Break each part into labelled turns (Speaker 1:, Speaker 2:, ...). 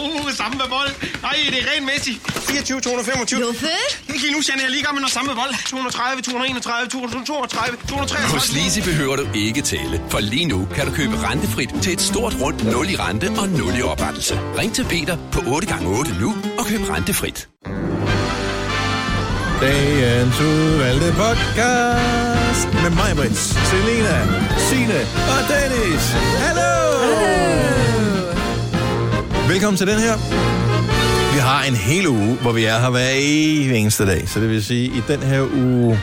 Speaker 1: uh, samme med bold. Nej, det er regelmæssigt. 24, 225.
Speaker 2: Luffe?
Speaker 1: Lige nu, Janne, jeg er lige i gang med noget samme med bold. 230, 231, 232, 233.
Speaker 3: Hos Lise behøver du ikke tale, for lige nu kan du købe rentefrit til et stort rundt 0 i rente og 0 i oprettelse. Ring til Peter på 8x8 nu og køb rentefrit.
Speaker 4: Dagens udvalgte podcast med mig, Brits, Selina, Sine og Dennis. Hallo! Velkommen til den her. Vi har en hel uge, hvor vi er her hver eneste dag. Så det vil sige, i den her uge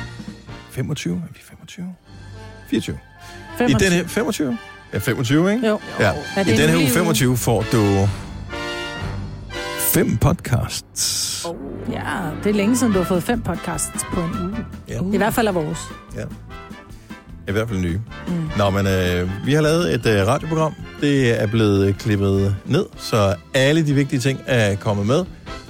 Speaker 4: 25, er vi 25? 24. 25. I den her 25? Ja, 25, ikke?
Speaker 5: Jo.
Speaker 4: Ja.
Speaker 5: Er
Speaker 4: I
Speaker 5: det en
Speaker 4: den
Speaker 5: ny
Speaker 4: her uge
Speaker 5: uge?
Speaker 4: 25 får du fem podcasts.
Speaker 5: Ja, det er længe siden, du har fået fem podcasts på en uge.
Speaker 4: Ja.
Speaker 5: I hvert fald af vores.
Speaker 4: Ja. I hvert fald nye. Mm. Nå, men øh, vi har lavet et øh, radioprogram. Det er blevet klippet ned, så alle de vigtige ting er kommet med.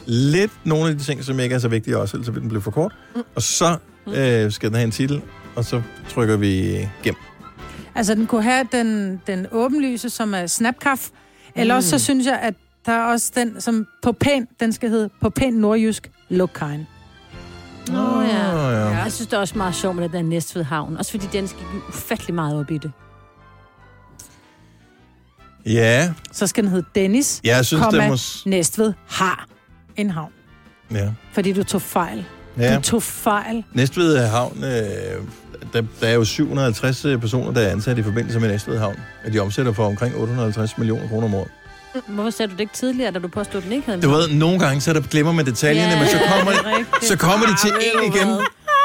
Speaker 4: Lidt nogle af de ting, som ikke er så vigtige også, ellers ville den blive for kort. Mm. Og så øh, skal den have en titel, og så trykker vi gem.
Speaker 5: Altså, den kunne have den, den åbenlyse, som er snapkaf. Eller
Speaker 4: Mm.
Speaker 5: også, så synes jeg, at der er også den, som på pæn, den skal hedde på pæn nordjysk, Lukkejen.
Speaker 2: Åh, oh, ja.
Speaker 4: Åh, ja.
Speaker 2: Jeg synes, det er også meget sjovt med den der Næstved Havn. Også fordi den skal give ufattelig meget op i det.
Speaker 4: Ja,
Speaker 5: Så skal den hedde Dennis,
Speaker 4: jeg synes, det
Speaker 5: komma,
Speaker 4: må...
Speaker 5: Næstved har en havn.
Speaker 4: Ja.
Speaker 5: Fordi du tog fejl. Ja.
Speaker 4: ja.
Speaker 5: Du tog fejl.
Speaker 4: Næstved Havn, øh, der, der er jo 750 øh, personer, der er ansat i forbindelse med Næstved Havn. Og de omsætter for omkring 850 millioner kroner om året.
Speaker 2: Hvorfor sagde du det ikke tidligere, da du påstod, at den ikke havde en
Speaker 4: Du ved, nogle gange så der glemmer man detaljerne,
Speaker 2: Ja,
Speaker 4: men så kommer,
Speaker 5: det er
Speaker 4: det,
Speaker 5: rigtigt.
Speaker 4: så kommer de til en igen.
Speaker 2: havn?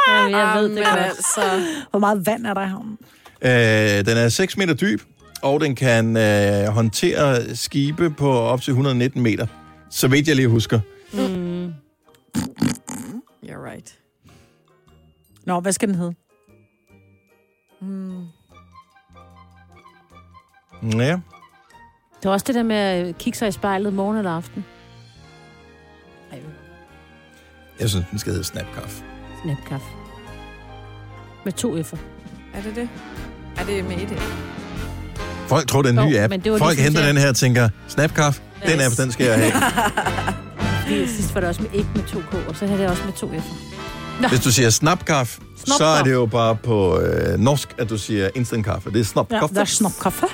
Speaker 2: Ja, jeg ved det
Speaker 6: Jamen,
Speaker 2: godt.
Speaker 6: altså.
Speaker 5: Hvor meget vand er der i havnen?
Speaker 4: Øh, den er 6 meter dyb, og den kan øh, håndtere skibe på op til 119 meter. Så vidt jeg lige husker.
Speaker 2: Mm.
Speaker 6: You're right.
Speaker 5: Nå, hvad skal den hedde?
Speaker 6: Mm.
Speaker 4: Ja.
Speaker 2: Det er også det der med at kigge sig i spejlet morgen eller aften. Ej,
Speaker 4: Jeg synes, den skal hedde Snapkaf.
Speaker 2: snapkaf. Med to F'er.
Speaker 6: Er det det? Er det med et?
Speaker 4: Folk tror, det er en ny
Speaker 2: Jo,
Speaker 4: app.
Speaker 2: men det var
Speaker 4: Folk
Speaker 2: ligesom
Speaker 4: henter
Speaker 2: det.
Speaker 4: den her og tænker, Snapkaf, den
Speaker 2: Yes.
Speaker 4: app, den skal jeg have.
Speaker 2: Fordi sidst var det også med ikke med to K, og så havde det også med to F'er.
Speaker 4: Hvis du siger Snapkaf, så er
Speaker 2: Snapkaf.
Speaker 4: det jo bare på øh, norsk, at du siger instant kaffe. Det er
Speaker 5: Ja,
Speaker 4: snapkaffe.
Speaker 5: der er snopkaffe.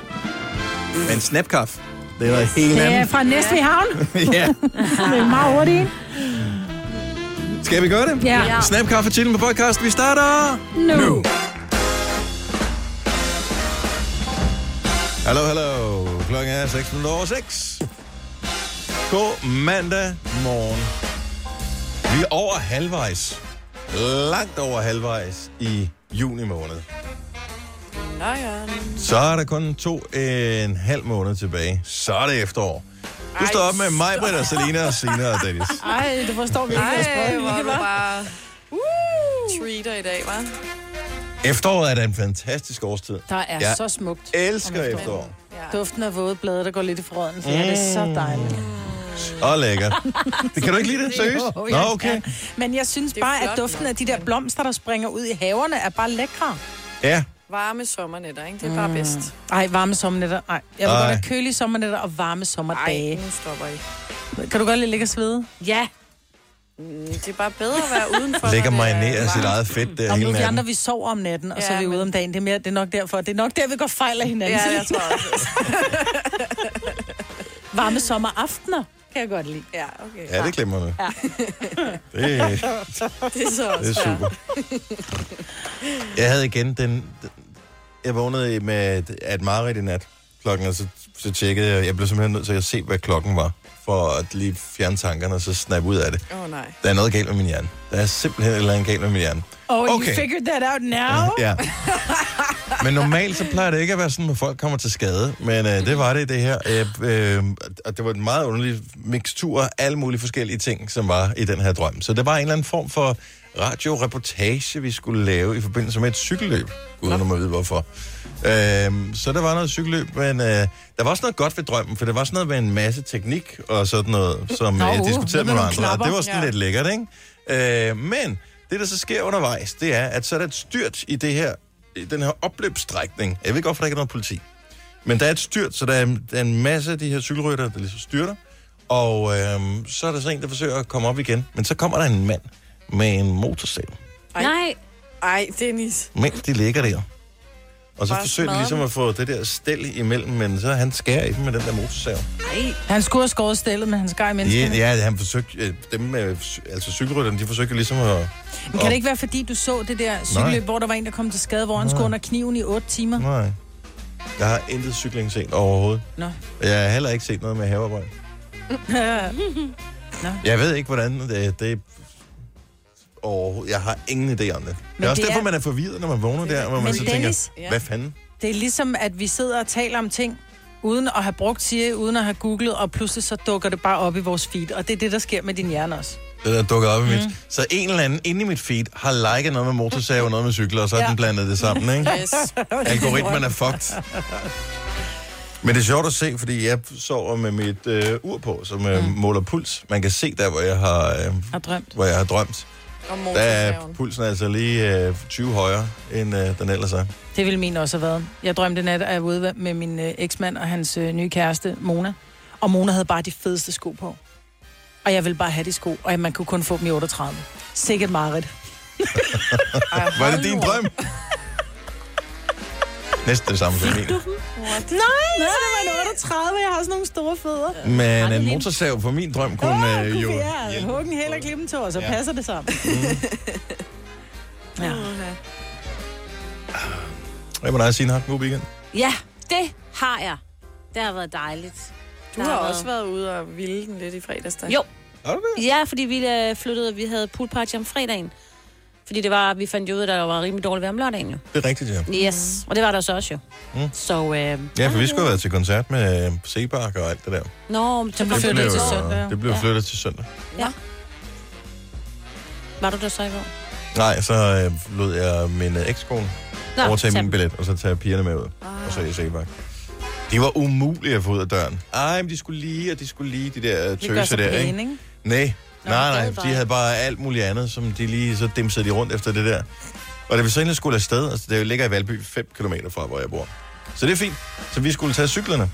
Speaker 4: Men Snapkaf, det er noget helt
Speaker 5: Det er
Speaker 4: andet.
Speaker 5: fra Næstved Havn.
Speaker 4: ja.
Speaker 5: Det er meget hurtigt. ikke?
Speaker 4: Skal vi gøre det?
Speaker 5: Ja.
Speaker 2: Ja.
Speaker 4: Snapkaffe til med podcast. Vi starter
Speaker 5: Nu.
Speaker 4: nu. Hallo, hallo. Klokken er 6 minutter over 6. God mandag morgen. Vi er over halvvejs. Langt over halvvejs i juni måned.
Speaker 6: Nå ja.
Speaker 4: Så er der kun to øh, en halv måned tilbage. Så er det efterår. Du står op med mig, Britt og Selina og Sina og Dennis.
Speaker 5: Ej, du forstår virkelig,
Speaker 6: Ej,
Speaker 5: hvad spørgsmålet
Speaker 6: hvor er
Speaker 5: er,
Speaker 6: du
Speaker 5: hva'?
Speaker 6: bare treater i dag, hva'?
Speaker 4: Efteråret er da en fantastisk årstid.
Speaker 5: Der er
Speaker 4: Ja.
Speaker 5: så smukt.
Speaker 4: Elsker
Speaker 5: Om efteråret.
Speaker 4: efterår.
Speaker 6: Ja.
Speaker 5: Duften af våde blade, der går lidt i forråden, for mm. det er så dejligt.
Speaker 4: Og lækkert. Det kan du ikke lide det? Seriøst?
Speaker 5: Jo,
Speaker 4: Nå,
Speaker 5: jeg
Speaker 4: okay.
Speaker 5: kan. Men jeg synes
Speaker 6: Det er
Speaker 5: bare,
Speaker 6: flot,
Speaker 5: at duften af de der blomster, der springer ud i haverne, er bare lækre. Mm.
Speaker 4: Ja.
Speaker 6: Varme sommernetter, ikke? Det er bare bedst.
Speaker 5: Ej, varme sommernetter. Ej, jeg vil
Speaker 4: Ej.
Speaker 5: godt have kølige sommernetter og varme
Speaker 6: Ej,
Speaker 5: sommerdage.
Speaker 6: nu stopper I.
Speaker 5: Kan du godt lide at ligge og svede?
Speaker 2: Ja,
Speaker 6: Mm, Det er bare bedbedre at være udenfor.
Speaker 4: Lækker
Speaker 6: når det er
Speaker 4: marinere sit
Speaker 6: varmt.
Speaker 4: eget fedt der
Speaker 5: Om nu
Speaker 4: hele
Speaker 5: er vi andre,
Speaker 4: natten.
Speaker 5: vi sover om natten, og så er
Speaker 6: Ja,
Speaker 5: vi ude
Speaker 6: men-
Speaker 5: om dagen. Det er, mere, det er nok derfor. Det er nok der, vi går fejl af hinanden.
Speaker 6: Ja, jeg tror også.
Speaker 5: Varme sommeraftener kan jeg godt lide.
Speaker 6: Ja, okay.
Speaker 4: Ja, det glemmer du. Det,
Speaker 6: Det er så
Speaker 4: det
Speaker 6: også
Speaker 4: er super. Jeg havde igen den... den- Jeg vågnede med et, af et mareridt i nat klokken, og så, så tjekkede jeg. Jeg blev simpelthen nødt til at se, hvad klokken var, for at lige fjerne tankerne og så snappe ud af det.
Speaker 6: Åh, oh, nej.
Speaker 4: Der er noget galt med min hjerne. Der er simpelthen et eller andet galt med min hjerne.
Speaker 5: Oh, you
Speaker 4: Okay.
Speaker 5: figured that out now?
Speaker 4: Ja. Men normalt så plejer det ikke at være sådan, at folk kommer til skade. Men øh, det var det i det her. Øh, øh, og det var en meget underlig mixtur af alle mulige forskellige ting, som var i den her drøm. Så det var en eller anden form for radioreportage, vi skulle lave i forbindelse med et cykelløb. Uden at man ved hvorfor. Øh, så der var noget cykelløb, men øh, der var også noget godt ved drømmen, for der var sådan noget med en masse teknik og sådan noget, som
Speaker 5: Nå,
Speaker 4: øh, jeg
Speaker 5: uh,
Speaker 4: diskuterede
Speaker 5: hvad
Speaker 4: med
Speaker 5: med
Speaker 4: nogle
Speaker 5: nogle
Speaker 4: andre. Og
Speaker 5: knapper?
Speaker 4: det var sådan
Speaker 6: Ja.
Speaker 4: lidt lækkert, ikke? Øh, men det, der så sker undervejs, det er, at så er der et styrt i det her, i den her opløbsstrækning. Jeg ved godt, for der ikke er noget politi. Men der er et styrt, så der er, der er en masse af de her cykelrytter, der ligesom styrter. Og øhm, så er der så en, der forsøger at komme op igen. Men så kommer der en mand med en motorsav,
Speaker 6: Ej.
Speaker 2: Nej.
Speaker 6: Ej, Dennis.
Speaker 4: mens de ligger der. Og så
Speaker 6: Bare
Speaker 4: forsøger de
Speaker 6: smadre
Speaker 4: ligesom
Speaker 6: dem.
Speaker 4: at få det der stel imellem, men så han skærer i dem med den der motorsav.
Speaker 5: Han skulle have skåret stillet, men han skar i menneskene.
Speaker 4: Ja, ja, han forsøgte, øh, dem med, cy- altså cykelrytterne, de forsøgte ligesom at...
Speaker 5: Men kan det ikke være, fordi du så det der cykelløb,
Speaker 4: Nej.
Speaker 5: hvor der var en, der kom til skade, hvor han skulle under kniven i 8 timer?
Speaker 4: Nej. Jeg har intet cykling set overhovedet.
Speaker 5: Nå.
Speaker 4: Jeg har heller ikke set noget med havearbejde. Jeg ved ikke, hvordan det, det og jeg har ingen idé om det. det er også
Speaker 5: det
Speaker 4: derfor,
Speaker 5: er-
Speaker 4: man er forvirret, når man vågner der, hvor man
Speaker 5: Men
Speaker 4: så
Speaker 5: Dennis-
Speaker 4: tænker, hvad fanden?
Speaker 5: Det er ligesom, at vi sidder og taler om ting, uden at have brugt Siri, uden at have googlet, og pludselig så dukker det bare op i vores feed. Og det er det, der sker med din hjerne også.
Speaker 4: Det der dukker Øh, op i
Speaker 6: Mm.
Speaker 4: mit. Så en eller anden inde i mit feed har liket noget med motorsav og noget med cykler, og så har
Speaker 5: Ja.
Speaker 4: den blandet det sammen, ikke?
Speaker 6: Yes.
Speaker 4: Algoritmen er fucked. Men det er sjovt at se, fordi jeg sover med mit øh, ur på, som
Speaker 6: Mm.
Speaker 4: øh, måler puls. Man kan se der, hvor jeg har, øh,
Speaker 5: Har drømt.
Speaker 4: hvor jeg har drømt.
Speaker 6: Og
Speaker 4: Der
Speaker 6: motorsaven.
Speaker 4: er pulsen altså lige øh, 20 højere, end øh, den ellers er.
Speaker 5: Det ville min også have været. Jeg drømte i nat, at jeg var ude med min øh, eksmand og hans øh, nye kæreste, Mona. Og Mona havde bare de fedeste sko på. Og jeg ville bare have de sko, og man kunne kun få dem i 38. Sikkert meget.
Speaker 6: Ej,
Speaker 4: Var
Speaker 6: hold
Speaker 4: det din
Speaker 6: nu
Speaker 4: drøm? Næsten det samme som min.
Speaker 6: op.
Speaker 5: Nej, det var en 38, jeg har sådan nogle store fødder.
Speaker 4: Men øh, en motorsav på min drøm kunne
Speaker 5: Åh,
Speaker 4: øh, jo...
Speaker 5: Ah, ja, altså, hugge en hel og klippe en tå, og så
Speaker 4: Ja.
Speaker 5: passer det sammen. ja.
Speaker 4: Hvad med dig, Signe? Har du en god weekend?
Speaker 2: Ja, det har jeg. Det har været dejligt.
Speaker 6: Du
Speaker 2: Der
Speaker 6: har
Speaker 2: været-
Speaker 6: også været ude og ville den lidt i fredags, da.
Speaker 2: Jo,
Speaker 4: Har du det?
Speaker 2: ja, fordi vi øh, flyttede, og vi havde pool party om fredagen. Fordi det var, vi fandt jo ud af, at der var rimelig dårligt vejr om lørdagen jo.
Speaker 4: Det er rigtigt, ja.
Speaker 6: Mm.
Speaker 2: Yes, og det var der så også jo. Mm. Så, øh,
Speaker 4: Ja, for vi skulle have været til koncert med øh, Sebak og alt det der.
Speaker 2: Nå, men så
Speaker 5: blev
Speaker 2: kom du
Speaker 5: flyttet
Speaker 2: det
Speaker 5: til
Speaker 2: til
Speaker 5: søndag. ja.
Speaker 4: det blev flyttet til søndag.
Speaker 2: Var du der så i går?
Speaker 4: Nej, så øh, lod jeg min øh, ekskone
Speaker 2: Nå,
Speaker 4: overtage
Speaker 2: tag
Speaker 4: min
Speaker 2: dem.
Speaker 4: billet, og så tager jeg pigerne med ud.
Speaker 5: Ah.
Speaker 4: Og så i Sebak. Det var umuligt at få ud af døren. Ej, men de skulle lige, og de skulle lige, de der øh,
Speaker 5: Vi gør
Speaker 4: tøser
Speaker 5: så
Speaker 4: der, ikke?
Speaker 5: pæne, ikke?
Speaker 4: Nej, nej,
Speaker 2: det
Speaker 4: nej.
Speaker 2: var
Speaker 4: De havde bare alt muligt andet, som de lige så dimsede de rundt efter det der. Og da vi så endelig skulle afsted, altså det ligger i Valby 5 km fra, hvor jeg bor. Så det er fint. Så vi skulle tage cyklerne.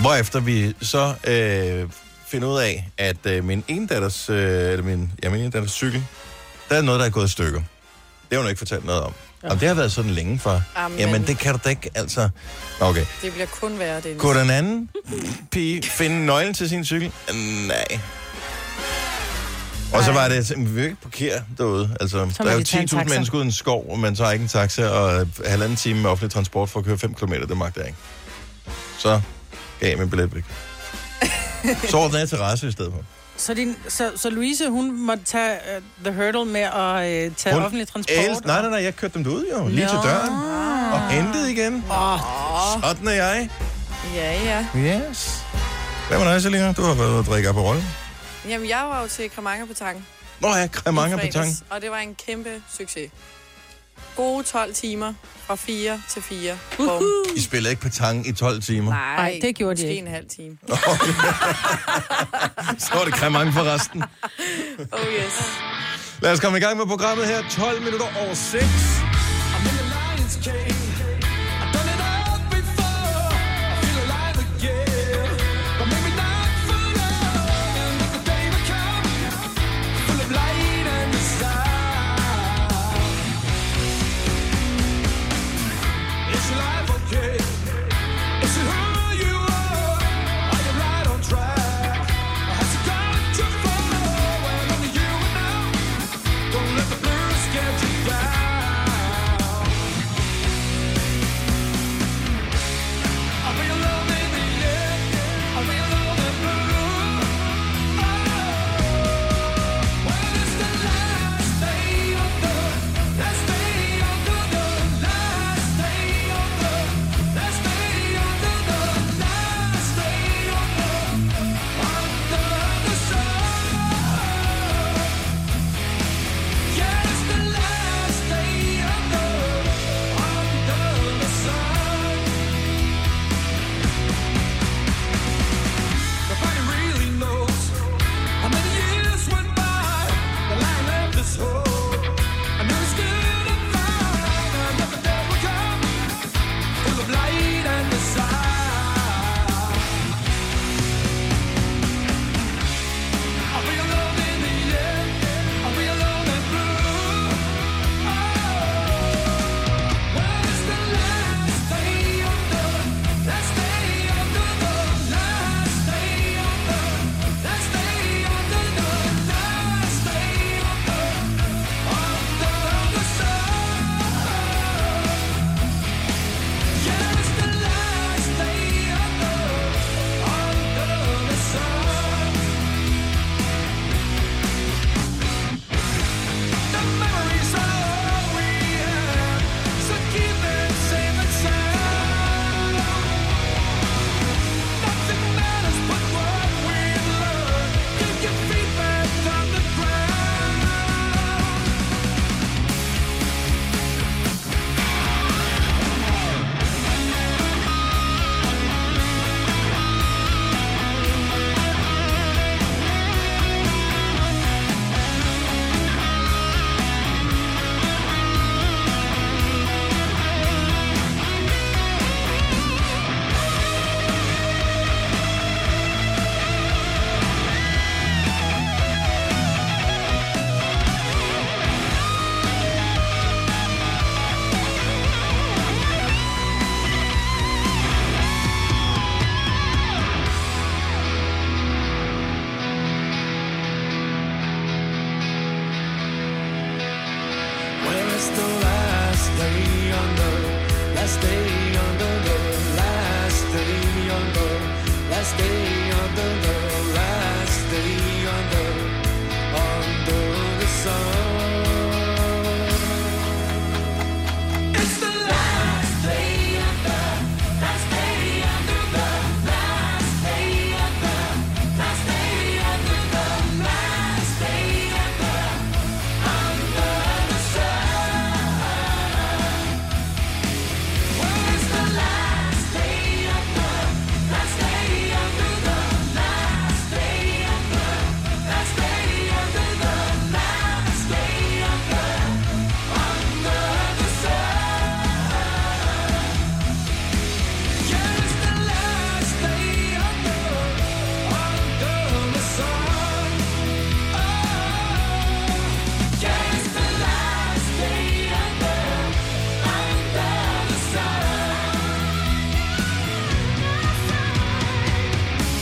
Speaker 4: Hvorefter vi så øh, finder ud af, at øh, min ene datters, øh, eller min, ja, min ene datters cykel, der er noget, der er gået i stykker. Det har hun ikke fortalt noget om. Ja. Om det har været sådan længe for.
Speaker 6: Amen.
Speaker 4: Jamen, det kan du da ikke, altså. Okay.
Speaker 6: Det bliver kun værre, Dennis.
Speaker 4: Kunne den anden pige finde nøglen til sin cykel? Nej. Og så var det, simpelthen, vi vil ikke parkere derude. Altså,
Speaker 5: Så må
Speaker 4: der er jo
Speaker 5: vi tage en
Speaker 4: 10.000
Speaker 5: taxa.
Speaker 4: mennesker uden skov, og man tager ikke en taxa og øh, halvanden time med offentlig transport for at køre 5 km. Det magter jeg ikke. Så gav jeg min billet væk. Så over den her terrasse i stedet for.
Speaker 5: Så, din, så, så Louise, hun måtte tage uh, The Hurdle med at uh, tage
Speaker 4: Hun
Speaker 5: offentlig transport?
Speaker 4: Els- nej, nej, nej, jeg kørte dem derud jo. Lige til
Speaker 5: Nå.
Speaker 4: døren. Og hentede igen. Sådan er jeg.
Speaker 6: Ja, ja.
Speaker 4: Yes. Hvad med dig, Selina? Du har været ude at drikke op rollen.
Speaker 6: Jamen, jeg var jo til Kramanger på tanken. i
Speaker 4: Nå ja, kremanger på
Speaker 6: fredags,
Speaker 4: tanken.
Speaker 6: Og det var en kæmpe succes. Gode 12 timer fra 4 til 4. Bum.
Speaker 4: I spillede ikke patang i 12 timer.
Speaker 5: Ej, det gjorde de
Speaker 6: Måske
Speaker 5: ikke.
Speaker 6: en halv time.
Speaker 4: Så var det kremang for resten.
Speaker 6: Oh yes.
Speaker 4: Lad os komme i gang med programmet her. 12 minutter over 6.
Speaker 7: Don't let the blues get you down. under, last day under the, last day under, last day under the, last day under, under the sun. It's the last day under, last day under the, last day under, last day under the, last day under, under the sun. Well, it's the last day under, last day under the, last day under, last day under the, last day under, under the sun. Yeah, it's the last day under, under the sun. Oh, yeah, it's the last day under, under the sun.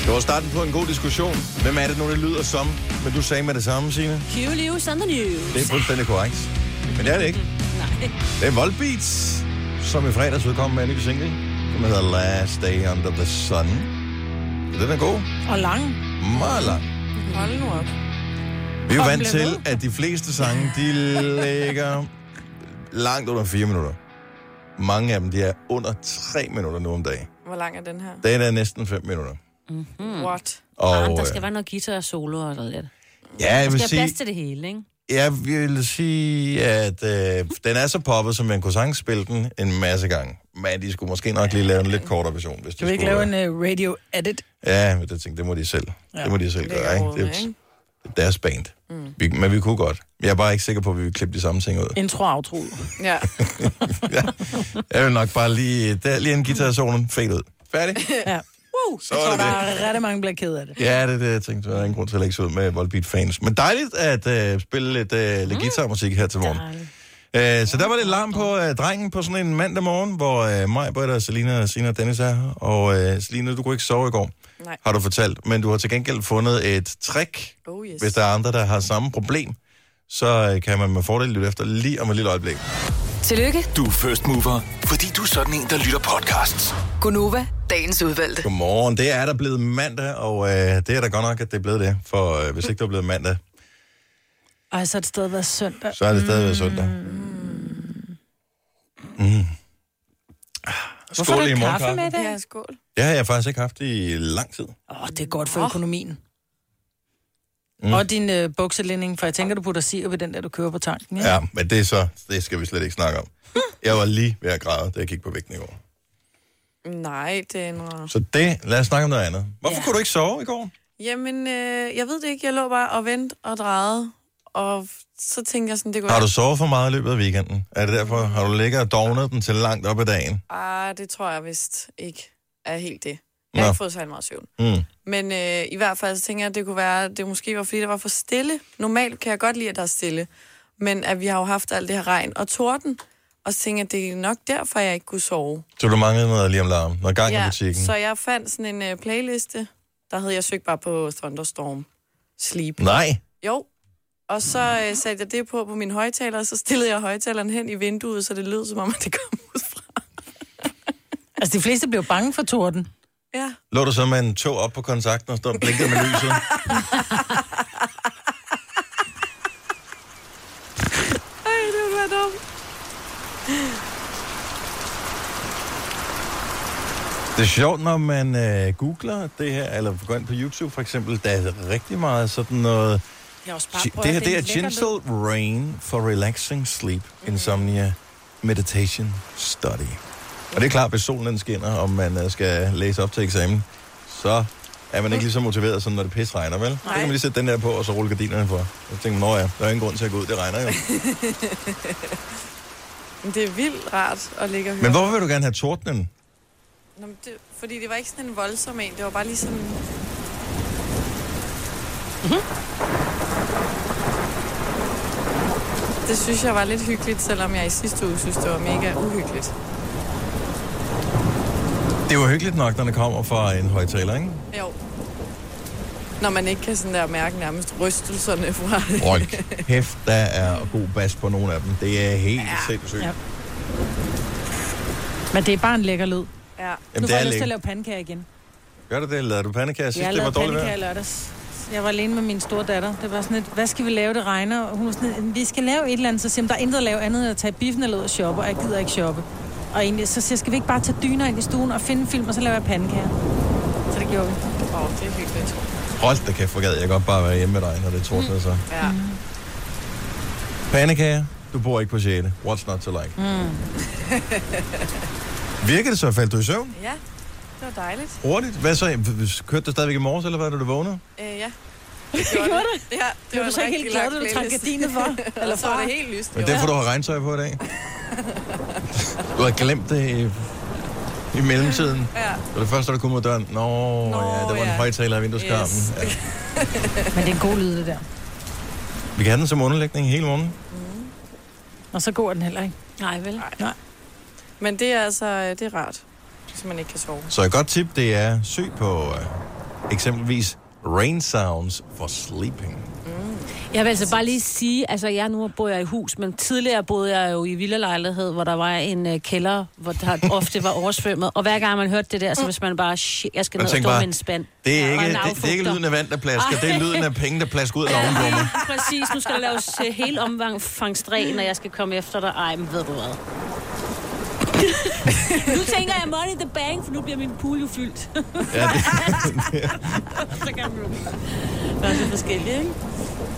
Speaker 4: Det var starten på en god diskussion. Hvem er det nu, det lyder som? Men du sagde med det samme, Signe.
Speaker 2: Q-Live Sunday News.
Speaker 4: Det er fuldstændig korrekt. Men det er det ikke. Det er Volbeats, som i fredags udkom med en ny single, som hedder Last Day Under the Sun. Den er god.
Speaker 5: Og lang.
Speaker 4: Meget lang.
Speaker 6: Hold nu op.
Speaker 4: Vi er jo
Speaker 5: Kom,
Speaker 4: vant
Speaker 5: bliv
Speaker 4: til,
Speaker 5: ved.
Speaker 4: at de fleste sange, de ligger langt under fire minutter. Mange af dem, de er under tre minutter nu om dagen.
Speaker 6: Hvor lang er den her?
Speaker 4: Dagen er næsten 5 minutter.
Speaker 5: Hmm.
Speaker 6: What?
Speaker 4: Og,
Speaker 2: Arh, der skal
Speaker 4: øh,
Speaker 2: være noget guitar og solo og sådan lidt.
Speaker 4: ja, jeg
Speaker 2: Der
Speaker 4: vil
Speaker 2: skal være plads
Speaker 4: sige,
Speaker 2: til det hele, ikke?
Speaker 4: jeg vil sige, at øh, den er så poppet, som man kunne sagtens spille den en masse gange. Men de skulle måske nok lige lave en lidt kortere version, hvis de
Speaker 5: Kan vi ikke
Speaker 4: skulle.
Speaker 5: lave en uh, radio edit?
Speaker 4: Ja, men det tænkte, det må de selv. Ja, det må de selv
Speaker 6: Det er
Speaker 4: gøre, ikke?
Speaker 6: overhovedet
Speaker 4: Det er
Speaker 6: ikke.
Speaker 4: deres band. Mm. Vi, men vi kunne godt. Jeg er bare ikke sikker på, at vi vil klippe de samme ting ud.
Speaker 5: Intro og outro.
Speaker 6: Ja.
Speaker 4: ja. Jeg vil nok bare lige, der, lige en guitar solo fade ud. Færdig?
Speaker 5: Ja. Woo, så
Speaker 4: er
Speaker 5: jeg tror,
Speaker 4: det
Speaker 5: der er rigtig mange, der bliver ked af det.
Speaker 4: Ja, det er det, jeg tænkte. Der er ingen grund til at lægge sig ud med Volbeat fans. Men dejligt at øh, spille lidt, øh,
Speaker 6: Mm.
Speaker 4: lidt guitarmusik her til morgen. Øh, så der var lidt larm på øh, drengen på sådan en mandag morgen, hvor øh, mig, Britt og Selina, Sina og Dennis er her. Og øh, Selina, du kunne ikke sove i går,
Speaker 6: Nej.
Speaker 4: har du fortalt. Men du har til gengæld fundet et trick,
Speaker 6: Oh yes.
Speaker 4: Hvis der er andre, der har samme problem, så øh, kan man med fordel lytte efter lige om et lille øjeblik.
Speaker 8: Tillykke,
Speaker 3: Du er first mover, fordi du er sådan en, der lytter podcasts.
Speaker 8: Gunova, dagens udvalgte.
Speaker 4: Godmorgen, det er der blevet mandag, og øh, det er da godt nok, at det er blevet det. For øh, hvis ikke det var blevet mandag,
Speaker 5: Ej, så har det stadig været søndag.
Speaker 4: så er det stadigvæk søndag. Mm.
Speaker 5: Mm. Hvorfor er
Speaker 4: Skål
Speaker 5: der
Speaker 4: i
Speaker 5: ikke
Speaker 4: morgen,
Speaker 5: kaffe med i dag?
Speaker 6: Ja, skål.
Speaker 4: Det har jeg faktisk ikke haft i lang tid.
Speaker 5: Åh, oh, det er godt for økonomien. Mm. Og din øh, bukselinding, for jeg tænker, du putter sirup i den der, du kører på tanken. Ja?
Speaker 4: Ja, men det er så, det skal vi slet ikke snakke om. Jeg var lige ved at græde, da jeg gik på vægten i går.
Speaker 6: Nej, det er en...
Speaker 4: Så det, lad os snakke om noget andet. Hvorfor kunne du ikke sove i går?
Speaker 6: Jamen, øh, jeg ved det ikke. Jeg lå bare og ventede og drejede. Og så tænkte jeg sådan, det går...
Speaker 4: Har du sovet for meget i løbet af weekenden? Er det derfor, har du ligget og dognet den til langt op ad dagen?
Speaker 6: Ah, det tror jeg vist ikke er helt det. Jeg
Speaker 4: Nå.
Speaker 6: har ikke fået særlig meget søvn.
Speaker 4: Mm.
Speaker 6: Men øh, i hvert fald så tænker jeg, at det kunne være, det måske var, fordi der var for stille. Normalt kan jeg godt lide, at der er stille. Men at vi har jo haft alt det her regn og torden. Og så tænker jeg, at det er nok derfor, jeg ikke kunne sove.
Speaker 4: Så du manglede noget lige om larm. Noget gang i butikken.
Speaker 6: så jeg fandt sådan en øh, playliste. Der havde jeg søgt bare på Thunderstorm Sleep.
Speaker 4: Nej.
Speaker 6: Jo. Og så øh, satte jeg det på på min højtaler, og så stillede jeg højtaleren hen i vinduet, så det lød som om, at det kom ud fra.
Speaker 5: Altså, de fleste blev bange for torden.
Speaker 6: Ja.
Speaker 4: Lå du så med en tog op på kontakten og stod og blinkede med lyset?
Speaker 6: Ej, det ville være dumt.
Speaker 4: Det er sjovt, når man øh, googler det her, eller går ind på YouTube for eksempel, der er rigtig meget sådan noget...
Speaker 5: Jeg har også
Speaker 4: Chi- det her, det er Gentle Rain for Relaxing Sleep Insomnia Meditation Study. Og det er klart, hvis solen den skinner, og man øh, skal læse op til eksamen, så er man ikke lige så motiveret, som når det pis regner, vel? Så kan man lige sætte den der på, og så rulle gardinerne for. Så tænker man, nå ja, der er ingen grund til at gå ud, det regner jo.
Speaker 6: Men det er vildt rart at ligge og høre.
Speaker 4: Men hvorfor vil du gerne have tordenen?
Speaker 6: Nå, men det, fordi det var ikke sådan en voldsom en, det var bare lige sådan... Mhm. Det synes jeg var lidt hyggeligt, selvom jeg i sidste uge synes, det var mega uhyggeligt.
Speaker 4: Det var hyggeligt nok, når det kommer fra en højtaler, ikke?
Speaker 6: Jo. Når man ikke kan sådan der mærke nærmest rystelserne fra det.
Speaker 4: Hold kæft, der er god bas på nogle af dem. Det er helt ja. sindssygt. Ja.
Speaker 5: Ja. Men det er bare en lækker lyd.
Speaker 6: Ja.
Speaker 5: nu
Speaker 4: Jamen,
Speaker 5: får
Speaker 4: det
Speaker 5: jeg
Speaker 4: er
Speaker 5: lyst til at
Speaker 4: lækkert.
Speaker 5: lave pandekager igen.
Speaker 4: Gør du det? Lader du pandekager? Jeg synes,
Speaker 5: jeg
Speaker 4: det var
Speaker 5: lavede
Speaker 4: dårligt
Speaker 5: pandekager i
Speaker 4: vejr.
Speaker 5: lørdags. Jeg var alene med min store datter. Det var sådan et, hvad skal vi lave, det regner? Og hun var sådan, vi skal lave et eller andet. Så siger hun, der er intet at lave andet end at tage biffen eller ud og shoppe, og jeg gider ikke shoppe. Og egentlig, så siger jeg, skal vi ikke bare tage dyner ind i stuen og finde en film, og så laver jeg pandekager? Så det gjorde vi.
Speaker 6: Åh, oh, det er hyggeligt.
Speaker 4: Hold da kæft, hvor gad jeg godt bare være hjemme med dig, når det tror sig. så.
Speaker 6: Ja.
Speaker 4: Pandekager, du bor ikke på 6. What's not to like?
Speaker 5: Mm.
Speaker 4: Virker det så? Faldt du i søvn
Speaker 6: ja, det var dejligt.
Speaker 4: hurtigt? Hvad så? Kørte du stadigvæk i morges, eller hvad, da du vågnede?
Speaker 6: Øh, ja. Det gjorde det. Ja, det
Speaker 5: Det var,
Speaker 6: en
Speaker 5: du så ikke
Speaker 6: rigtig
Speaker 5: helt
Speaker 6: lang
Speaker 5: glad, da du trak
Speaker 6: playlist.
Speaker 5: gardinet for? Eller
Speaker 6: Og så
Speaker 5: fra?
Speaker 6: var det helt lyst.
Speaker 4: Men
Speaker 6: jo.
Speaker 4: det er, fordi du har regntøj på i dag. Du har glemt det i, i mellemtiden.
Speaker 6: Ja.
Speaker 4: Det var det første, da du kom ud af døren. Nå, Nå ja, det var en
Speaker 6: ja.
Speaker 4: højtaler i vindueskarmen.
Speaker 6: Yes.
Speaker 4: Ja.
Speaker 5: Men det er en god lyd, det der.
Speaker 4: Vi kan have den som underlægning hele morgenen.
Speaker 5: Og så går den heller ikke.
Speaker 2: Nej, vel?
Speaker 5: Nej.
Speaker 6: Men det er altså, øh, det er rart, hvis man ikke kan sove.
Speaker 4: Så et godt tip, det er søg på øh, eksempelvis Rain Sounds for Sleeping.
Speaker 2: Jeg vil altså bare lige sige, altså jeg nu bor jeg i hus, men tidligere boede jeg jo i villalejlighed, hvor der var en øh, kælder, hvor der ofte var oversvømmet. Og hver gang man hørte det der, så hvis man bare, shit, jeg skal ned
Speaker 4: Mm. Man
Speaker 2: og
Speaker 4: tænker
Speaker 2: stå
Speaker 4: bare,
Speaker 2: med en spand.
Speaker 4: Det er,
Speaker 2: Ja,
Speaker 4: ikke,
Speaker 2: og en
Speaker 4: det, det er ikke
Speaker 2: affugter.
Speaker 4: lyden af vand, der plasker. Det er
Speaker 2: Ej.
Speaker 4: lyden af penge, der plasker ud af ovenlommen.
Speaker 2: Præcis, nu skal der laves øh, hele omvang fangstren, og jeg skal komme efter dig. Ej, men ved du hvad? nu tænker jeg money in the bank, for nu bliver min pool jo fyldt.
Speaker 4: Ja, det,
Speaker 2: så kan man jo være så forskellige, ikke?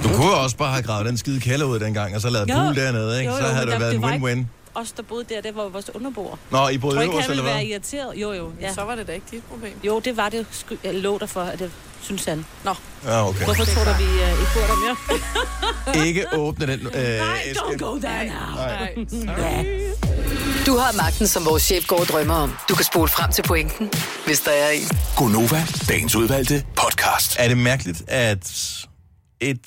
Speaker 4: du kunne jo også bare have gravet den skide kælder ud dengang, og så lavet
Speaker 2: Jo.
Speaker 4: pool dernede, ikke?
Speaker 2: Jo, jo,
Speaker 4: så havde
Speaker 2: men
Speaker 4: det
Speaker 2: der-
Speaker 4: været
Speaker 2: det
Speaker 4: en
Speaker 2: var
Speaker 4: win-win.
Speaker 2: Os, der boede der, det var jo vores underboer.
Speaker 4: Nå, I
Speaker 2: Tror
Speaker 4: boede
Speaker 2: I ikke,
Speaker 4: øverst,
Speaker 2: han
Speaker 4: eller
Speaker 2: ville være
Speaker 4: hvad?
Speaker 2: irriteret? Jo, jo. Ja.
Speaker 6: Så var det da ikke dit problem.
Speaker 2: Jo, det var det, sky- jeg lå derfor, at det synes han.
Speaker 6: Nå,
Speaker 4: Ja, okay.
Speaker 2: Hvorfor tror du, vi uh, ikke bor der mere?
Speaker 4: Ikke åbne den øh, æske.
Speaker 2: there now.
Speaker 6: nej.
Speaker 8: Du har magten, som vores chef går og drømmer om. Du kan spole frem til pointen, hvis der er en.
Speaker 3: Gonova, dagens udvalgte podcast.
Speaker 4: Er det mærkeligt, at et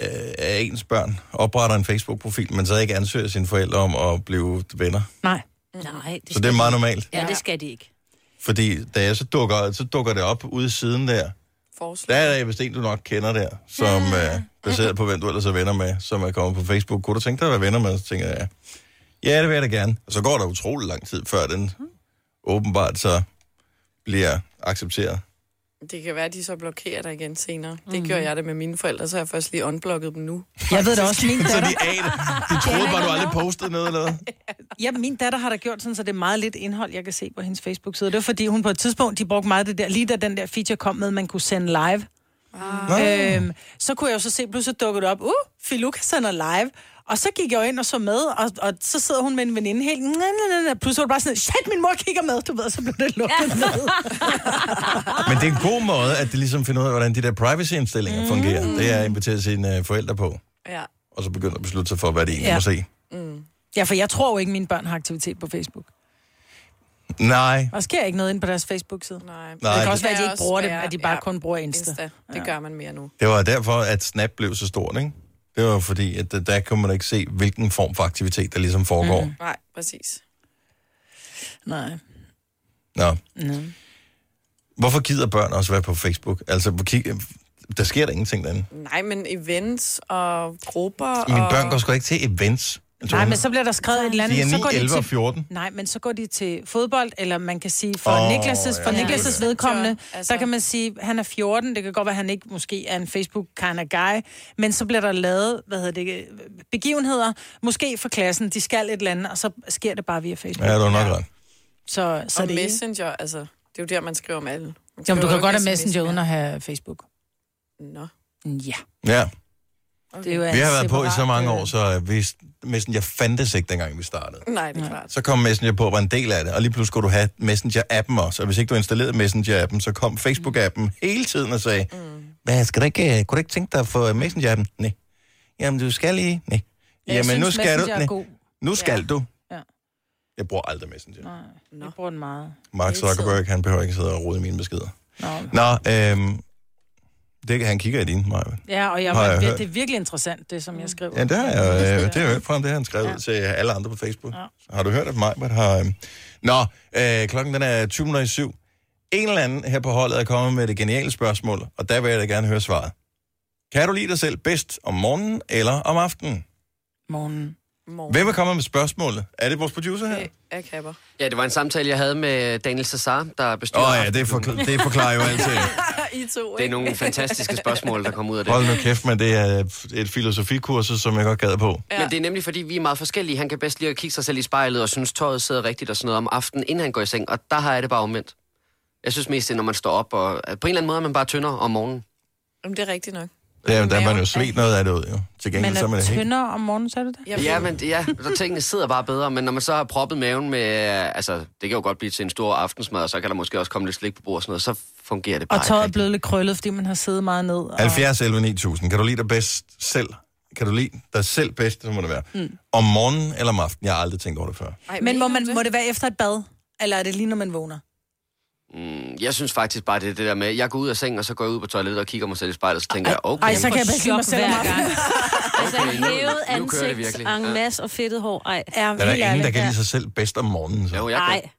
Speaker 4: øh, af ens børn opretter en Facebook-profil, men så ikke ansøger sine forældre om at blive venner?
Speaker 5: Nej.
Speaker 2: Nej, det
Speaker 4: Så
Speaker 2: skal
Speaker 4: det er meget
Speaker 2: de.
Speaker 4: normalt.
Speaker 2: Ja, det skal de ikke.
Speaker 4: Fordi da jeg så dukker, så dukker det op ude i siden der, der
Speaker 6: Forslag.
Speaker 4: er der vist en, du nok kender der, som er baseret på, hvem du ellers er venner med, som er kommet på Facebook. Kunne du tænke dig at være venner med? Så tænker jeg, ja, det vil jeg da gerne. Og så går der utrolig lang tid, før den åbenbart så bliver accepteret.
Speaker 6: Det kan være, at de så blokerer dig igen senere. Det gjorde jeg det med mine forældre, så har jeg først lige unblocket dem nu.
Speaker 5: Jeg ved Mhm. det også, min
Speaker 4: Så
Speaker 5: datter,
Speaker 4: de aner, de troede bare, du aldrig postede noget eller noget.
Speaker 5: ja, min datter har da gjort sådan, så det er meget lidt indhold, jeg kan se på hendes Facebook-side. Det var fordi, hun på et tidspunkt, de brugte meget det der, lige da den der feature kom med, man kunne sende live.
Speaker 4: Nå.
Speaker 5: Øhm, så kunne jeg jo så se, pludselig dukkede det op, uh, Filuka sender live. Og så gik jeg jo ind og så med, og, og så sidder hun med en veninde helt, næ, næ, næ, næ. pludselig var det bare sådan, shit, min mor kigger med, du ved, og så blev det lukket ned.
Speaker 4: Men det er en god måde, at det ligesom finder ud af, hvordan de der privacy-indstillinger
Speaker 5: Mm.
Speaker 4: fungerer. Det er at invitere sine øh, forældre på,
Speaker 6: Ja.
Speaker 4: og så begynder at beslutte sig for, hvad de egentlig
Speaker 5: Ja.
Speaker 4: må se.
Speaker 5: Ja, for jeg tror jo ikke, mine børn har aktivitet på Facebook.
Speaker 4: Nej,
Speaker 5: Og sker ikke noget inde på deres Facebook-side.
Speaker 6: Nej.
Speaker 4: Nej,
Speaker 5: det kan
Speaker 4: det-
Speaker 5: også være, at de
Speaker 6: kan
Speaker 5: ikke bruger
Speaker 6: også
Speaker 5: det,
Speaker 6: være,
Speaker 5: at de bare
Speaker 6: ja.
Speaker 5: kun bruger Insta.
Speaker 6: Insta. Det gør man mere nu.
Speaker 4: Det var derfor, at Snap blev så stort, ikke? Det var fordi, at der- der kunne man ikke se, hvilken form for aktivitet, der ligesom foregår. Mm.
Speaker 6: Nej, præcis.
Speaker 5: Nej.
Speaker 4: Nå. Hvorfor gider børn også være på Facebook? Altså, hvor kig- der sker der ingenting derinde.
Speaker 6: Nej, men events og grupper
Speaker 4: Mine
Speaker 6: og...
Speaker 4: børn går sgu ikke til events. Altså,
Speaker 5: Nej, men så bliver der skrevet et eller
Speaker 4: de
Speaker 5: andet.
Speaker 4: er
Speaker 5: så går
Speaker 4: 9, 11 og
Speaker 5: de til,
Speaker 4: 14.
Speaker 5: nej, men så går de til fodbold, eller man kan sige, for
Speaker 4: Åh,
Speaker 5: oh, Niklas' for
Speaker 4: ja,
Speaker 5: ja, Niklas'
Speaker 4: selvfølgelig.
Speaker 5: vedkommende,
Speaker 6: Så,
Speaker 5: så,
Speaker 6: altså-
Speaker 5: altså. der kan man sige, han er 14, det kan godt være, han ikke måske er en Facebook kind of guy, men så bliver der lavet, hvad hedder det, begivenheder, måske for klassen, de skal et eller andet, og så sker det bare via Facebook.
Speaker 4: Ja,
Speaker 5: Ja.
Speaker 4: det var nok ret.
Speaker 5: Så, så
Speaker 6: og
Speaker 5: det er
Speaker 6: Messenger, altså, det er jo der, man skriver om alle. Man
Speaker 5: Jamen,
Speaker 6: skriver
Speaker 5: du kan
Speaker 6: jo
Speaker 5: godt
Speaker 6: ikke
Speaker 5: have Messenger uden at have Facebook.
Speaker 6: Nå.
Speaker 5: Ja.
Speaker 4: Ja,
Speaker 5: Det er jo
Speaker 4: vi har
Speaker 5: en
Speaker 4: været på i så
Speaker 5: separat,
Speaker 4: mange
Speaker 5: øh,
Speaker 4: år, så øh, vi, Messenger fandtes ikke, dengang vi startede.
Speaker 6: Nej, det er klart.
Speaker 4: Så kom Messenger på og var en del af det, og lige pludselig skulle du have Messenger-appen også. Og hvis ikke du installerede Messenger-appen, så kom Facebook-appen hele tiden og sagde, mm. hvad, skal du ikke, øh, kunne du ikke tænke dig at få øh, Messenger-appen? Nej. Jamen, du skal lige. Nej.
Speaker 5: Ja,
Speaker 4: Jamen,
Speaker 5: jeg synes,
Speaker 4: nu skal du.
Speaker 5: Messenger er
Speaker 4: Nej.
Speaker 5: god.
Speaker 4: Nu skal ja. du.
Speaker 5: Ja.
Speaker 4: Jeg bruger aldrig Messenger. Nej.
Speaker 5: Jeg bruger den meget.
Speaker 4: Mark Zuckerberg, han behøver ikke sidde og rode i mine beskeder.
Speaker 5: Nå.
Speaker 4: Nå, øhm, det, kan- han kigger i din, Maja.
Speaker 5: Ja, og jeg,
Speaker 4: Har jeg
Speaker 5: det,
Speaker 4: hørt.
Speaker 5: det er virkelig interessant, det som jeg skriver.
Speaker 4: Ja, det har jeg, øh, det har jeg hørt frem, det har han skrevet ja. til alle andre på Facebook. Ja. Har du hørt, at Majbert har... Øh... Nå, øh, klokken den er 20 i syv. En eller anden her på holdet er kommet med det geniale spørgsmål, og der vil jeg da gerne høre svaret. Kan du lide dig selv bedst om morgenen eller om aftenen?
Speaker 5: Morgenen.
Speaker 4: Hvem er kommet med spørgsmålet? Er det vores producer her?
Speaker 9: Øh.
Speaker 6: Jeg kapper.
Speaker 9: Ja, det var en samtale, jeg havde med Daniel Cesar, der
Speaker 4: Åh
Speaker 9: bestyrer...
Speaker 4: oh, ja, det, forkl- det forklarer jo altid.
Speaker 6: I to,
Speaker 9: Det er nogle fantastiske spørgsmål, der kommer ud af det.
Speaker 4: Hold nu kæft, men det er et filosofikursus, som jeg godt gad på.
Speaker 9: Ja. Men det er nemlig, fordi vi er meget forskellige. Han kan bedst lide at kigge sig selv i spejlet og synes, tøjet sidder rigtigt og sådan noget om aftenen, inden han går i seng. Og der har jeg det bare omvendt. Jeg synes mest, det er, når man står op, og øh, på en eller anden måde er man bare tyndere om morgenen.
Speaker 6: Jamen, det er rigtigt nok.
Speaker 4: Ja, men der er man jo svedt noget af det ud, jo. Til gengæld
Speaker 5: Man
Speaker 4: så er man
Speaker 5: er
Speaker 4: det helt...
Speaker 5: tyndere om morgenen, sagde du det?
Speaker 6: Jeg
Speaker 9: Ja, men ja, så tingene sidder bare bedre, men når man så har proppet maven med, øh, altså, det kan jo godt blive til en stor aftensmad, og så kan der måske også komme lidt slik på bordet og sådan noget, så fungerer det bare
Speaker 5: Og tøjet er
Speaker 9: ikke
Speaker 5: blevet lidt krøllet, fordi man har siddet meget ned. Og...
Speaker 4: 70 11 9000. Kan du lide dig bedst selv? Kan du lide dig selv bedst, så må det være. Mm. Om morgenen eller om aftenen? Jeg har aldrig tænkt over det før.
Speaker 6: Ej,
Speaker 5: Men må, man, må det være efter et bad? Eller er det lige, når man vågner?
Speaker 9: rigtigt. Mm, Jeg synes faktisk bare, det er det der med, jeg går ud af sengen, og så går jeg ud på toilettet og kigger mig selv i spejlet, og så tænker jeg, okay,
Speaker 5: Ej, så kan jeg
Speaker 2: får
Speaker 5: bedst lide mig
Speaker 2: chok
Speaker 5: selv om
Speaker 2: hver
Speaker 5: aftenen.
Speaker 2: gang. Altså,
Speaker 9: Okay, nu-
Speaker 2: hævet
Speaker 9: nu kører det
Speaker 2: ansigt,
Speaker 9: virkelig.
Speaker 2: en
Speaker 9: Ja.
Speaker 2: masse og fedtet hår. Ej,
Speaker 5: Ja,
Speaker 4: Der er der
Speaker 5: helt
Speaker 4: ingen, der
Speaker 5: ærligt,
Speaker 4: kan
Speaker 5: ja.
Speaker 4: lide sig selv bedst om morgenen, så.
Speaker 9: jo, jeg
Speaker 2: ej.
Speaker 9: kan.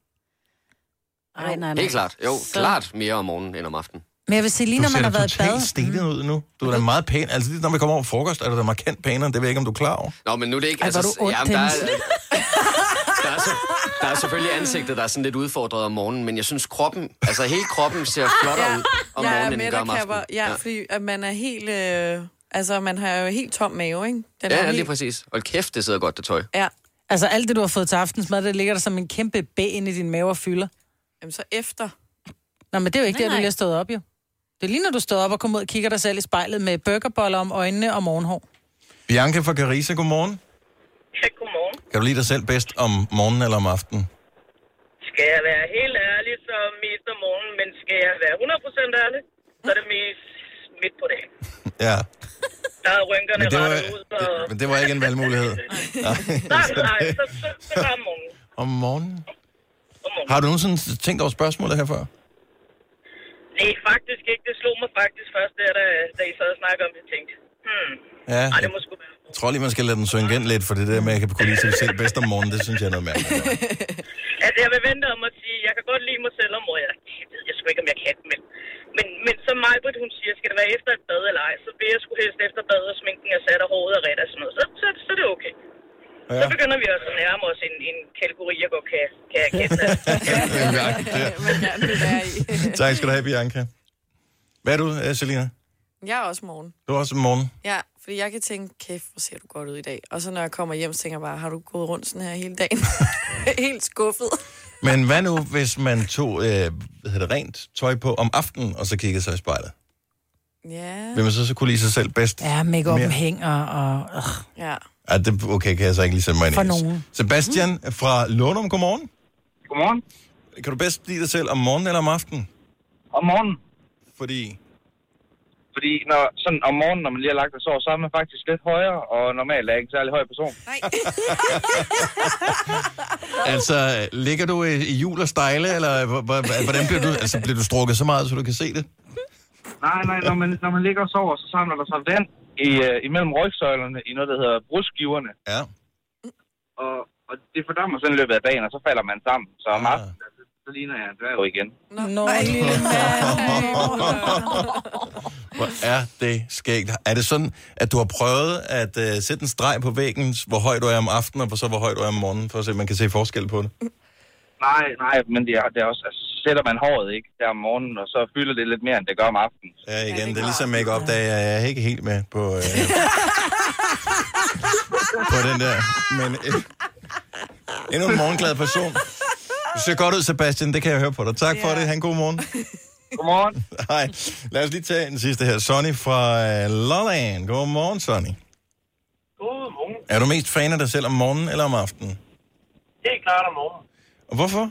Speaker 2: Ej, nej, nej.
Speaker 9: Helt klart. Jo,
Speaker 2: Så-
Speaker 9: klart mere om morgenen end om aftenen.
Speaker 5: Men jeg vil sige, lige
Speaker 4: Du
Speaker 5: når
Speaker 4: ser
Speaker 5: man har
Speaker 4: da
Speaker 5: været i bad... Mhm.
Speaker 4: totalt stenet ud nu. Du er da meget pæn. Altså, lige når vi kommer over frokost, er du da markant pænere. Det ved jeg ikke, om du er klar over.
Speaker 9: Nå, men nu er det ikke... altså,
Speaker 5: Ej, hvor er du ond,
Speaker 9: jamen, der, er,
Speaker 5: Dennis.
Speaker 9: der, er, så- der er selvfølgelig ansigtet, der er sådan lidt udfordret om morgenen, men jeg synes kroppen, altså hele kroppen ser flottere ud om
Speaker 6: Ah, jeg er
Speaker 9: morgenen, end den
Speaker 6: med
Speaker 9: gør
Speaker 6: dig,
Speaker 9: om
Speaker 6: kapper.
Speaker 9: aftenen.
Speaker 6: Ja, fordi at man er helt... Øh, altså, man har jo helt tom mave, ikke? Den
Speaker 9: ja,
Speaker 6: er
Speaker 9: ja, lige
Speaker 6: helt-
Speaker 9: præcis. Hold kæft, det sidder godt, det tøj.
Speaker 6: Ja,
Speaker 5: Altså alt det, du har fået til aftensmad, det ligger der som en kæmpe bæ ind i din mave og fylder.
Speaker 6: Jamen, så efter.
Speaker 5: Nå, men det er jo ikke
Speaker 2: Nej,
Speaker 5: der, du
Speaker 2: nej.
Speaker 5: lige har stået op, jo. Det er lige, når du står op og kommer ud og kigger dig selv i spejlet med burgerboller om øjnene og morgenhår.
Speaker 4: Bianca fra Carisa, godmorgen.
Speaker 10: Ja, godmorgen.
Speaker 4: Kan du lide dig selv bedst om morgenen eller om aftenen?
Speaker 10: Skal jeg være helt ærlig, så mest om morgenen, men skal jeg være 100% ærlig, så er det mest midt på dagen.
Speaker 4: Ja,
Speaker 10: Der er rynkerne
Speaker 4: men det var,
Speaker 10: rettet ud, så...
Speaker 4: det, men det var ikke en valgmulighed.
Speaker 10: Nej, nej, så, så, så bare om morgenen.
Speaker 4: Om morgenen?
Speaker 10: Om morgenen.
Speaker 4: Har du nogensinde tænkt over spørgsmålet her før?
Speaker 10: Det er faktisk ikke, det slog mig faktisk først, der, da, da I sad og snakkede om det, jeg tænkte, hmm,
Speaker 4: Ja,
Speaker 10: nej, det må sgu være.
Speaker 4: jeg tror lige, man skal lade den synge ind lidt, for det der med, at jeg kan kunne lide sig selv bedst om morgenen, det synes jeg er noget mærkeligt.
Speaker 10: Altså, jeg vil vente om at sige, jeg kan godt lide mig selv om morgenen. Jeg ved jeg sgu ikke, om jeg kan, men... Men, men som Majbrit, hun siger, skal det være efter et bad eller ej, så vil jeg sgu helst efter bad, og sminken er sat, og håret er ret og sådan noget. Så, så, så er det okay.
Speaker 4: Ja.
Speaker 10: Så begynder vi også at nærme os en, en kategori, jeg godt kan, kan erkende.
Speaker 6: Man gerne vil være i.
Speaker 4: Tak skal du have, Bianca. Hvad er du, øh, Selina?
Speaker 6: Jeg er også morgen.
Speaker 4: Du er også om morgenen.
Speaker 6: Ja, fordi jeg kan tænke, kæft, hvor ser du godt ud i dag. Og så når jeg kommer hjem, så tænker jeg bare, har du gået rundt sådan her hele dagen? helt skuffet.
Speaker 4: Men hvad nu, hvis man tog øh, hvad hedder det, rent tøj på om aftenen, og så kiggede sig i spejlet?
Speaker 6: Ja,
Speaker 4: Vil man så, så kunne lide sig selv bedst?
Speaker 5: Ja, make
Speaker 4: Mere.
Speaker 5: up hænger og... Øh.
Speaker 6: ja.
Speaker 4: Ja, det okay, kan jeg så ikke lige sætte mig ind
Speaker 5: For
Speaker 4: i.
Speaker 5: nogen. Mhm.
Speaker 4: Sebastian fra Lundum, godmorgen.
Speaker 10: Godmorgen.
Speaker 4: Kan du bedst lide dig selv om morgenen eller om aftenen?
Speaker 10: Om morgenen.
Speaker 4: Fordi...
Speaker 10: Fordi når, sådan om morgenen, når man lige har lagt og sover, så er man faktisk lidt højere, og normalt er jeg ikke en særlig høj person.
Speaker 6: Nej,
Speaker 4: Altså, ligger du i, i jul og stejle, eller h- h- h- hvordan bliver du... Altså, bliver du strukket så meget, så du kan se det?
Speaker 10: Nej, nej, når man, når man ligger og sover, så samler der sig vand i, øh, imellem rygsøjlerne i noget, der hedder brudskiverne.
Speaker 4: Ja.
Speaker 10: Og, og det fordammer sådan i løbet af dagen, og så falder man sammen. Så om
Speaker 4: Ah.
Speaker 10: aftenen, så, så ligner jeg en dværg igen.
Speaker 5: Nå, lille
Speaker 4: Hvor er det skægt. Er det sådan, at du har prøvet at øh, sætte en streg på væggen, hvor høj du er om aftenen, og så hvor høj du er om morgenen, for at se, om man kan se forskel på det?
Speaker 10: Nej, nej, men det er, det er også, altså, sætter man håret ikke der om morgenen, og så fylder det lidt mere, end det gør om aftenen.
Speaker 4: Ja, igen, det er ligesom make-up, der er jeg ikke helt med på, øh, på den der. Men øh, endnu en morgenglad person. Du ser godt ud, Sebastian, det kan jeg høre på dig. Tak for det, han god morgen.
Speaker 10: Godmorgen.
Speaker 4: Hej, lad os lige tage den sidste her. Sonny fra øh, Lolland. Godmorgen, Sonny.
Speaker 10: Godmorgen.
Speaker 4: Er du mest fan af dig selv om morgenen eller om aftenen?
Speaker 10: Helt klart om morgenen.
Speaker 4: Og hvorfor?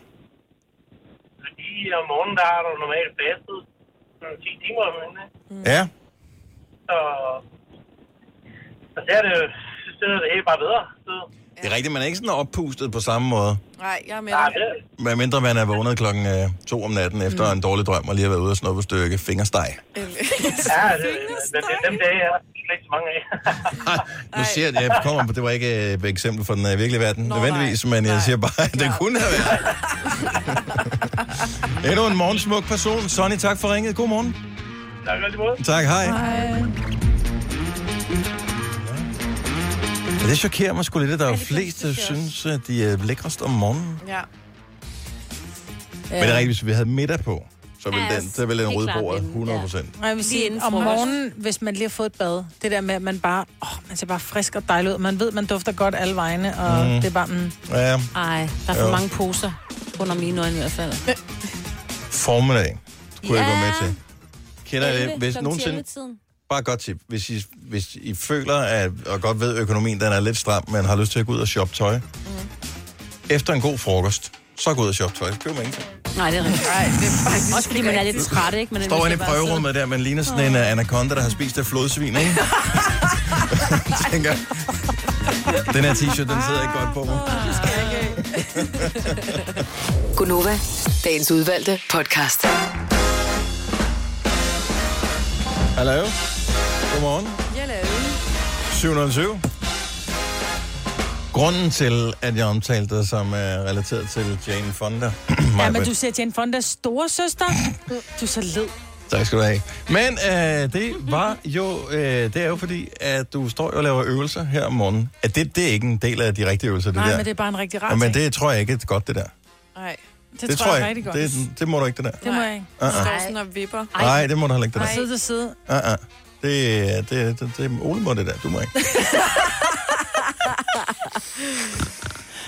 Speaker 10: Fordi om morgenen, der har du normalt fastet sådan 10 timer om ugen, ikke?
Speaker 4: Mm. Ja,
Speaker 10: Så, så der er det, så er det helt bare bedre. Så,
Speaker 4: det er rigtigt, man er ikke sådan oppustet på samme måde.
Speaker 6: nej, jeg er med
Speaker 10: nej,
Speaker 6: dig.
Speaker 10: det,
Speaker 4: Hvad mindre man er vågnet klokken øh, to om natten efter en dårlig drøm, og lige har været ude og snuppe et stykke fingersteg.
Speaker 10: ja, det, det, det, dem dage er der ikke så mange af.
Speaker 4: Nu siger jeg, at jeg kommer på, det var ikke øh, et eksempel fra den øh, virkelige verden, Nå, nødvendigvis,
Speaker 6: nej.
Speaker 4: men jeg
Speaker 6: Nej.
Speaker 4: siger bare, at det kunne have været. Endnu en morgensmuk person. Sonny, tak for ringet. God morgen.
Speaker 10: tak, rigtig måde.
Speaker 4: Tak, hej. hej. Ja, det chokerer mig sgu lidt, at der er flest, der synes, at de er lækrest om morgenen.
Speaker 6: Ja.
Speaker 4: Men det er rigtigt, hvis vi havde middag på, så ville
Speaker 5: Ja,
Speaker 4: den, så ville den
Speaker 5: helt
Speaker 4: røde
Speaker 5: klart
Speaker 4: bordet
Speaker 5: vinde,
Speaker 4: 100 procent.
Speaker 5: Og jeg vil sige, om morgenen, hvis man lige har fået et bad, det der med, at man bare, åh, man ser bare frisk og dejlig ud. Man ved, man dufter godt alle vegne, og
Speaker 4: Mm.
Speaker 5: mm. det er bare, mm.
Speaker 4: Ja.
Speaker 2: Ej, der er for
Speaker 4: Jo.
Speaker 2: mange poser under mine øjne i hvert fald.
Speaker 4: Formiddag kunne ja. jeg gå med til. Kender jeg det?
Speaker 2: 11,
Speaker 4: Hvis
Speaker 2: klokken
Speaker 4: nogensinde,
Speaker 2: 11-tiden.
Speaker 4: bare et godt tip. Hvis I, hvis I føler, at, og godt ved, at økonomien den er lidt stram, men har lyst til at gå ud og shoppe tøj. Mm. Efter en god frokost, så gå ud og shoppe tøj. Køb mig ingenting.
Speaker 2: Nej, det er rigtigt. Nej, det er faktisk Også fordi man er lidt træt, ikke? Man er
Speaker 4: Står
Speaker 2: nødt
Speaker 4: inde i
Speaker 2: til bare at sidde-
Speaker 4: prøverummet der, man ligner sådan en uh, anaconda, der har spist af flodsvin, ikke? Tænker, den her t-shirt, den sidder ikke godt på mig.
Speaker 8: Gunova, dagens udvalgte podcast.
Speaker 4: Hallo. Godmorgen.
Speaker 6: Hello.
Speaker 4: 707. Grunden til, at jeg omtalte dig som uh, relateret til Jane Fonda.
Speaker 5: Ja, men
Speaker 4: Majbrit.
Speaker 5: du ser Jane Fondas store søster. Du er så led.
Speaker 4: Tak skal du have. Men øh, det var jo, øh, det er jo fordi, at du står jo og laver øvelser her om morgenen. At det, det er ikke en del af de rigtige øvelser, det
Speaker 5: Nej,
Speaker 4: der.
Speaker 5: men det er bare en rigtig rar
Speaker 4: Ja, men
Speaker 5: ting.
Speaker 4: det tror jeg ikke er godt, det der. Det,
Speaker 6: Nej.
Speaker 5: Det, tror jeg, rigtig godt. Det,
Speaker 4: Det, det må du ikke, det der.
Speaker 5: det må jeg ikke.
Speaker 4: Uh-uh.
Speaker 6: Står sådan og vipper.
Speaker 4: Nej, det må du heller ikke, det
Speaker 5: Og sidde
Speaker 4: der.
Speaker 5: til side.
Speaker 4: Uh-uh. Det, det, det, det, Ole må det der, du må ikke.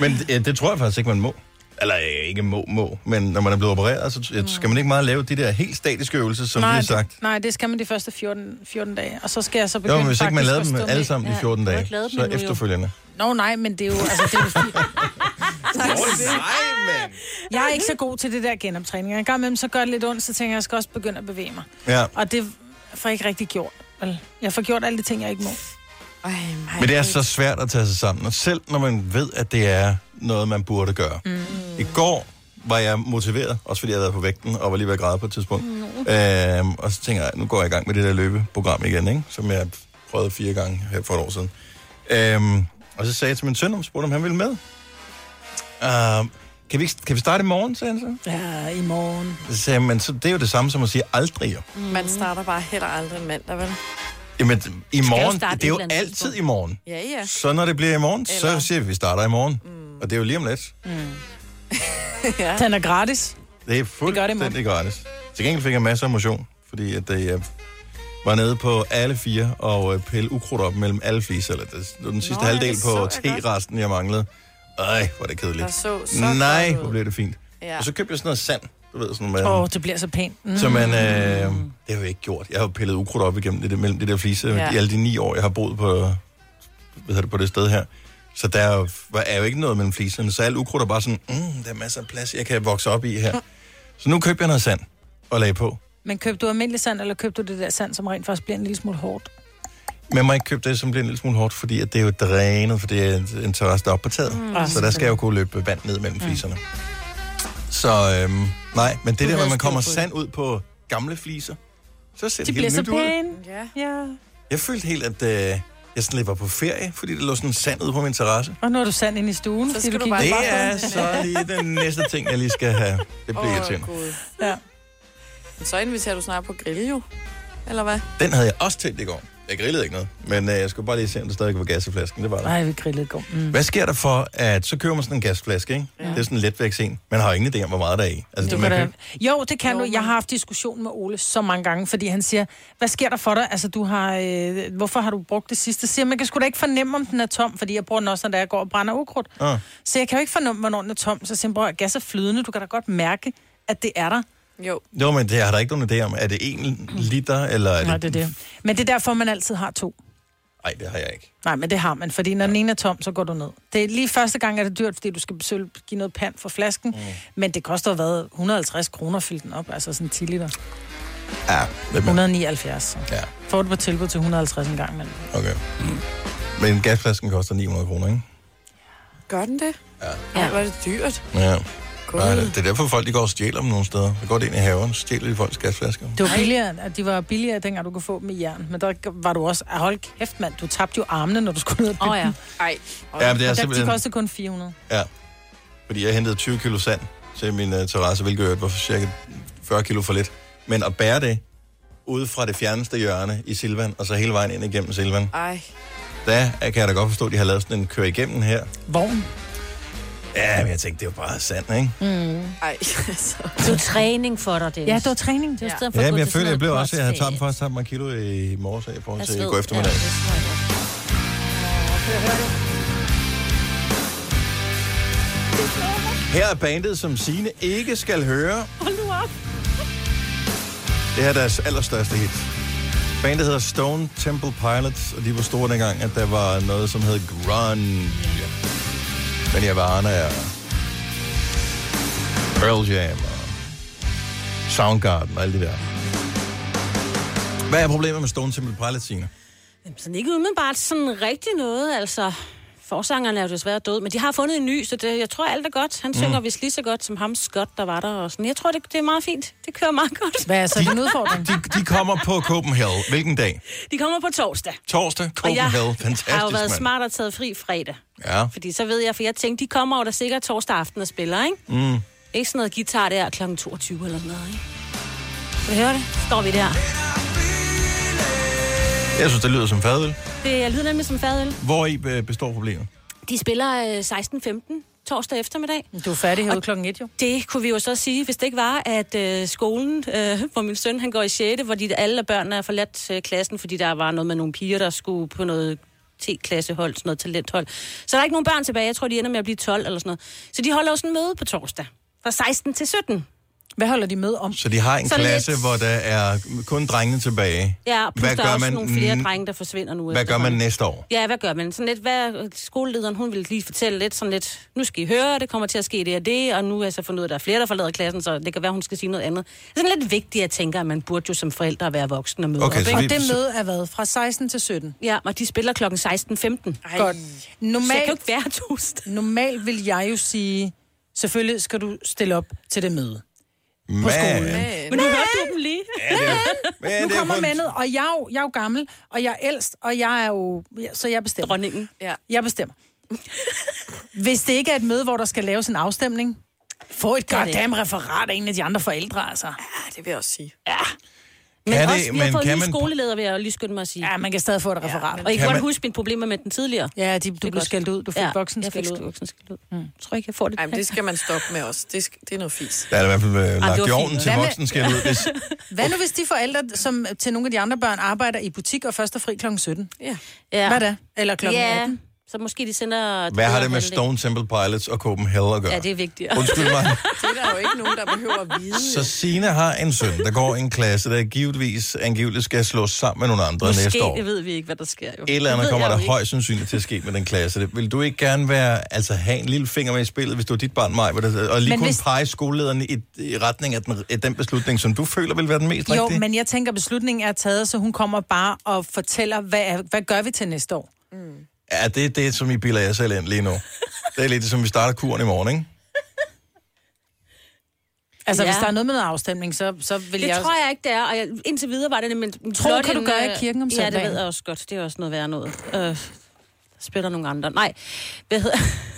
Speaker 4: Men øh, det tror jeg faktisk ikke, man må. Eller øh, ikke må, må. Men når man er blevet opereret, så t- skal man ikke meget lave de der helt statiske øvelser, som vi
Speaker 5: nej,
Speaker 4: har sagt.
Speaker 5: Det, nej, det skal man de første 14, 14 dage. Og så skal jeg så begynde
Speaker 4: Jo, men hvis ikke man
Speaker 5: faktisk
Speaker 4: lavede
Speaker 5: at
Speaker 4: dem
Speaker 5: stå
Speaker 4: alle
Speaker 5: med-
Speaker 4: sammen i
Speaker 5: Ja.
Speaker 4: 14
Speaker 5: Du har
Speaker 4: dage,
Speaker 5: ikke lavet dem
Speaker 4: så
Speaker 5: endnu, jo.
Speaker 4: efterfølgende.
Speaker 5: Nå, nej, men det er jo... Altså, det er jo
Speaker 4: nej,
Speaker 5: jeg er ikke så god til det der genoptræning. En gang imellem, så gør det lidt ondt, så tænker jeg, jeg skal også begynde at bevæge mig.
Speaker 4: Ja.
Speaker 5: Og det får jeg ikke rigtig gjort. vel? Jeg får gjort alle de ting, jeg ikke må.
Speaker 6: Ej,
Speaker 4: Men det er så svært at tage sig sammen, og selv når man ved, at det er noget, man burde gøre. Mm. I går var jeg motiveret, også fordi jeg havde været på vægten, og var lige ved at græde på et tidspunkt. Mm. Øhm, og så tænker jeg, nu går jeg i gang med det der løbeprogram igen, ikke? som jeg prøvede fire gange her for et år siden. Øhm, og så sagde jeg til min søn, om spurgte, om han ville med. Øhm, kan, vi, ikke- kan vi starte i morgen, sagde han så?
Speaker 5: Ja, i morgen.
Speaker 4: Så sagde jeg, men så, det er jo det samme som at sige aldrig. Jo.
Speaker 5: Mm.
Speaker 6: Man starter bare heller aldrig en mandag, vel?
Speaker 4: Jamen, i morgen,
Speaker 6: starte
Speaker 4: det er
Speaker 6: et
Speaker 4: jo
Speaker 6: eller andet
Speaker 4: altid i morgen.
Speaker 6: Ja, ja.
Speaker 4: Så når det bliver i morgen, Eller...
Speaker 6: Eller-
Speaker 4: så siger vi, at vi starter i morgen. Mm. Og det er jo lige om lidt.
Speaker 6: ja.
Speaker 5: Den er gratis.
Speaker 4: Det er fuldstændig det gratis. Til gengæld fik jeg masser af motion, fordi at det, jeg var nede på alle fire og øh, pille ukrudt op mellem alle fliser. Eller det, det var den sidste
Speaker 6: Nå,
Speaker 4: Nå,
Speaker 6: ja,
Speaker 4: halvdel
Speaker 6: det
Speaker 4: på
Speaker 6: så jeg godt.
Speaker 4: T-resten, jeg manglede. Ej, hvor er det kedeligt.
Speaker 6: Der så så
Speaker 4: Nej,
Speaker 6: godt ud.
Speaker 4: hvor blev det fint.
Speaker 6: Ja.
Speaker 4: Og så købte jeg sådan noget sand. Du ved, sådan noget
Speaker 5: Åh, oh, det bliver så pænt. Mm.
Speaker 4: Så man, øh, det har jeg jo ikke gjort. Jeg har jo pillet ukrudt op igennem det, der- mellem det der flise
Speaker 5: Ja.
Speaker 4: ja. i alle de ni år, jeg har boet på, hvad hedder det, på det sted her. Så der er jo, er jo ikke noget mellem fliserne, så alt ukrudt er bare sådan, mm, der er masser af plads, jeg kan vokse op i her. Så nu købte jeg noget sand og lagde på.
Speaker 5: Men købte du almindelig sand, eller købte du det der sand, som rent faktisk bliver en lille smule hårdt?
Speaker 4: Men jeg må ikke købe det, som bliver en lille smule hårdt, fordi at det er jo drænet, for det er en, en terrasse, der er oppe på taget.
Speaker 5: Mm.
Speaker 4: Mm. Så der skal jeg jo kunne løbe vand ned mellem fliserne. Så øhm, nej, men det
Speaker 5: Du
Speaker 4: der med,
Speaker 5: havde
Speaker 4: at man
Speaker 5: styr
Speaker 4: kommer
Speaker 5: på det.
Speaker 4: sand ud på gamle fliser, så ser det,
Speaker 5: De
Speaker 4: helt
Speaker 5: bliver så
Speaker 4: nyt ud.
Speaker 5: pæne.
Speaker 6: Ja.
Speaker 5: ja.
Speaker 4: Jeg følte helt, at øh, jeg sådan lidt var på ferie, fordi der lå sådan sand ude på min terrasse.
Speaker 5: Og nu er du sand ind i stuen, så
Speaker 6: skal du
Speaker 4: Det er så lige den næste ting, jeg lige skal have. Det bliver
Speaker 6: Åh,
Speaker 4: irriterende.
Speaker 6: Gud.
Speaker 5: Ja.
Speaker 6: Men Så inviterer du snart på grill, jo. Eller hvad?
Speaker 4: Den havde jeg også tændt i går. Jeg grillede ikke noget, men øh, jeg skulle bare lige se, om der stadig var gas i flasken. Det var der.
Speaker 5: Nej, vi grillede i går. Mm.
Speaker 4: Hvad sker der for, at så køber man sådan en gasflaske, ikke? Ja. Det er sådan en letvægts en. Man har ingen idé om, hvor meget der er i. Altså,
Speaker 5: Du
Speaker 4: man
Speaker 5: kan
Speaker 4: kan
Speaker 5: da...
Speaker 4: ikke-
Speaker 5: Jo, det kan jo, du. Jeg har haft diskussion med Ole så mange gange, fordi han siger, hvad sker der for dig? Altså, du har, øh, hvorfor har du brugt det sidste? Så Siger, jeg, man kan sgu da ikke fornemme, om den er tom, fordi jeg bruger den også, når jeg går og brænder ukrudt.
Speaker 4: Ah.
Speaker 5: Så jeg kan jo ikke fornemme, hvornår den er tom. Så siger han, bror, gas er flydende. Du kan da godt mærke, at det er der.
Speaker 6: Jo.
Speaker 4: Jo, men det har der ikke nogen idé om. Er det en liter, eller er det...
Speaker 5: Nej, det er det. Men det er derfor, man altid har to.
Speaker 4: Nej, det har jeg ikke.
Speaker 5: Nej, men det har man, fordi når den ene er tom, så går du ned. Det er lige første gang er det dyrt, fordi du skal selv give noget pand for flasken, mm. men det koster jo hvad, 150 kroner at fylde den op, altså sådan 10 liter.
Speaker 4: Ja, det er
Speaker 5: 179. Så.
Speaker 4: Ja.
Speaker 5: Får du på tilbud til 150 en gang, men...
Speaker 4: Okay. Men gasflasken koster 900 kroner, ikke?
Speaker 6: Gør den det? Ja. Ej, var det dyrt.
Speaker 4: Ja. Nej, det, det er derfor, folk de går og stjæler dem nogle steder. Der går det ind i haven, stjæler de folks gasflasker.
Speaker 5: Det var billigere, at de var billigere, dengang du kunne få dem i jern. Men der var du også... Ah, Hold kæft, mand. Du tabte jo armene, når du skulle ned og bygge
Speaker 2: Åh, ja.
Speaker 5: dem.
Speaker 6: Ej.
Speaker 4: Ja, men det er
Speaker 5: Og der-
Speaker 4: simpelthen-
Speaker 5: De kostede kun 400.
Speaker 4: Ja. Fordi jeg hentede 20 kilo sand til min uh, terrasse, hvilket jo var cirka 40 kilo for lidt. Men at bære det ude fra det fjerneste hjørne i Silvan, og så hele vejen ind igennem Silvan,
Speaker 6: Ej.
Speaker 4: der kan jeg da godt forstå, at de har lavet sådan en køre igennem her.
Speaker 5: Vogn?
Speaker 4: Ja, men jeg tænkte, det er jo bare sandt, ikke?
Speaker 2: Mm.
Speaker 6: Ej, altså.
Speaker 2: Det er jo træning for dig, Dennis.
Speaker 5: Ja, det var træning.
Speaker 2: Det er jo stedet for
Speaker 4: Ja,
Speaker 2: at gå
Speaker 4: men jeg
Speaker 2: til
Speaker 4: føler,
Speaker 2: sådan
Speaker 4: jeg blev
Speaker 2: noget
Speaker 4: også, jeg havde
Speaker 2: crossfit.
Speaker 4: tabt faktisk tabt mig et kilo i morges her i forhold
Speaker 2: Jeg
Speaker 4: til i
Speaker 2: sved.
Speaker 4: går eftermiddag.
Speaker 2: Ja, det tror jeg godt.
Speaker 4: Her er bandet, som Sine ikke skal høre.
Speaker 2: Hold nu op.
Speaker 4: Det her er deres allerstørste hit. Bandet hedder Stone Temple Pilots, og de var store dengang, at der var noget, som hed grunge. Men jeg var Arne og Pearl Jam og Soundgarden og alt det der. Hvad er problemet med Stone Temple Pilots, Signe?
Speaker 2: Jamen, sådan ikke umiddelbart sådan rigtig noget, altså... Forsangeren er jo desværre død, men de har fundet en ny, så det, jeg tror, alt er godt. Han synger
Speaker 4: Mm.
Speaker 2: vist lige så godt som ham Scott, der var der. Og sådan. Jeg tror, det, det er meget fint. Det kører meget godt.
Speaker 5: Hvad er så din udfordring?
Speaker 4: De, de kommer på Copenhagen. Hvilken dag?
Speaker 2: De kommer på torsdag.
Speaker 4: Torsdag,
Speaker 2: Og jeg
Speaker 4: Copenhagen. Fantastisk,
Speaker 2: har jo været
Speaker 4: mand.
Speaker 2: smart og taget fri fredag.
Speaker 4: Ja.
Speaker 2: Fordi så ved jeg, for jeg tænkte, de kommer jo da sikkert torsdag aften og spiller, ikke?
Speaker 4: Mm.
Speaker 2: Ikke sådan noget guitar der kl. 22 eller sådan noget, ikke? Kan du høre det? Så Står vi der.
Speaker 4: Jeg synes, det lyder som fadøl.
Speaker 2: Det lyder nemlig som fadøl.
Speaker 4: Hvor i øh, består problemet?
Speaker 2: De spiller øh, 16.15 torsdag eftermiddag.
Speaker 5: Du er færdig herude klokken 1, jo.
Speaker 2: Det kunne vi jo så sige, hvis det ikke var, at øh, skolen, øh, hvor min søn han går i 6., hvor de, alle børnene er forladt øh, klassen, fordi der var noget med nogle piger, der skulle på noget T-klassehold, sådan noget talenthold. Så der er ikke nogen børn tilbage. Jeg tror, de ender med at blive 12 eller sådan noget. Så de holder jo sådan en møde på torsdag fra 16 til 17.
Speaker 5: Hvad holder de møde om?
Speaker 4: Så de har en
Speaker 2: Sådan
Speaker 4: klasse,
Speaker 2: lidt-
Speaker 4: hvor der er kun drengene tilbage.
Speaker 2: Ja, plus
Speaker 4: Hvad
Speaker 2: der
Speaker 4: gør
Speaker 2: er også
Speaker 4: man
Speaker 2: nogle flere
Speaker 4: n-
Speaker 2: drenge, der forsvinder nu.
Speaker 4: Hvad gør man
Speaker 2: efterhånden.
Speaker 4: næste år?
Speaker 2: Ja, hvad gør man? Sådan lidt, hvad, skolelederen, hun ville lige fortælle lidt, sådan lidt, nu skal I høre, det kommer til at ske det og det, og nu er jeg så fundet ud af, at der er flere, der forlader klassen, så det kan være, hun skal sige noget andet. Det er sådan lidt vigtigt, jeg tænker, at man burde jo som forældre at være voksen og møde
Speaker 4: Okay,
Speaker 2: op,
Speaker 4: så
Speaker 2: ikke?
Speaker 5: Og
Speaker 4: vi-
Speaker 5: det møde er hvad? Fra 16 til 17?
Speaker 2: Ja, og de spiller kl. 16.15. Så
Speaker 5: Godt.
Speaker 2: jeg kan jo
Speaker 5: Normalt,
Speaker 2: ikke være torsdag.
Speaker 5: normalt vil jeg jo sige, selvfølgelig skal du stille op til det møde.
Speaker 4: Men,
Speaker 2: Men nu hørte du dem lige.
Speaker 4: men
Speaker 5: nu
Speaker 4: det er
Speaker 5: kommer
Speaker 4: kun-
Speaker 5: mændet, og jeg er, jo, jeg er jo gammel, og jeg er ældst, og jeg er jo... ja, Så jeg bestemmer.
Speaker 2: Dronningen.
Speaker 6: Ja.
Speaker 5: Jeg bestemmer. Hvis det ikke er et møde, hvor der skal laves en afstemning, få et
Speaker 2: er det ikke.
Speaker 5: goddamn referat af en af de andre forældre, altså.
Speaker 6: Ja, det vil jeg også sige.
Speaker 2: Men
Speaker 4: Kan det-
Speaker 2: også, vi har
Speaker 4: men
Speaker 2: fået
Speaker 4: kan
Speaker 2: en ny
Speaker 4: man-
Speaker 2: skoleleder, vil jeg jo lige skynde mig at sige.
Speaker 5: Ja, man kan stadig få et referat.
Speaker 2: og I
Speaker 5: Ja,
Speaker 2: kan
Speaker 4: Kan
Speaker 2: godt
Speaker 4: man-
Speaker 2: huske mine problemer med den tidligere.
Speaker 5: ja de, du blev
Speaker 2: godt.
Speaker 5: skældt ud. Du fik ja, voksen
Speaker 2: jeg fik
Speaker 5: skældt ud.
Speaker 2: voksen skæld ud. Mm. Tror ikke, jeg får det.
Speaker 6: Ej, men det skal man stoppe med også. Det, sk- det er noget fis.
Speaker 4: Der er i hvert fald øh,
Speaker 2: det
Speaker 4: lagt
Speaker 2: var
Speaker 4: i
Speaker 2: fint.
Speaker 4: ovnen til
Speaker 5: Hvad med-
Speaker 4: voksenskæld ud. Hvis,
Speaker 5: Hvad nu, hvis de forældre, som til nogle af de andre børn, arbejder i butik og først er fri kl. 17?
Speaker 6: Ja.
Speaker 2: ja.
Speaker 5: Hvad da? Eller kl.
Speaker 2: ja.
Speaker 5: 18?
Speaker 2: Så måske de sender...
Speaker 4: hvad har det med
Speaker 2: halvdelen.
Speaker 4: Stone Temple Pilots og Copenhagen at gøre?
Speaker 2: Ja, det er vigtigt.
Speaker 4: Undskyld mig.
Speaker 6: Det er der jo ikke nogen, der behøver at vide.
Speaker 4: Så Sine har en søn, der går i en klasse, der givetvis angiveligt skal slås sammen med nogle andre
Speaker 2: Måske,
Speaker 4: næste år.
Speaker 2: det ved vi ikke, hvad der sker. Jo.
Speaker 4: Et eller andet
Speaker 2: Det ved
Speaker 4: kommer
Speaker 2: jeg
Speaker 4: der
Speaker 2: jo ikke.
Speaker 4: højst sandsynligt til at ske med den klasse. Det- Vil du ikke gerne være, altså have en lille finger med i spillet, hvis du er dit barn, Maj, hvor det- og lige
Speaker 5: Men
Speaker 4: kunne
Speaker 5: hvis-
Speaker 4: pege skolelederen i, i retning af den, af den beslutning, som du føler vil være den mest
Speaker 5: Jo,
Speaker 4: rigtige?
Speaker 5: men jeg tænker, beslutningen er taget, så hun kommer bare og fortæller, hvad, er- hvad gør vi til næste år?
Speaker 4: Ja, det er det, som I bilder jer selv ind lige nu. Det er lidt som, vi starter kuren i morgen, ikke?
Speaker 5: Altså,
Speaker 2: Ja.
Speaker 5: ja. hvis der er noget med noget afstemning, så, så vil
Speaker 2: Det
Speaker 5: jeg...
Speaker 2: tror jeg ikke, det er, og jeg, indtil videre var det nemlig...
Speaker 5: Tro,
Speaker 2: blot
Speaker 5: kan du
Speaker 2: en,
Speaker 5: gøre i
Speaker 2: øh,
Speaker 5: kirken om
Speaker 2: Ja, det
Speaker 5: søndagen?
Speaker 2: ved jeg også godt. Det er også noget værre noget. Øh, der spiller nogle andre. Nej, hvad hedder...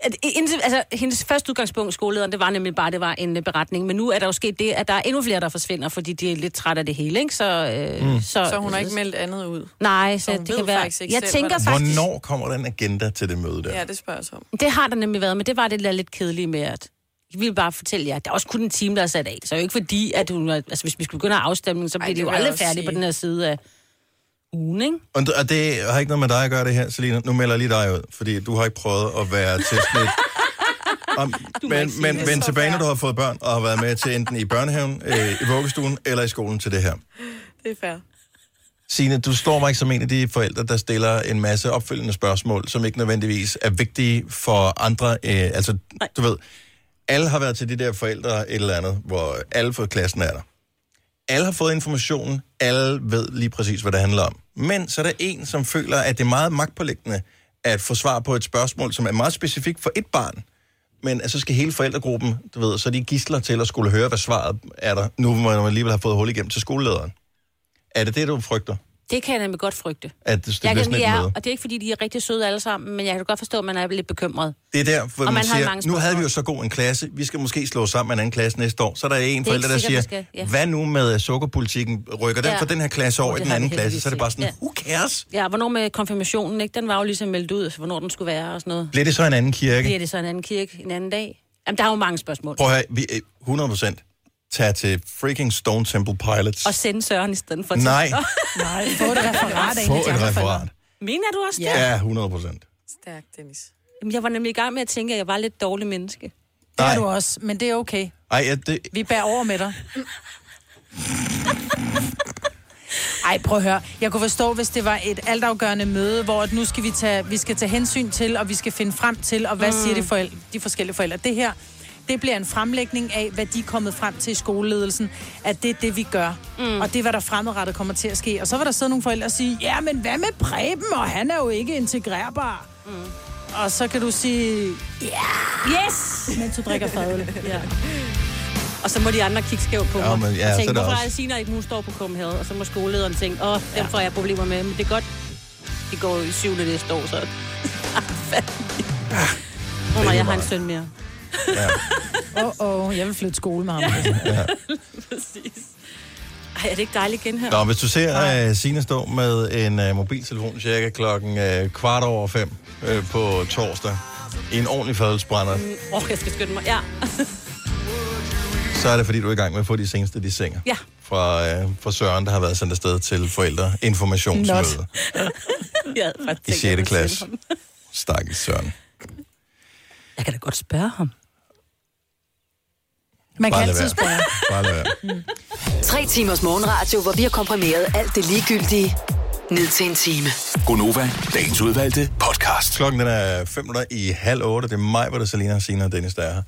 Speaker 2: At indtil, altså, hendes første udgangspunkt, skolelederen, det var nemlig bare, det var en øh, beretning. Men nu er der jo sket det, at der er endnu flere, der forsvinder, fordi de er lidt trætte af det hele, ikke? Så, øh, mm. så,
Speaker 6: Så hun har ikke meldt andet ud.
Speaker 2: Nej, så,
Speaker 6: hun
Speaker 2: det
Speaker 6: ved
Speaker 2: kan være...
Speaker 6: faktisk ikke
Speaker 2: Jeg
Speaker 6: selv,
Speaker 2: tænker
Speaker 6: hvad der-
Speaker 2: faktisk...
Speaker 4: Hvornår kommer den agenda til det møde der?
Speaker 6: Ja, det spørger jeg så om.
Speaker 2: Det har der nemlig været, men det var det der lidt kedelige med, at vi ville bare fortælle jer, at der er også kun en time, der er sat af. Så det er jo ikke fordi, at hun, er- altså, hvis vi skulle begynde at afstemning, så
Speaker 6: Ej,
Speaker 2: bliver de
Speaker 6: det
Speaker 2: jo
Speaker 6: vil jeg
Speaker 2: aldrig
Speaker 6: også
Speaker 2: færdige på
Speaker 6: sige.
Speaker 2: den her side af ugen, ikke?
Speaker 4: Og, d- og det har ikke noget med dig at gøre det her, Selina. Nu melder jeg lige dig ud, fordi du har ikke prøvet at være tilsnit. Om, men men
Speaker 6: det.
Speaker 4: vend
Speaker 6: Så
Speaker 4: tilbage, når du
Speaker 6: fair.
Speaker 4: har fået børn, og har været med til enten i børnehaven, øh, i vuggestuen eller i skolen til det her.
Speaker 6: Det er fair.
Speaker 4: Signe, du står mig ikke som en af de forældre, der stiller en masse opfølgende spørgsmål, som ikke nødvendigvis er vigtige for andre. Øh, altså, Nej. du ved, alle har været til de der forældre et eller andet, hvor alle fra klassen er der. Alle har fået informationen, alle ved lige præcis, hvad det handler om. Men så er der en, som føler, at det er meget magtpålæggende at få svar på et spørgsmål, som er meget specifikt for et barn. Men altså, så skal hele forældregruppen, du ved, så er de gisler til at skulle høre, hvad svaret er der, nu hvor man alligevel har fået hul igennem til skolelederen. Er det det, du frygter?
Speaker 2: Det kan jeg nemlig godt frygte.
Speaker 4: At det, det
Speaker 2: jeg
Speaker 4: bliver
Speaker 2: kan,
Speaker 4: sådan et
Speaker 2: ja,
Speaker 4: møde.
Speaker 2: og det er ikke, fordi de er rigtig søde alle sammen, men jeg kan godt forstå, at man er lidt bekymret.
Speaker 4: Det er der, hvor
Speaker 2: Og man
Speaker 4: man, man
Speaker 2: har
Speaker 4: siger,
Speaker 2: mange
Speaker 4: nu havde vi jo så god en klasse, vi skal måske slå os sammen med en anden klasse næste år. Så er der en
Speaker 2: ikke
Speaker 4: forælder, der siger,
Speaker 2: sikkert, man skal, ja.
Speaker 4: hvad nu med øh, sukkerpolitikken? Rykker den
Speaker 2: Ja.
Speaker 4: fra den her klasse over
Speaker 2: Og
Speaker 4: i
Speaker 2: det
Speaker 4: den
Speaker 2: har
Speaker 4: anden
Speaker 2: vi
Speaker 4: klasse? Så er det bare sådan,
Speaker 2: heldigvis, ja.
Speaker 4: who cares?
Speaker 2: Ja, hvornår med konfirmationen, ikke? Den var jo ligesom meldt ud, hvornår den skulle være og sådan noget.
Speaker 4: uh." Bliver det så en anden kirke?
Speaker 2: Bliver det så en anden kirke en anden dag? Jamen, der er jo mange spørgsmål.
Speaker 4: Prøv at høre, vi, øh, 100 procent. Tag til freaking Stone Temple Pilots.
Speaker 2: Og sende Søren i stedet for...
Speaker 4: Nej.
Speaker 5: Nej, få et referat af en
Speaker 4: Få
Speaker 5: af de
Speaker 4: et
Speaker 5: andre
Speaker 4: referat.
Speaker 2: Mener du også det?
Speaker 4: Ja, 100 procent.
Speaker 6: Stærk, Dennis.
Speaker 2: Jamen, jeg var nemlig i gang med at tænke, at jeg var lidt dårlig menneske.
Speaker 5: Det
Speaker 4: Nej,
Speaker 5: er du også, men det er okay.
Speaker 4: Ej, ja, det,
Speaker 5: Vi bærer over med dig. Ej, prøv at høre. Jeg kunne forstå, hvis det var et altafgørende møde, hvor at nu skal vi, tage, vi skal tage hensyn til, og vi skal finde frem til, og hvad mm. siger de, forældre, de forskellige forældre. Det her, det bliver en fremlægning af, hvad de er kommet frem til i skoleledelsen, at det er det, vi gør. Mm. Og det er, hvad der fremadrettet kommer til at ske. Og så var der sidde nogle forældre og sige, ja, men hvad med Preben, og han er jo ikke integrerbar. Mm. Og så kan du sige,
Speaker 2: Yes!
Speaker 5: mens du drikker fadøl.
Speaker 2: Ja. Og så må de andre kigge skævt på mig.
Speaker 4: men ja,
Speaker 2: og
Speaker 4: så er
Speaker 2: tænke,
Speaker 4: der
Speaker 2: hvorfor
Speaker 4: også-
Speaker 2: er det Sina ikke, hun står på Kumhavet? Og så må skolelederen tænke, åh, dem får jeg problemer med. Men det er godt, de går jo i syvende næste år, så... Ah, fanden. Åh, nej, jeg har en søn mere.
Speaker 5: Åh, oh, oh, jeg vil flytte skole med ham. Altså. Ja.
Speaker 2: Præcis. Ej, er det ikke dejligt igen her?
Speaker 4: Nå, hvis du ser uh, Sina stå med en uh, mobiltelefon cirka klokken uh, kvart over fem uh, på torsdag i en ordentlig fadelsbrænder,
Speaker 2: Åh, oh, jeg skal skynde mig. Ja.
Speaker 4: så er det fordi, du er i gang med at få de seneste de sænger.
Speaker 2: Ja.
Speaker 4: Fra, øh, fra Søren, der har været sendt afsted til forældreinformationsmøde
Speaker 2: Jeg havde faktisk tænkt, at jeg
Speaker 4: i 6.
Speaker 2: ville
Speaker 4: klasse.
Speaker 2: sende ham.
Speaker 4: Stakkels Søren.
Speaker 2: Jeg kan da godt spørge ham.
Speaker 5: Man kan
Speaker 4: Bare lad
Speaker 5: altid
Speaker 4: være.
Speaker 5: spørge.
Speaker 4: Bare lad være.
Speaker 8: Tre timers morgenradio, hvor vi har komprimeret alt det ligegyldige ned til en time.
Speaker 3: Gonova, dagens udvalgte podcast.
Speaker 4: Klokken den er 5 minutter i halv otte. Det er mig, hvor der er Selina, Sina og Dennis, der er her.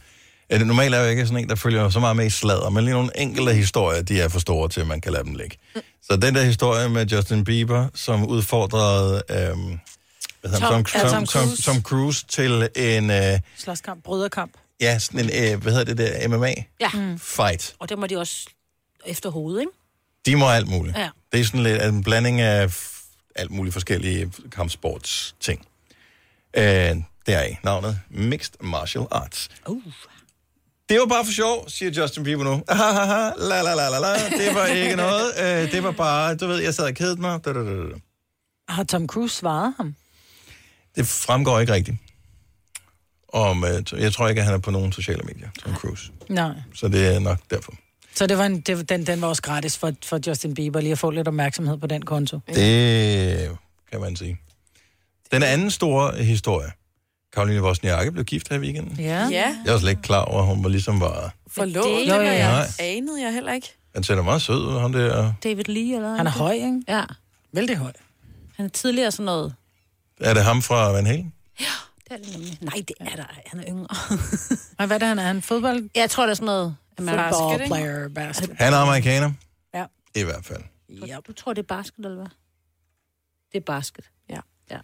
Speaker 4: Ja, det normalt er jeg jo ikke sådan en, der følger så meget med i sladder, men lige nogle enkelte historier, de er for store til, at man kan lade dem ligge. Så den der historie med Justin Bieber, som udfordrede øhm, hvad hedder han?
Speaker 5: Tom- ja,
Speaker 4: Tom,
Speaker 5: Tom
Speaker 4: Tom, Tom,
Speaker 5: Cruise.
Speaker 4: Tom Cruise til en, øh,
Speaker 5: Slåskamp, brøderkamp.
Speaker 4: ja, sådan en øh, hvad hedder det der, MMA-fight.
Speaker 2: Ja, mm. og det må de også efter hovedet, ikke?
Speaker 4: De må alt muligt.
Speaker 2: Ja.
Speaker 4: Det er sådan lidt en blanding af f- alt muligt forskellige kampsports ting. Øh, der er navnet Mixed Martial Arts.
Speaker 2: Uh.
Speaker 4: Det var bare for sjov, siger Justin Bieber nu. Ahaha, la, la, la, la, la. Det var ikke noget. Øh, det var bare, du ved, jeg sad og kedede mig. Da, da, da, da.
Speaker 5: Har Tom Cruise svaret ham?
Speaker 4: Det fremgår ikke rigtigt. Om, øh, t- jeg tror ikke, at han er på nogen sociale medier, Tom Cruise.
Speaker 5: Nej.
Speaker 4: Så det er nok derfor.
Speaker 5: Så det var en, det, den, den var også gratis for, for Justin Bieber, lige at få lidt opmærksomhed på den konto.
Speaker 4: Det øh, kan man sige. Den anden store historie. Karoline Vosniakke blev gift her i weekenden.
Speaker 5: Ja. ja.
Speaker 6: Ja,
Speaker 4: Jeg var slet ikke klar over, at hun var ligesom var...
Speaker 6: forlåt.
Speaker 2: det-
Speaker 6: Det,
Speaker 5: Jo,
Speaker 6: det,
Speaker 5: jo,
Speaker 6: var
Speaker 5: jo.
Speaker 6: jeg anede jeg heller ikke.
Speaker 4: Han ser da meget sød ud, ham der.
Speaker 2: David Lee, eller?
Speaker 5: Han er høj, ikke?
Speaker 2: Ja,
Speaker 5: Vældig høj.
Speaker 2: han er tidligere sådan noget.
Speaker 4: Er det ham fra Van Halen?
Speaker 2: Det er det nemlig. Nej, det er der. ej. Han er yngre.
Speaker 5: Og hvad er det, han er? Han er fodbold?
Speaker 2: jeg tror, der er sådan noget... American-
Speaker 6: Basket,
Speaker 5: Football
Speaker 6: ikke?
Speaker 5: player basket.
Speaker 4: Han er amerikaner.
Speaker 5: Ja.
Speaker 4: I hvert fald.
Speaker 5: Ja.
Speaker 2: Du tror, det er basket, eller hvad? Det er basket.
Speaker 6: Ja.
Speaker 2: ja.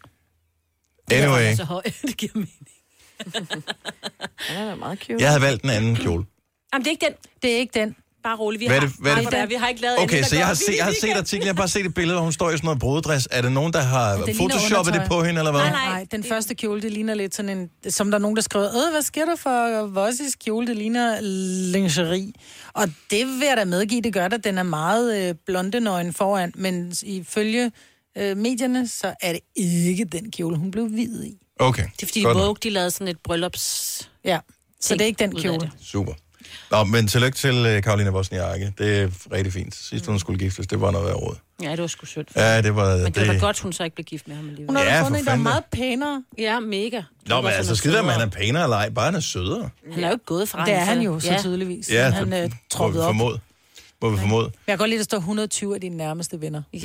Speaker 2: Han
Speaker 4: Anyway,
Speaker 2: er altså- så høj, det giver mening.
Speaker 6: Han er da meget cute.
Speaker 4: jeg havde valgt en anden kjole.
Speaker 2: Jamen, det er ikke den.
Speaker 5: Det er ikke den.
Speaker 2: Bare rolig. Vi
Speaker 4: Hvad er
Speaker 2: har,
Speaker 4: det- hvad er det-
Speaker 2: Nej, for der- vi har ikke lavet
Speaker 4: Okay,
Speaker 2: andet,
Speaker 4: så jeg har, set, jeg har set artiklen, jeg har bare set et billede, hvor hun står i sådan noget brudedress. Er det nogen, der har
Speaker 5: ligner
Speaker 4: photoshoppet det
Speaker 5: undertøj.
Speaker 4: Altså, på hende, eller hvad?
Speaker 2: Nej, nej.
Speaker 5: Nej, den første kjole, det ligner lidt sådan en... Som der er nogen, der skriver, Øh, hvad sker der for Vossis kjole? Det ligner lingerie. Og det vil jeg da medgive, det gør det. Den er meget øh, blondenøgen foran, men ifølge øh, medierne, så er det ikke den kjole, hun blev videt i.
Speaker 4: Okay,
Speaker 2: Det er fordi
Speaker 4: godt nok.
Speaker 2: Vogue, de lavede sådan et bryllups...
Speaker 5: Ja, så det er ikke den
Speaker 2: ud af
Speaker 5: kjole.
Speaker 2: det.
Speaker 4: Super. Nå, men tillykke til øh, Karoline Vosniakke. Det er rigtig fint. Sidst hun skulle giftes, det var noget af råd.
Speaker 2: Ja, det var sgu sødt. Ja,
Speaker 4: Ja, det var...
Speaker 2: men det var da godt, hun så ikke blev gift med ham alligevel.
Speaker 5: Hun har
Speaker 4: Ja,
Speaker 5: ja,
Speaker 4: for
Speaker 5: fundet en, der er
Speaker 4: fanden da.
Speaker 5: meget pænere.
Speaker 2: Ja, mega. Jeg tror
Speaker 4: Nå,
Speaker 2: godt,
Speaker 4: men
Speaker 2: hun
Speaker 4: altså,
Speaker 2: er
Speaker 4: skidt om
Speaker 2: sødere.
Speaker 4: han er pænere eller ej. Bare han er sødere.
Speaker 2: Han er jo ikke gået fra
Speaker 5: Det er
Speaker 2: hende,
Speaker 5: han jo, så
Speaker 2: ja.
Speaker 5: tydeligvis.
Speaker 4: Ja,
Speaker 5: Ja, han øh,
Speaker 4: det må vi
Speaker 5: troppede op.
Speaker 4: formode. Må vi formode.
Speaker 5: Jeg kan godt lide, at der står 120 af dine nærmeste venner.
Speaker 2: Ja.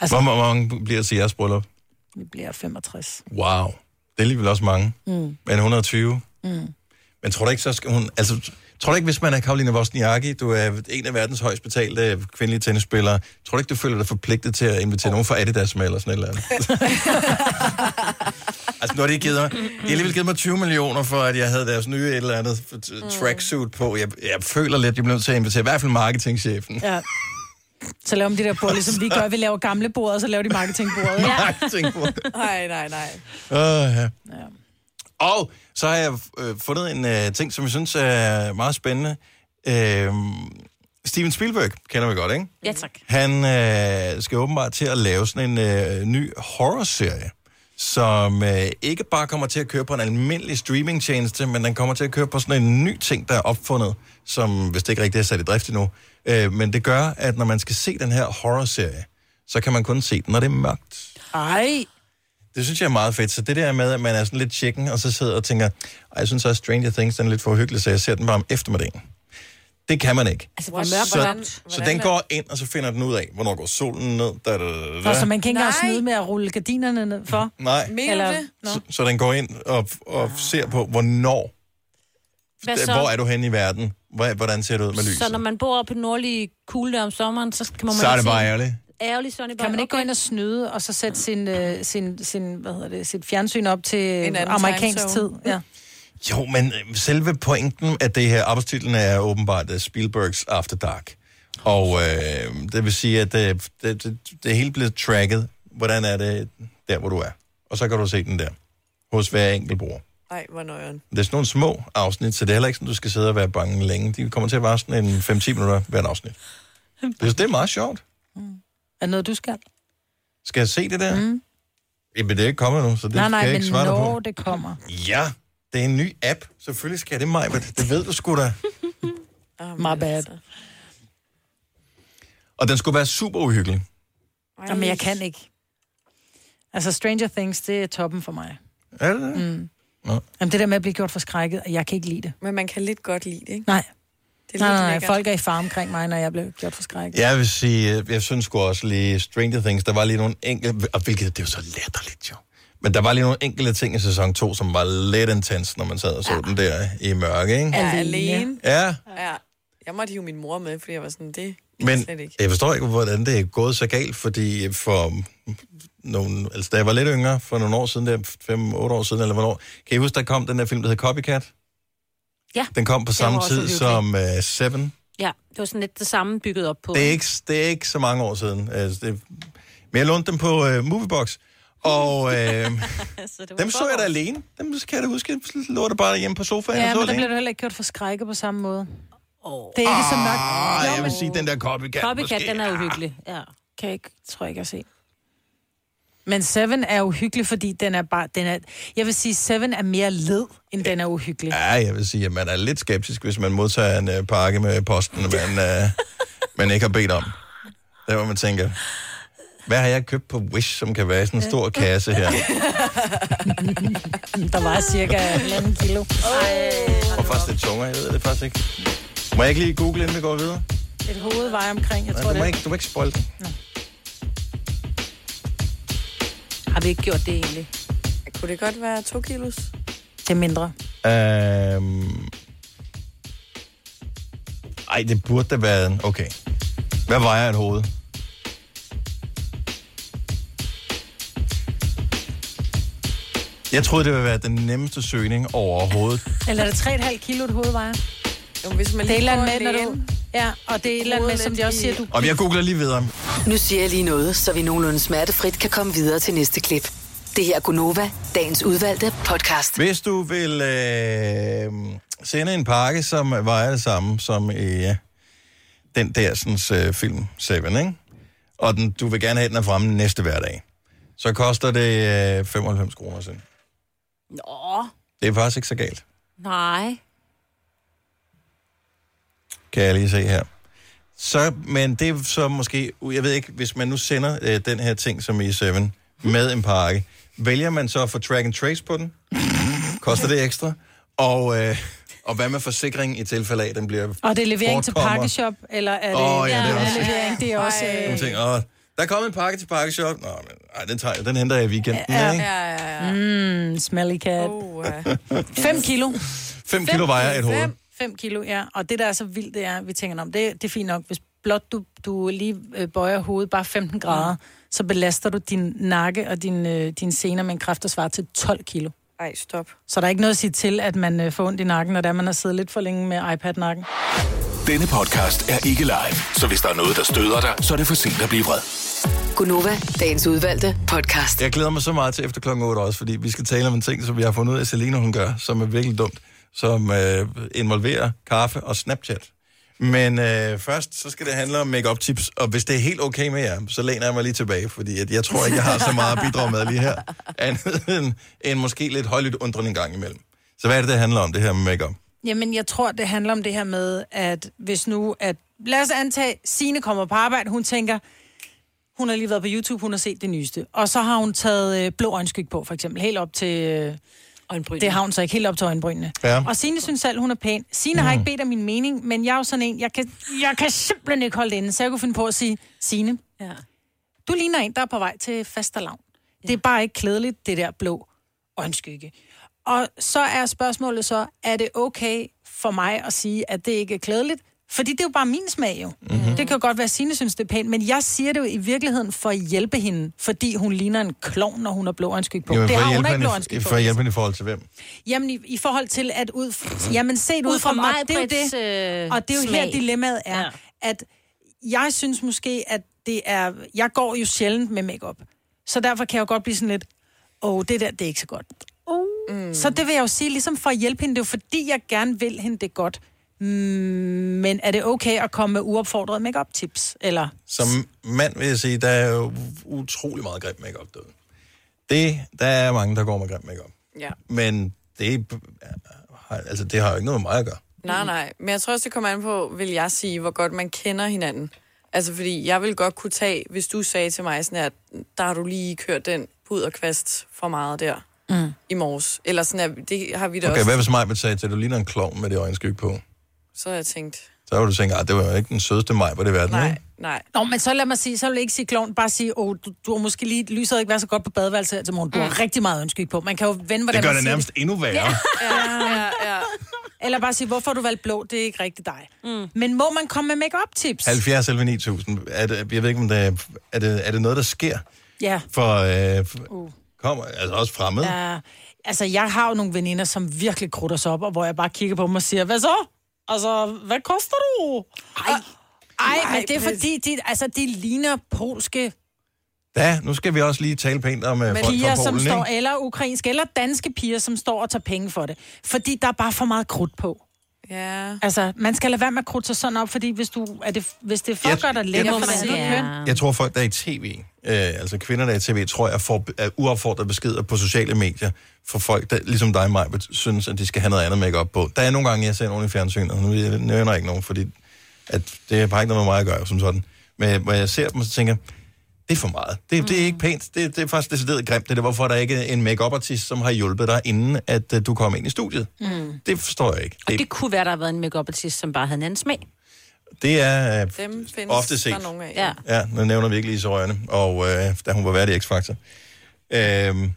Speaker 5: Altså,
Speaker 4: Hvor hvor mange bliver til jeres bryllup?
Speaker 5: vi bliver 65.
Speaker 4: Wow. Det er alligevel også mange. Mm. Men 120. Mm. Men tror du ikke, så skal hun... Altså, tror du ikke, hvis man er Karoline Wozniacki, du er en af verdens højst betalte kvindelige tennisspillere, tror du ikke, du føler dig forpligtet til at invitere oh. nogen fra Adidas med, eller sådan et eller andet? altså, nu har de ikke givet mig... De har alligevel givet mig 20 millioner for, at jeg havde deres nye et eller andet t- tracksuit på. Jeg, jeg føler lidt, at jeg bliver nødt til at invitere i hvert fald marketingchefen.
Speaker 5: Ja. Så laver de det der bord, ligesom vi gør. Vi laver gamle bord, og så laver de marketingbordet. ikke?
Speaker 6: Nej, nej, nej.
Speaker 4: Uh, ja. Og så har jeg øh, fundet en øh, ting, som jeg synes er meget spændende. Øh, Steven Spielberg kender vi godt, ikke?
Speaker 2: Ja, tak.
Speaker 4: Han øh, skal åbenbart til at lave sådan en øh, ny horror-serie, som øh, ikke bare kommer til at køre på en almindelig streamingtjeneste, men den kommer til at køre på sådan en ny ting, der er opfundet, som hvis det ikke rigtig er sat i drift endnu. Øh, men det gør, at når man skal se den her horror-serie, så kan man kun se den, når det er mørkt.
Speaker 5: Ej.
Speaker 4: Det synes jeg er meget fedt. Så det der med, at man er sådan lidt chicken, og så sidder og tænker, "Ej, jeg synes også Stranger Things den er lidt for hyggelig, så jeg ser den bare om eftermiddagen. Det kan man ikke.
Speaker 2: Altså, hvor mørkt,
Speaker 4: så,
Speaker 2: hvordan-
Speaker 4: så
Speaker 2: hvordan
Speaker 4: den
Speaker 2: er-
Speaker 4: går ind, og så finder den ud af, hvornår går solen ned. Da, da, da,
Speaker 5: For,
Speaker 4: da.
Speaker 5: så man kan ikke engang
Speaker 6: Nej.
Speaker 5: snyde med at rulle gardinerne ned for.
Speaker 4: Nej,
Speaker 6: Mener du det?
Speaker 5: Nå.
Speaker 4: så, så den går ind og, og ser på, hvornår,
Speaker 2: Hvad så?
Speaker 4: hvor er du henne i verden, Hvor- hvordan ser det ud med lyset.
Speaker 2: Så når man bor oppe i den nordlige kugle der om sommeren, så kan man
Speaker 4: så er det
Speaker 2: ikke
Speaker 4: bare
Speaker 2: se-
Speaker 4: ærgerligt.
Speaker 2: Ærgerligt, Sonny Boy.
Speaker 5: Kan man ikke okay. gå
Speaker 2: Okay.
Speaker 5: ind og snyde, og så sætte sin, øh, sin, sin, hvad hedder det, sit fjernsyn op
Speaker 6: En
Speaker 5: til
Speaker 6: anden
Speaker 5: amerikansk tid?
Speaker 6: timezone.
Speaker 5: Ja.
Speaker 4: Jo, men øh, selve pointen af det her arbejdstitlen er åbenbart øh, Spielbergs After Dark. Og øh, det vil sige, at det, det, det, det er hele blevet tracket. Hvordan er det der, hvor du er? Og så kan du se den der. Hos hver enkelt bruger.
Speaker 6: Ej, hvor nøjeren.
Speaker 4: Det er sådan nogle små afsnit, så det er heller ikke sådan, du skal sidde og være bange længe. De kommer til at være sådan en 5-10 minutter hvert afsnit. Det, er- det er meget sjovt.
Speaker 5: Er det noget, du skal?
Speaker 4: Skal jeg se det der? Mm. Jamen, det er ikke kommet nu, så det
Speaker 5: nej,
Speaker 4: kan
Speaker 5: nej,
Speaker 4: jeg ikke
Speaker 5: men
Speaker 4: svare dig på.
Speaker 5: når det kommer.
Speaker 4: Ja, det er en ny app. Selvfølgelig skal det, mig, men det ved du sgu da.
Speaker 6: Oh,
Speaker 5: My bad.
Speaker 4: Og den skulle være super uhyggelig.
Speaker 5: Jamen, jeg kan ikke. Altså, Stranger Things, det er toppen for mig.
Speaker 4: Er det det? Mm.
Speaker 5: Jamen, det der med at blive gjort forskrækket, jeg kan ikke lide det.
Speaker 6: Men man kan lidt godt lide det, ikke?
Speaker 5: Nej,
Speaker 6: Det er
Speaker 5: nej, nej, nej.
Speaker 6: lækkert.
Speaker 5: folk er i far omkring mig, når jeg bliver gjort forskrækket.
Speaker 4: Jeg vil sige, øh, jeg synes sgu også lige Stranger Things, der var lige nogle enkelte, og hvilket det er jo så latterligt jo. Men der var lige nogle enkelte ting i sæson 2, som var lidt intens, når man sad og så ja. den der i mørke, ikke?
Speaker 6: Ja,
Speaker 5: Alene.
Speaker 6: alene.
Speaker 4: Ja,
Speaker 6: Ja. Jeg måtte hive min mor med, fordi jeg var sådan, det kan jeg
Speaker 4: men
Speaker 6: slet ikke.
Speaker 4: jeg forstår ikke, hvordan det er gået så galt, fordi for nogle, altså da jeg var lidt yngre, for nogle år siden, der 5-8 år siden, eller hvornår, kan I huske, der kom den der film, der hed Copycat?
Speaker 2: Ja.
Speaker 4: Den kom på samme
Speaker 2: var også
Speaker 4: tid som uh, Seven.
Speaker 2: Ja, det var sådan lidt det samme bygget op på.
Speaker 4: Det er ikke, det er ikke så mange år siden. Altså, det, men jeg lånte dem på uh, Moviebox, og øh,
Speaker 2: så det var
Speaker 4: dem så jeg da
Speaker 2: forår.
Speaker 4: alene. Dem kan jeg da huske, jeg lå der bare hjemme på sofaen
Speaker 5: Ja,
Speaker 4: og så
Speaker 5: men der bliver
Speaker 4: alene.
Speaker 5: du heller ikke gjort forskrækket på samme måde.
Speaker 2: Åh.
Speaker 5: Det er ikke så mørkt.
Speaker 4: Ah,
Speaker 5: Jo,
Speaker 4: jeg vil
Speaker 5: men-
Speaker 4: sige, den der Copycat,
Speaker 2: Copycat,
Speaker 4: måske. Ah.
Speaker 2: den er uhyggelig. Ja.
Speaker 5: Kan jeg ikke, tror jeg ikke, jeg se. Men Seven er uhyggelig, fordi den er bare... Den er, jeg vil sige, Seven er mere led, end den er uhyggelig.
Speaker 4: Ja, jeg vil sige, at man er lidt skeptisk, hvis man modtager en øh, pakke med posten, man, øh, man ikke har bedt om. Der hvor man tænker, hvad har jeg købt på Wish, som kan være i sådan en stor kasse her?
Speaker 5: Der var cirka en kilo.
Speaker 4: Og faktisk lidt tungere, jeg ved det faktisk ikke. Må jeg ikke lige google, inden vi går videre?
Speaker 5: Et hoved vejer omkring, jeg
Speaker 4: Nej,
Speaker 5: tror
Speaker 4: du må
Speaker 5: det.
Speaker 4: ikke, du må ikke spoil den.
Speaker 2: Har vi ikke gjort det egentlig?
Speaker 6: Kunne det godt være to kilos?
Speaker 5: Det er mindre.
Speaker 4: Øhm... Ej, det burde da være en... Okay. Hvad vejer et hoved? Jeg troede, det ville være den nemmeste søgning overhovedet.
Speaker 5: Eller er det 3,5 kilo, et hoved vejer? Det
Speaker 6: Jo, hvis man
Speaker 5: er et
Speaker 6: lige
Speaker 5: eller
Speaker 6: går
Speaker 5: andet med, når
Speaker 6: alene.
Speaker 5: du... Ja, og det er et eller andet med, som de også siger, du...
Speaker 4: Og jeg googler lige videre.
Speaker 8: Nu siger jeg lige noget, så vi nogenlunde smertefrit kan komme videre til næste klip. Det her er Gunova, dagens udvalgte podcast.
Speaker 4: Hvis du vil øh, sende en pakke, som vejer det samme som øh, den der sådan, øh, film 7, ikke? og den, du vil gerne have den er fremme næste hverdag, så koster det øh, 95 kroner at sende.
Speaker 2: Nå,
Speaker 4: Det er faktisk ikke så galt,
Speaker 2: nej.
Speaker 4: kan jeg lige se her. Så, men det er så måske, jeg ved ikke, hvis man nu sender øh, den her ting som i 7 med en pakke, vælger man så at få track and trace på den? Koster det ekstra? Og, øh, og hvad med forsikringen i tilfælde af, at den bliver
Speaker 5: Og det er levering til
Speaker 4: forekommer?
Speaker 5: pakkeshop, eller er det...
Speaker 4: Åh, ja, det er
Speaker 5: er
Speaker 4: også-
Speaker 5: levering, det er også... øh,
Speaker 4: Nogle ting, åh, der er kommet en pakke til pakkeshop. Nå, men ej, den, tager, jeg- den henter jeg i weekenden, ja, ikke?
Speaker 6: Ja, ja, ja.
Speaker 2: Mm,
Speaker 5: Øh, en smelly cat.
Speaker 6: Oh, uh,
Speaker 5: 5 kilo.
Speaker 4: 5 kilo vejer et hoved.
Speaker 5: 5 kilo, ja. Og det, der er så vildt, det er, at vi tænker, om det, det er fint nok, hvis blot du, du lige øh, bøjer hovedet bare 15 grader,
Speaker 4: Mm.
Speaker 5: så belaster du din nakke og din, øh, dine sener med en kraft, der svarer til 12 kilo.
Speaker 6: ej, stop.
Speaker 5: Så der er ikke noget at sige til, at man øh, får ondt i nakken, når det er, man har siddet lidt for længe med iPad-nakken.
Speaker 11: Denne podcast er ikke live, så hvis der er noget, der støder dig, så er det for sent at blive vred.
Speaker 8: Gunova, dagens udvalgte podcast.
Speaker 4: Jeg glæder mig så meget til efter klokken 8 også, fordi vi skal tale om en ting, som vi har fundet ud af, at Selina hun gør, som er virkelig dumt, som øh, involverer kaffe og Snapchat. Men øh, først, så skal det handle om makeup tips, og hvis det er helt okay med jer, så læner jeg mig lige tilbage, fordi at jeg tror ikke, jeg har så meget at bidrage med lige her, andet end, end måske lidt højlydt undren en gang imellem. Så hvad er det, det handler om, det her med makeup?
Speaker 5: Jamen, jeg tror, det handler om det her med, at hvis nu, at lad os antage, Sine kommer på arbejde, hun tænker, hun har lige været på YouTube, hun har set det nyeste. Og så har hun taget øh, blå øjenskygge på, for eksempel, helt op til... Øh, det har hun så ikke helt op til øjenbrynene.
Speaker 7: Ja.
Speaker 5: Og Signe synes selv, hun er pæn. Signe mm. har ikke bedt om min mening, men jeg er jo sådan en, jeg kan, jeg kan simpelthen ikke holde det inde, så jeg kunne finde på at sige, Signe,
Speaker 2: ja.
Speaker 5: du ligner en, der er på vej til fastelavn. Ja. Det er bare ikke klædeligt, det der blå øjenskygge. Og så er spørgsmålet så, er det okay for mig at sige, at det ikke er klædeligt? Fordi det er jo bare min smag jo.
Speaker 4: Mhm.
Speaker 5: Mm-hmm. Det kan jo godt være, at Signe synes, det er pænt, men jeg siger det jo i virkeligheden for at hjælpe hende, fordi hun ligner en klovn, når hun har blå øjenskygge på.
Speaker 4: Jamen,
Speaker 5: det
Speaker 4: for, at
Speaker 5: har hun
Speaker 4: hjælpe
Speaker 5: ikke
Speaker 4: hende,
Speaker 5: blå øjenskygge på.
Speaker 4: i-
Speaker 5: altså.
Speaker 4: for at hjælpe hende i forhold til hvem?
Speaker 5: Jamen, i, i forhold til at ud...
Speaker 4: Mhm.
Speaker 5: f- Jamen, set ud,
Speaker 2: Ud fra
Speaker 5: fra mig, det er jo
Speaker 2: Maj-Brits,
Speaker 5: det.
Speaker 2: øh,
Speaker 5: Og det er jo
Speaker 2: smag.
Speaker 5: her dilemmaet er, ja. at jeg synes måske, at det er... Jeg går jo sjældent med makeup, så derfor kan jeg jo godt blive sådan lidt, åh, oh, det der, det er ikke så godt. Mm. Så det vil jeg jo sige, ligesom for at hjælpe hende, det er jo fordi, jeg gerne vil hende det godt. Mm, men er det okay at komme med uopfordrede makeup tips Eller
Speaker 4: Som mand vil jeg sige, der er jo utrolig meget grim makeup derude. Det, der er mange, der går med grim makeup.
Speaker 6: Ja.
Speaker 4: Men det, har- altså, det har jo ikke noget med mig at gøre.
Speaker 6: Nej, nej. Men jeg tror også, det kommer an på, vil jeg sige, hvor godt man kender hinanden. Altså, fordi jeg vil godt kunne tage, hvis du sagde til mig sådan, at der har du lige kørt den puderkvast for meget der
Speaker 5: Mm.
Speaker 6: i morges. Eller sådan, at det har vi da
Speaker 4: Okay,
Speaker 6: også.
Speaker 4: hvad hvis mig sagde til, at du ligner en klovn med det øjenskygge på?
Speaker 6: Så har jeg tænkt,
Speaker 4: Så ville du tænke, at det var jo ikke den sødeste mig på det verden, Nej. ikke?
Speaker 6: nej.
Speaker 5: Nå, men så lad mig sige, så vil jeg ikke sige klovn, bare sige, åh, oh, du, du har måske lige, lyset har ikke været så godt på badeværelset her til morgen. Du har rigtig meget ønskelig på. Man kan jo vende, hvordan
Speaker 4: Det gør
Speaker 5: man
Speaker 4: det
Speaker 5: siger
Speaker 4: nærmest endnu værre. Ja.
Speaker 5: Ja, ja, ja. Eller bare sige, hvorfor har du valgt blå, det er ikke rigtigt dig. Mm. Men må man komme med makeup tips?
Speaker 4: 70 11 9000. Er det, jeg ved ikke, om det er, er, det, er det noget, der sker?
Speaker 5: Ja.
Speaker 4: For øh, uh. kommer, altså også fremmed. Ja.
Speaker 5: ja. Altså, jeg har jo nogle veninder, som virkelig krutter sig op, og hvor jeg bare kigger på dem og siger, hvad så? Altså, hvad koster du? Ej, Ej men det er fordi, de, altså, de ligner polske
Speaker 4: Da, nu skal vi også lige tale pænt om øh, folk fra
Speaker 5: piger,
Speaker 4: Polen,
Speaker 5: som står,
Speaker 4: ikke?
Speaker 5: eller ukrainske, eller danske piger, som står og tager penge for det. Fordi der er bare for meget krudt på.
Speaker 6: Ja.
Speaker 5: Altså, man skal lade være med at krudte sig sådan op, fordi hvis, du, er det, hvis det
Speaker 4: Jeg-
Speaker 5: fucker dig
Speaker 4: jeg-
Speaker 5: længere
Speaker 4: jeg-
Speaker 5: for det andet
Speaker 4: jeg-
Speaker 5: køn,
Speaker 4: Jeg tror, folk, der er i tv, øh, altså kvinder, der er i tv, tror jeg, får be- er uopfordret beskeder på sociale medier fra folk, der, ligesom dig, mig, synes, at de skal have noget andet makeup på. Der er nogle gange, jeg ser nogen i fjernsynet, og nu jeg nævner jeg ikke nogen, fordi at det har bare ikke noget med mig at gøre, som sådan. Men hvor jeg ser dem, så tænker jeg, det er for meget. Det, det er ikke pænt. Det, det er faktisk decideret grimt. Det er hvorfor der ikke er en makeup artist som har hjulpet dig, inden at øh, du kom ind i studiet.
Speaker 2: Mm.
Speaker 4: Det forstår jeg ikke.
Speaker 2: Og det kunne være, der har været en makeup artist som bare havde en anden smag.
Speaker 4: Det er øh,
Speaker 6: Dem findes
Speaker 4: ofte set.
Speaker 6: der nogle af.
Speaker 2: Ja.
Speaker 4: Ja, nu nævner vi ikke Lise Rønne, og øh, da hun var vært i X-Factor. Øhm,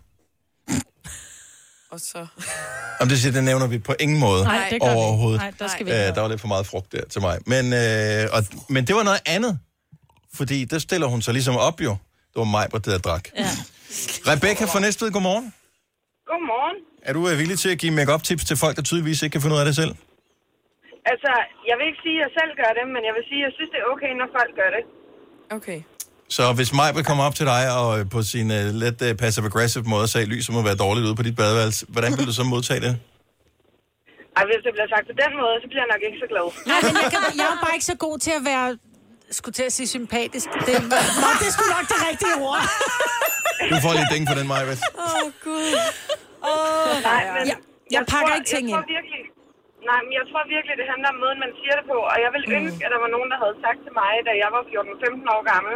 Speaker 6: Og så...
Speaker 4: om det siger, det nævner vi på ingen måde
Speaker 6: Nej, det gør vi ikke.
Speaker 4: overhovedet.
Speaker 6: Nej, der skal vi ikke
Speaker 4: øh, der var lidt for meget frugt der til mig. Men, øh, og, men det var noget andet, fordi der stiller hun sig ligesom op jo. Det var mig, der drak. Ja. Rebecca fra Næstved, godmorgen.
Speaker 12: Godmorgen.
Speaker 4: Er du øh, villig til at give makeup tips til folk, der tydeligvis ikke kan finde ud af det selv?
Speaker 12: Altså, jeg vil ikke sige, at jeg selv gør det, men jeg vil sige, at jeg synes, det er okay, når folk gør det.
Speaker 6: Okay.
Speaker 4: Så hvis Maj vil komme op til dig og øh, på sin øh, lidt øh, passive-aggressive måde sagde, lyset må være dårligt ude på dit badeværelse, hvordan vil du så modtage det?
Speaker 12: Ej, hvis det bliver sagt på den måde, så bliver jeg nok ikke så glad.
Speaker 5: Nej, men jeg, kan, jeg er bare ikke så god til at være skulle til at sige sympatisk. Det, nå, det skulle nok det rigtige ord.
Speaker 4: Du får lige dænge for den, Majbet.
Speaker 5: Åh, oh, Gud.
Speaker 12: Oh, nej, men
Speaker 5: Jeg- jeg pakker ikke ting
Speaker 12: jeg tror
Speaker 5: ind.
Speaker 12: Virkelig, nej, men jeg tror virkelig, det handler om måden, man siger det på. Og jeg ville mm. ønske, at der var nogen, der havde sagt til mig, da jeg var 14-15 år gammel,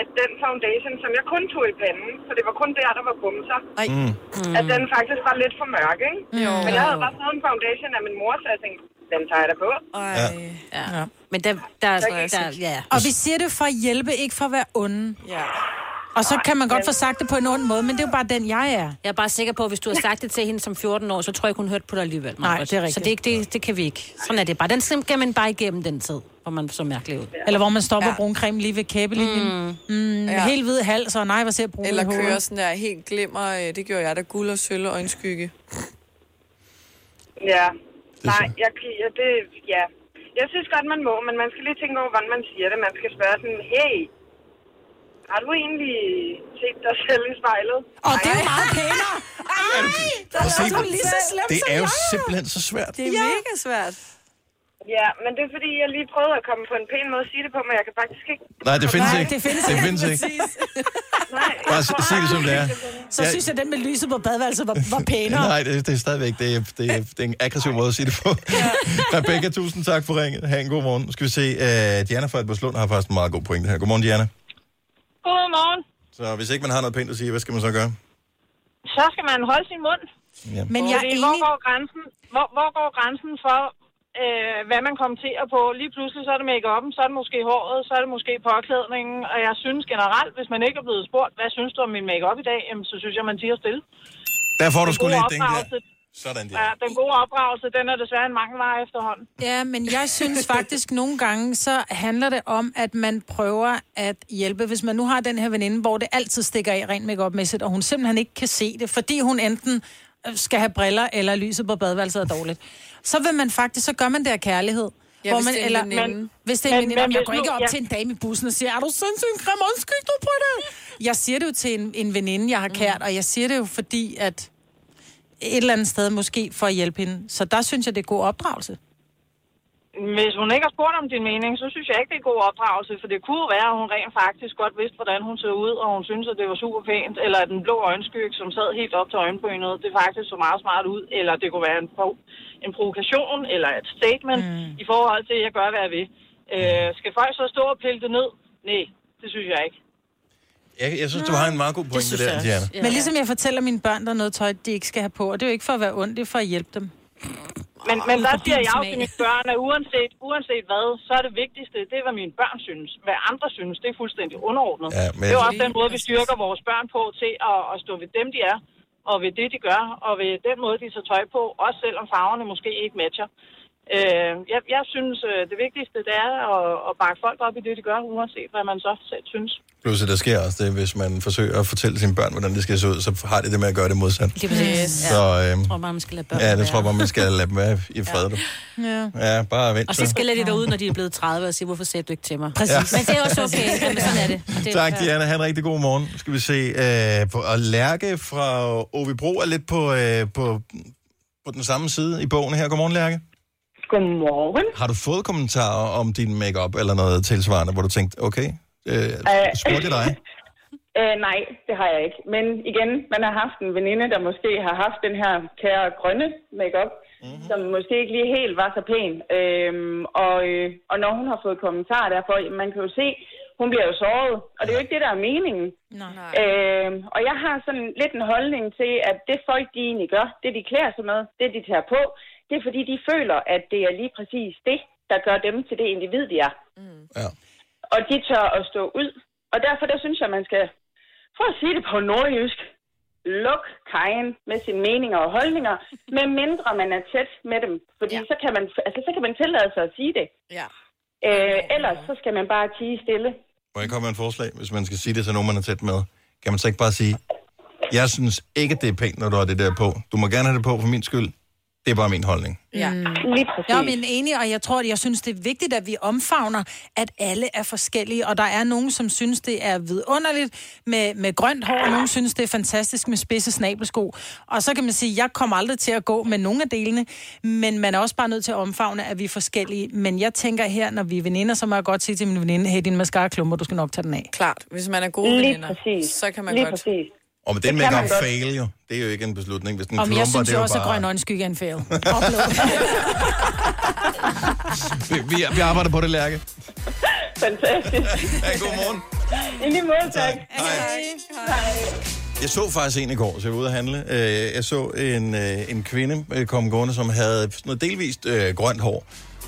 Speaker 12: at den foundation, som jeg kun tog i panden, for det var kun der, der var bumser,
Speaker 4: Mm.
Speaker 12: at den faktisk var lidt for mørk, ikke?
Speaker 2: Jo.
Speaker 12: Men jeg havde bare fået en foundation af min mor, så jeg tænkte, den tager jeg da på.
Speaker 6: Ej.
Speaker 2: Ja. Men der, der, der, der ja.
Speaker 5: Og vi siger det for at hjælpe, ikke for at være onde.
Speaker 6: Ja.
Speaker 5: Og så
Speaker 2: Nej,
Speaker 5: kan man godt
Speaker 2: men-
Speaker 5: få sagt det på en ond måde, men det er jo bare den, jeg er.
Speaker 2: Jeg er bare sikker på, at hvis du har sagt det til hende som 14 år, så tror jeg ikke, hun hørte på dig alligevel.
Speaker 5: Nej,
Speaker 2: Margot.
Speaker 5: det er rigtigt.
Speaker 2: Så det, er ikke- det, det kan vi ikke. Sådan er det bare. Den skal man bare igennem den tid, hvor man så mærkelig ud.
Speaker 5: Eller hvor man stopper ja. brun creme lige ved kæbelinjen. Mm. Mm, ja.
Speaker 6: Ja.
Speaker 5: Helt hvid hals, og nej, hvad ser brun
Speaker 6: Eller
Speaker 5: i
Speaker 6: kører
Speaker 5: hovedet.
Speaker 6: sådan der helt glimmer. øh, Det gjorde jeg, der guld og sølv og øjenskygge.
Speaker 12: Ja. Nej, jeg, kan- ja, det, ja. Jeg synes godt, man må, men man skal lige tænke over, hvordan man siger det. Man skal spørge sådan, hey, har du egentlig set dig selv i spejlet? Og det er jo meget pænere.
Speaker 4: Prøv at se, det er jo simpelthen så svært.
Speaker 6: Det er mega svært.
Speaker 12: Ja, men det er fordi, jeg lige prøvede at komme på en pæn måde at sige det på, men jeg kan faktisk ikke.
Speaker 4: Nej, det findes
Speaker 12: Nej,
Speaker 4: ikke.
Speaker 12: det findes
Speaker 4: det
Speaker 12: ikke.
Speaker 4: findes ikke. Bare s- sig det, som det er.
Speaker 5: Så
Speaker 4: Jeg-
Speaker 5: synes jeg, den med lyset på badeværelset var, var pænere.
Speaker 4: Nej, det, det er stadigvæk det er, det er, det er en aggressiv måde at sige det på. Rebecca, tusind tak for ringen. Ha' en god morgen. Nu skal vi se, uh, Diana fra Albertslund har faktisk en meget god pointe her. Godmorgen, Diana.
Speaker 13: Godmorgen.
Speaker 4: Så hvis ikke man har noget pænt at sige, hvad skal man så gøre?
Speaker 13: Så skal man holde sin mund.
Speaker 4: Ja.
Speaker 13: Men jeg er hvor går grænsen, hvor, hvor går grænsen for, øh, hvad man kommenterer på? Lige pludselig så er det make så er det måske håret, så er det måske påklædningen. Og jeg synes generelt, hvis man ikke er blevet spurgt, hvad synes du om min make-up i dag, jamen, så synes jeg, man siger stille.
Speaker 4: Der får du sgu
Speaker 13: Den
Speaker 4: lige
Speaker 13: gode
Speaker 4: et ding der.
Speaker 13: opdragelse-
Speaker 4: Sådan der.
Speaker 13: Ja, den gode opdragelse, den er desværre en mangelvare efterhånden.
Speaker 5: Ja, men jeg synes faktisk nogle gange, så handler det om, at man prøver at hjælpe. Hvis man nu har den her veninde, hvor det altid stikker af rent make mæssigt og hun simpelthen ikke kan se det, fordi hun enten øh, skal have briller, eller lyset på badeværelset er dårligt, så vil man faktisk, så gør man det af kærlighed.
Speaker 6: Ja, hvis det er en veninde.
Speaker 5: Men, hvis det er en
Speaker 6: Men-
Speaker 5: veninde,
Speaker 6: men
Speaker 5: men, jeg
Speaker 6: hvis
Speaker 5: går
Speaker 6: nu-
Speaker 5: ikke op
Speaker 6: ja.
Speaker 5: til en dame i bussen og siger, er du sindssygt grim, undskyld du på det? Jeg siger det jo til en, en veninde,
Speaker 6: Mm.
Speaker 5: jeg har kært, og jeg siger det jo fordi, at et eller andet sted måske for at hjælpe hende. Så der synes jeg, det er god opdragelse.
Speaker 13: Hvis hun ikke har spurgt om din mening, så synes jeg ikke, det er god opdragelse, for det kunne jo være, at hun rent faktisk godt vidste, hvordan hun så ud, og hun synes, at det var super pænt, eller at den blå øjenskygge, som sad helt op til øjenbrynet, det faktisk så meget smart ud, eller det kunne være en, pro- en provokation eller et statement mm. i forhold til, at jeg gør, hvad jeg vil. Øh, skal folk så stå og pille det ned? Nej, det synes jeg ikke.
Speaker 4: Jeg, jeg synes, du har en meget god pointe der, Diana.
Speaker 5: Men ligesom jeg fortæller mine børn, der er noget tøj, de ikke skal have på, og det er jo ikke for at være ondt, det er for at hjælpe dem.
Speaker 13: Men, men
Speaker 5: Ud
Speaker 13: der
Speaker 5: fra
Speaker 13: siger
Speaker 5: din
Speaker 13: jeg jo
Speaker 5: smag.
Speaker 13: til mine børn, at uanset, uanset hvad, så er det vigtigste, det er, hvad mine børn synes. Hvad andre synes, det er fuldstændig underordnet.
Speaker 4: Ja,
Speaker 13: men... Det er jo også den måde, vi styrker vores børn på til at, at stå ved dem, de er, og ved det, de gør, og ved den måde, de tager tøj på, også selvom farverne måske ikke matcher. Øh, jeg, jeg synes, øh, det vigtigste det er at, at bakke folk op i det, de gør, uanset hvad man så selv synes.
Speaker 4: Plus, at der sker også det, hvis man forsøger at fortælle sine børn, hvordan det skal se ud, så har de det med at gøre det modsat.
Speaker 2: Lige præcis. Yes.
Speaker 4: Så, øhm,
Speaker 2: Mm. Jeg tror bare, man skal lade børn
Speaker 4: ja, det tror jeg bare, man skal lade dem være i fred. du.
Speaker 2: Ja.
Speaker 4: Ja, bare vent.
Speaker 2: Og så
Speaker 4: så.
Speaker 2: skælder de derud, når de er blevet 30 og siger, hvorfor sagde du ikke til mig?
Speaker 4: Præcis. Ja.
Speaker 2: Men det er også okay, men sådan er det. Og det
Speaker 4: Tak, Diana. Ha' en rigtig god morgen. Nu Skal vi se. Øh, på, og Lærke fra Åvibro er lidt på, øh, på, på den samme side i bogen her. Godmorgen, Lærke.
Speaker 14: Godmorgen.
Speaker 4: Har du fået kommentarer om din makeup eller noget tilsvarende, hvor du tænkte, okay, øh,
Speaker 14: Øh.
Speaker 4: spurgte jeg dig?
Speaker 14: Øh, nej, det har jeg ikke. Men igen, man har haft en veninde, der måske har haft den her kære grønne makeup, mm-hmm. som måske ikke lige helt var så pæn. Øhm, og, øh, og når hun har fået kommentarer derfor, jamen, man kan jo se, hun bliver jo såret, og det er jo ikke det, der er meningen.
Speaker 5: Nej.
Speaker 14: Øhm, og jeg har sådan lidt en holdning til, at det folk, de egentlig gør, det de klæder sig med, det de tager på, det er fordi, de føler, at det er lige præcis det, der gør dem til det individ, de er. Mm.
Speaker 4: Ja.
Speaker 14: Og de tør at stå ud. Og derfor, der synes jeg, man skal, for at sige det på nordjysk, luk kajen med sine meninger og holdninger, med mindre man er tæt med dem. Fordi ja. så, kan man, altså, så kan man tillade sig at sige det.
Speaker 6: Ja.
Speaker 14: Øh, ellers så skal man bare tige stille.
Speaker 4: Må jeg komme med et forslag, hvis man skal sige det til nogen, man er tæt med? Kan man så ikke bare sige, jeg synes ikke, det er pænt, når du har det der på. Du må gerne have det på for min skyld. Det er bare min holdning.
Speaker 5: Ja.
Speaker 13: Mm.
Speaker 14: Lige
Speaker 5: Jeg er min enig, og jeg tror, at jeg synes, det er vigtigt, at vi omfavner, at alle er forskellige, og der er nogen, som synes, det er vidunderligt med, med grønt hår, og nogen synes, det er fantastisk med spidse snabelsko. Og så kan man sige, at jeg kommer aldrig til at gå med nogen af delene, men man er også bare nødt til at omfavne, at vi er forskellige. Men jeg tænker her, når vi er veninder, så må jeg godt sige til min veninde, hey, din mascara klummer, du skal nok tage den af.
Speaker 6: Klart, hvis man er gode
Speaker 5: Lige
Speaker 6: veninder, så kan man
Speaker 5: Lige
Speaker 6: godt.
Speaker 14: Præcis.
Speaker 4: Og med
Speaker 5: Det
Speaker 4: den
Speaker 5: kan man
Speaker 4: make-up
Speaker 5: godt.
Speaker 4: fail jo. Det er jo ikke en beslutning. Hvis den
Speaker 5: Og
Speaker 4: klumper,
Speaker 5: jeg synes
Speaker 4: det er
Speaker 5: jo
Speaker 4: jo
Speaker 5: også, at
Speaker 4: bare...
Speaker 5: grøn øjenskygge er en fail.
Speaker 4: vi, vi, vi arbejder på det, Lærke.
Speaker 14: Fantastisk.
Speaker 4: ja, godmorgen.
Speaker 14: I lige måde, tak.
Speaker 4: Hej.
Speaker 14: Hej.
Speaker 4: Jeg så faktisk en i går, så jeg var ude at handle. Øh, Jeg så en, øh, en kvinde øh, komme gående, som havde sådan noget delvist øh, grønt hår.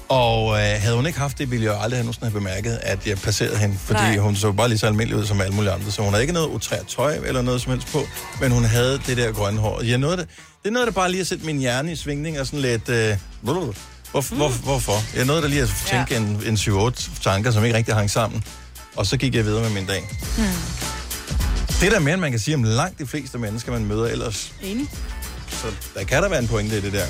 Speaker 4: Og øh, havde hun ikke haft det, ville jeg aldrig have nogensinde have bemærket, at jeg passerede hende. Fordi Nej.
Speaker 15: Nej.
Speaker 4: hun så bare lige så almindelig ud som alle mulige andre. Så hun havde ikke noget utrært tøj eller noget som helst på, men hun havde det der grønne hår. Jeg nåede det, det er noget, der bare lige har sætte min hjerne i svingning og sådan lidt... Øh, hvor, hvor, hvor, hvorfor? Jeg nåede der lige at tænke Mm. ja. en, en 7-8 tanker, som ikke rigtig hang sammen. Og så gik jeg videre med min dag. Det er der mere, end man kan sige om langt de fleste mennesker, man møder ellers.
Speaker 5: Enig.
Speaker 4: Så der kan der være en pointe i det der.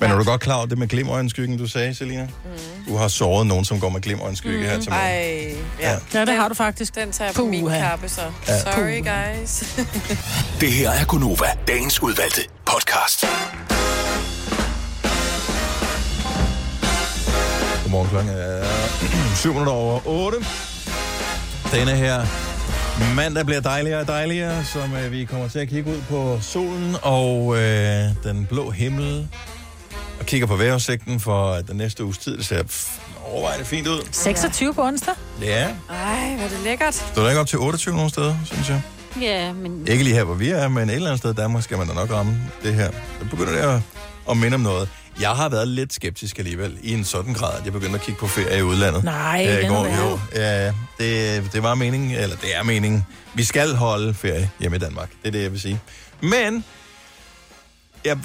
Speaker 4: Men er du godt klar over det med glimrøjenskyggen, du sagde, Selina? Mm. Du har såret nogen, som går med glimrøjenskygge mm. her til morgen.
Speaker 6: Ej, ja.
Speaker 5: ja. det har du faktisk.
Speaker 6: Den tager jeg på min kappe, så.
Speaker 4: Ja.
Speaker 6: Sorry, guys.
Speaker 11: Det her er Gunova, dagens udvalgte podcast.
Speaker 4: Godmorgen klokken er 7 minutter over 8. Denne her mandag bliver dejligere og dejligere, som øh, vi kommer til at kigge ud på solen og øh, den blå himmel. Og kigger på vejrudsigten for øh, den næste uges tid. Det ser f- overvejende fint ud.
Speaker 5: 26 på onsdag?
Speaker 4: Ja,
Speaker 6: Ej, hvor er det lækkert.
Speaker 4: står der ikke op til 28 nogen steder, synes jeg.
Speaker 2: Ja, men...
Speaker 4: Mm. Ikke lige her, hvor vi er, men et eller andet sted i Danmark skal man da nok ramme det her. Så begynder det at, at minde om noget. Jeg har været lidt skeptisk alligevel, i en sådan grad, at jeg begyndte at kigge på ferie i udlandet.
Speaker 5: Nej,
Speaker 4: Øh,
Speaker 5: den
Speaker 4: går,
Speaker 5: er
Speaker 4: jo. Ja, det, det var meningen, eller det er meningen. Vi skal holde ferie hjemme i Danmark, det er det, jeg vil sige. Men, jeg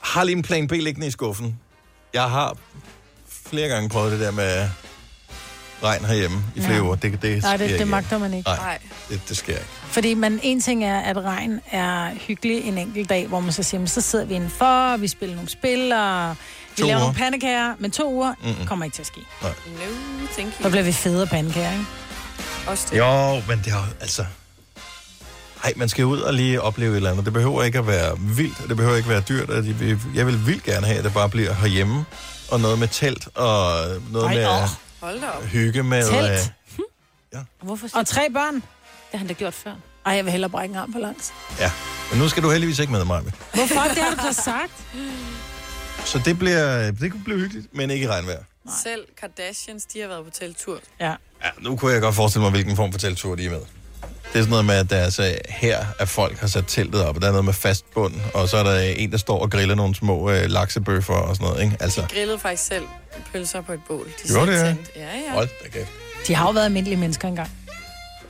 Speaker 4: har lige en plan B liggende i skuffen. Jeg har flere gange prøvet det der med regn herhjemme i flere
Speaker 5: Ja.
Speaker 4: ja. uger. Det, det
Speaker 5: Nej,
Speaker 4: sker
Speaker 5: det,
Speaker 4: ikke.
Speaker 5: det magter man ikke.
Speaker 4: Nej, det, det sker ikke.
Speaker 5: Fordi man, en ting er, at regn er hyggelig en enkelt dag, hvor man så siger, "Men så sidder vi indenfor, vi spiller nogle spil, og vi
Speaker 4: To
Speaker 5: laver
Speaker 4: uger.
Speaker 5: nogle pandekager, men to uger
Speaker 4: Mm-mm.
Speaker 5: Mm-mm. kommer ikke til at ske.
Speaker 4: Nej.
Speaker 6: No, thank you.
Speaker 5: Så bliver vi federe pandekager, ikke?
Speaker 6: Også det.
Speaker 4: Jo, men det er jo- altså... Ej, man skal ud og lige opleve et eller andet. Det behøver ikke at være vildt, og det behøver ikke at være dyrt. og de- Jeg vil vildt gerne have, at det bare bliver herhjemme. Og noget med telt, og noget
Speaker 5: Ej,
Speaker 4: med
Speaker 5: åh.
Speaker 6: Hold da op.
Speaker 4: hygge med...
Speaker 5: Telt?
Speaker 4: øh,
Speaker 2: Hvorfor
Speaker 5: Og tre børn. Det
Speaker 2: har han da gjort før.
Speaker 5: Ej, jeg vil hellere brække en arm på langs.
Speaker 4: ja, men nu skal du heldigvis ikke med mig.
Speaker 5: Hvorfor? Det har du da sagt.
Speaker 4: Så det, bliver, det kunne blive hyggeligt, men ikke i regnvejr.
Speaker 6: Selv Kardashians, de har været på teltur.
Speaker 5: Ja.
Speaker 4: Ja, nu kunne jeg godt forestille mig, hvilken form for telttur de er med. Det er sådan noget med, at der altså her, at folk har sat teltet op, og der er noget med fast bund, og så er der øh, en, der står og griller nogle små øh, laksebøffer og sådan noget, ikke? Altså,
Speaker 6: Grillede faktisk selv pølser på et bål. De
Speaker 4: Gjorde
Speaker 6: selv
Speaker 4: det, ja?
Speaker 6: tændte. Ja, ja.
Speaker 4: hold da kæft.
Speaker 5: De har jo været almindelige mennesker engang.